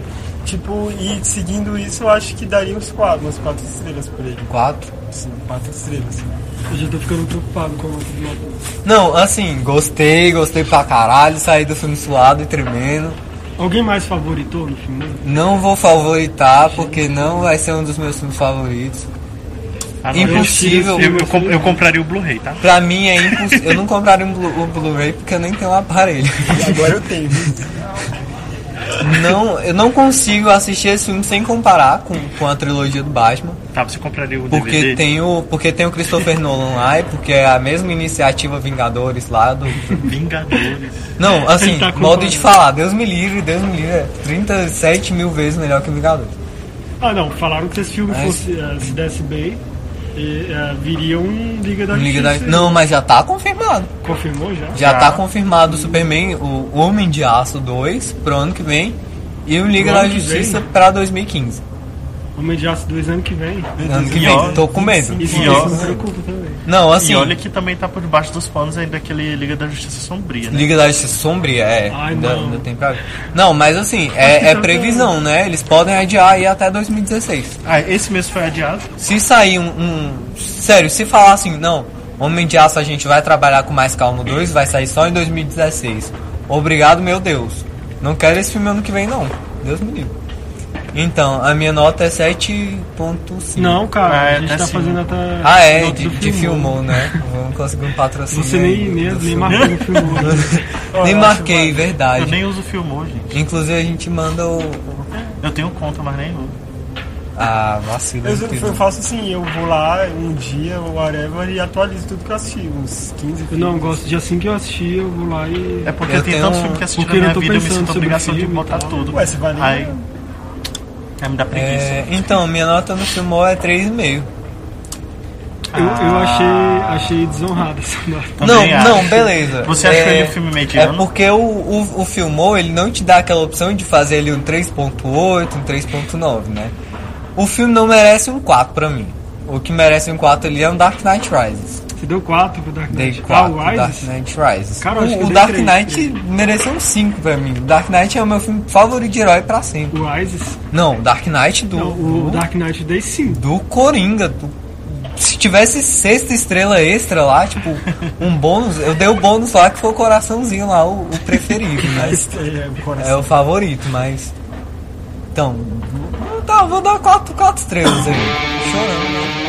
Tipo, e seguindo isso, eu acho que daria uns quatro, umas quatro estrelas por ele.
Quatro.
Sim, quatro estrelas.
Eu já tô ficando preocupado com a nota de nota.
Não, assim, gostei, gostei pra caralho, saí do filme suado e tremendo.
Alguém mais favoritou no filme?
Não vou favoritar, porque não vai ser um dos meus filmes favoritos.
Ah, não,
Impossível.
Eu, eu, comp- eu compraria o Blu-ray, tá?
Pra mim é impossível. eu não compraria um Blu- um Blu-ray porque eu nem tenho um aparelho.
E agora eu tenho. viu?
Não, eu não consigo assistir esse filme sem comparar com, com a trilogia do Batman.
Tá, você compraria o
Porque
DVD.
tem, o, porque tem o Christopher Nolan lá e porque é a mesma iniciativa Vingadores lá do.
Vingadores.
Não, assim,
Ele tá com
modo de
problema.
falar, Deus me livre, Deus me livre, é 37 mil vezes melhor que Vingadores.
Ah, não. Falaram que se esse filme
Mas-
fosse, eh, se desse bem, e, eh, viria um Liga da
Liga da...
Justiça.
Não, mas já tá confirmado.
Confirmou já?
Já
Tá.
tá confirmado o Superman, o Homem de Aço 2 pro ano que vem e o Liga
Pro
da
ano que
Justiça
vem?
pra 2015.
Homem de Aço 2 ano que vem.
Ano que
E
vem,
olha,
tô com medo.
Isso,
E
isso
ó-
me preocupa também.
Não, assim,
E olha que também tá por debaixo dos panos ainda aquele Liga da Justiça Sombria, né?
Liga da Justiça Sombria, é.
Ai,
ainda,
não.
ainda tem pra ver. Não, mas assim, é, é
tá
previsão, né? Eles podem adiar aí até 2016.
Ah, esse mês foi adiado.
Se sair um, um- Sério, se falar assim, não, Homem de Aço a gente vai trabalhar com mais calma 2, vai sair só em 2016. Obrigado, meu Deus. Não quero esse filme ano que vem, não. Deus me livre. Então, a minha nota é 7.5.
Não, cara,
Ah, é,
a gente
tá
tá,
sim.
fazendo até.
Ah, é,
nota
de,
do
de filmou, né? Vamos conseguir um patrocínio.
Você
aí
nem, nem,
do
nem
filme.
marcou o filme hoje.
Nem marquei, verdade.
Eu nem uso filmou, gente.
Inclusive a gente manda o. o-
Eu tenho conta, mas nem uso.
Ah, vacilo.
Eu,
não
sempre-
tem-
eu faço assim, eu vou lá um dia, ou whatever, e atualizo tudo que eu assisti, uns 15
Eu não gosto de assim que eu assistir, eu vou lá e.
É porque
Eu
tem
tenho
tantos
um-
filmes que assisti na
porque eu
minha
tô
vida, eu me
pensando
sinto a
sobre
obrigação de
filme e
botar
então.
tal.
tudo.
Ué, você vai nem-
Aí, aí me dá preguiça.
É, então, minha nota no filmou é 3,5.
Eu,
Ah.
eu achei, achei desonrado essa nota.
Não,
Também acho.
não, beleza.
Você achou ele um filme mediano?
É porque o, o, o filmou, ele não te dá aquela opção de fazer ele um 3.8, um 3.9, né? O filme não merece um 4 pra mim. O que merece um 4 ali é um Dark Knight Rises.
Você deu 4 pro Dark
Dei
Knight. Ah,
4,
o Rises?
Dark Knight Rises.
Cara, eu acho que
o
eu
o
dei
Dark
três,
Knight mereceu um 5 pra mim. Dark Knight é o meu filme favorito de herói pra sempre.
O Rises?
Não, Dark Knight do.
Não,
do-
o Dark Knight eu dei 5.
do Coringa. do- Se tivesse sexta estrela extra lá, tipo, um bônus, eu dei o bônus lá que foi o coraçãozinho lá, o, o preferido, né?
Mas, é, o coração.
É o favorito, mas. Então, tá, vou dar quatro, quatro estrelas aí. Chorando.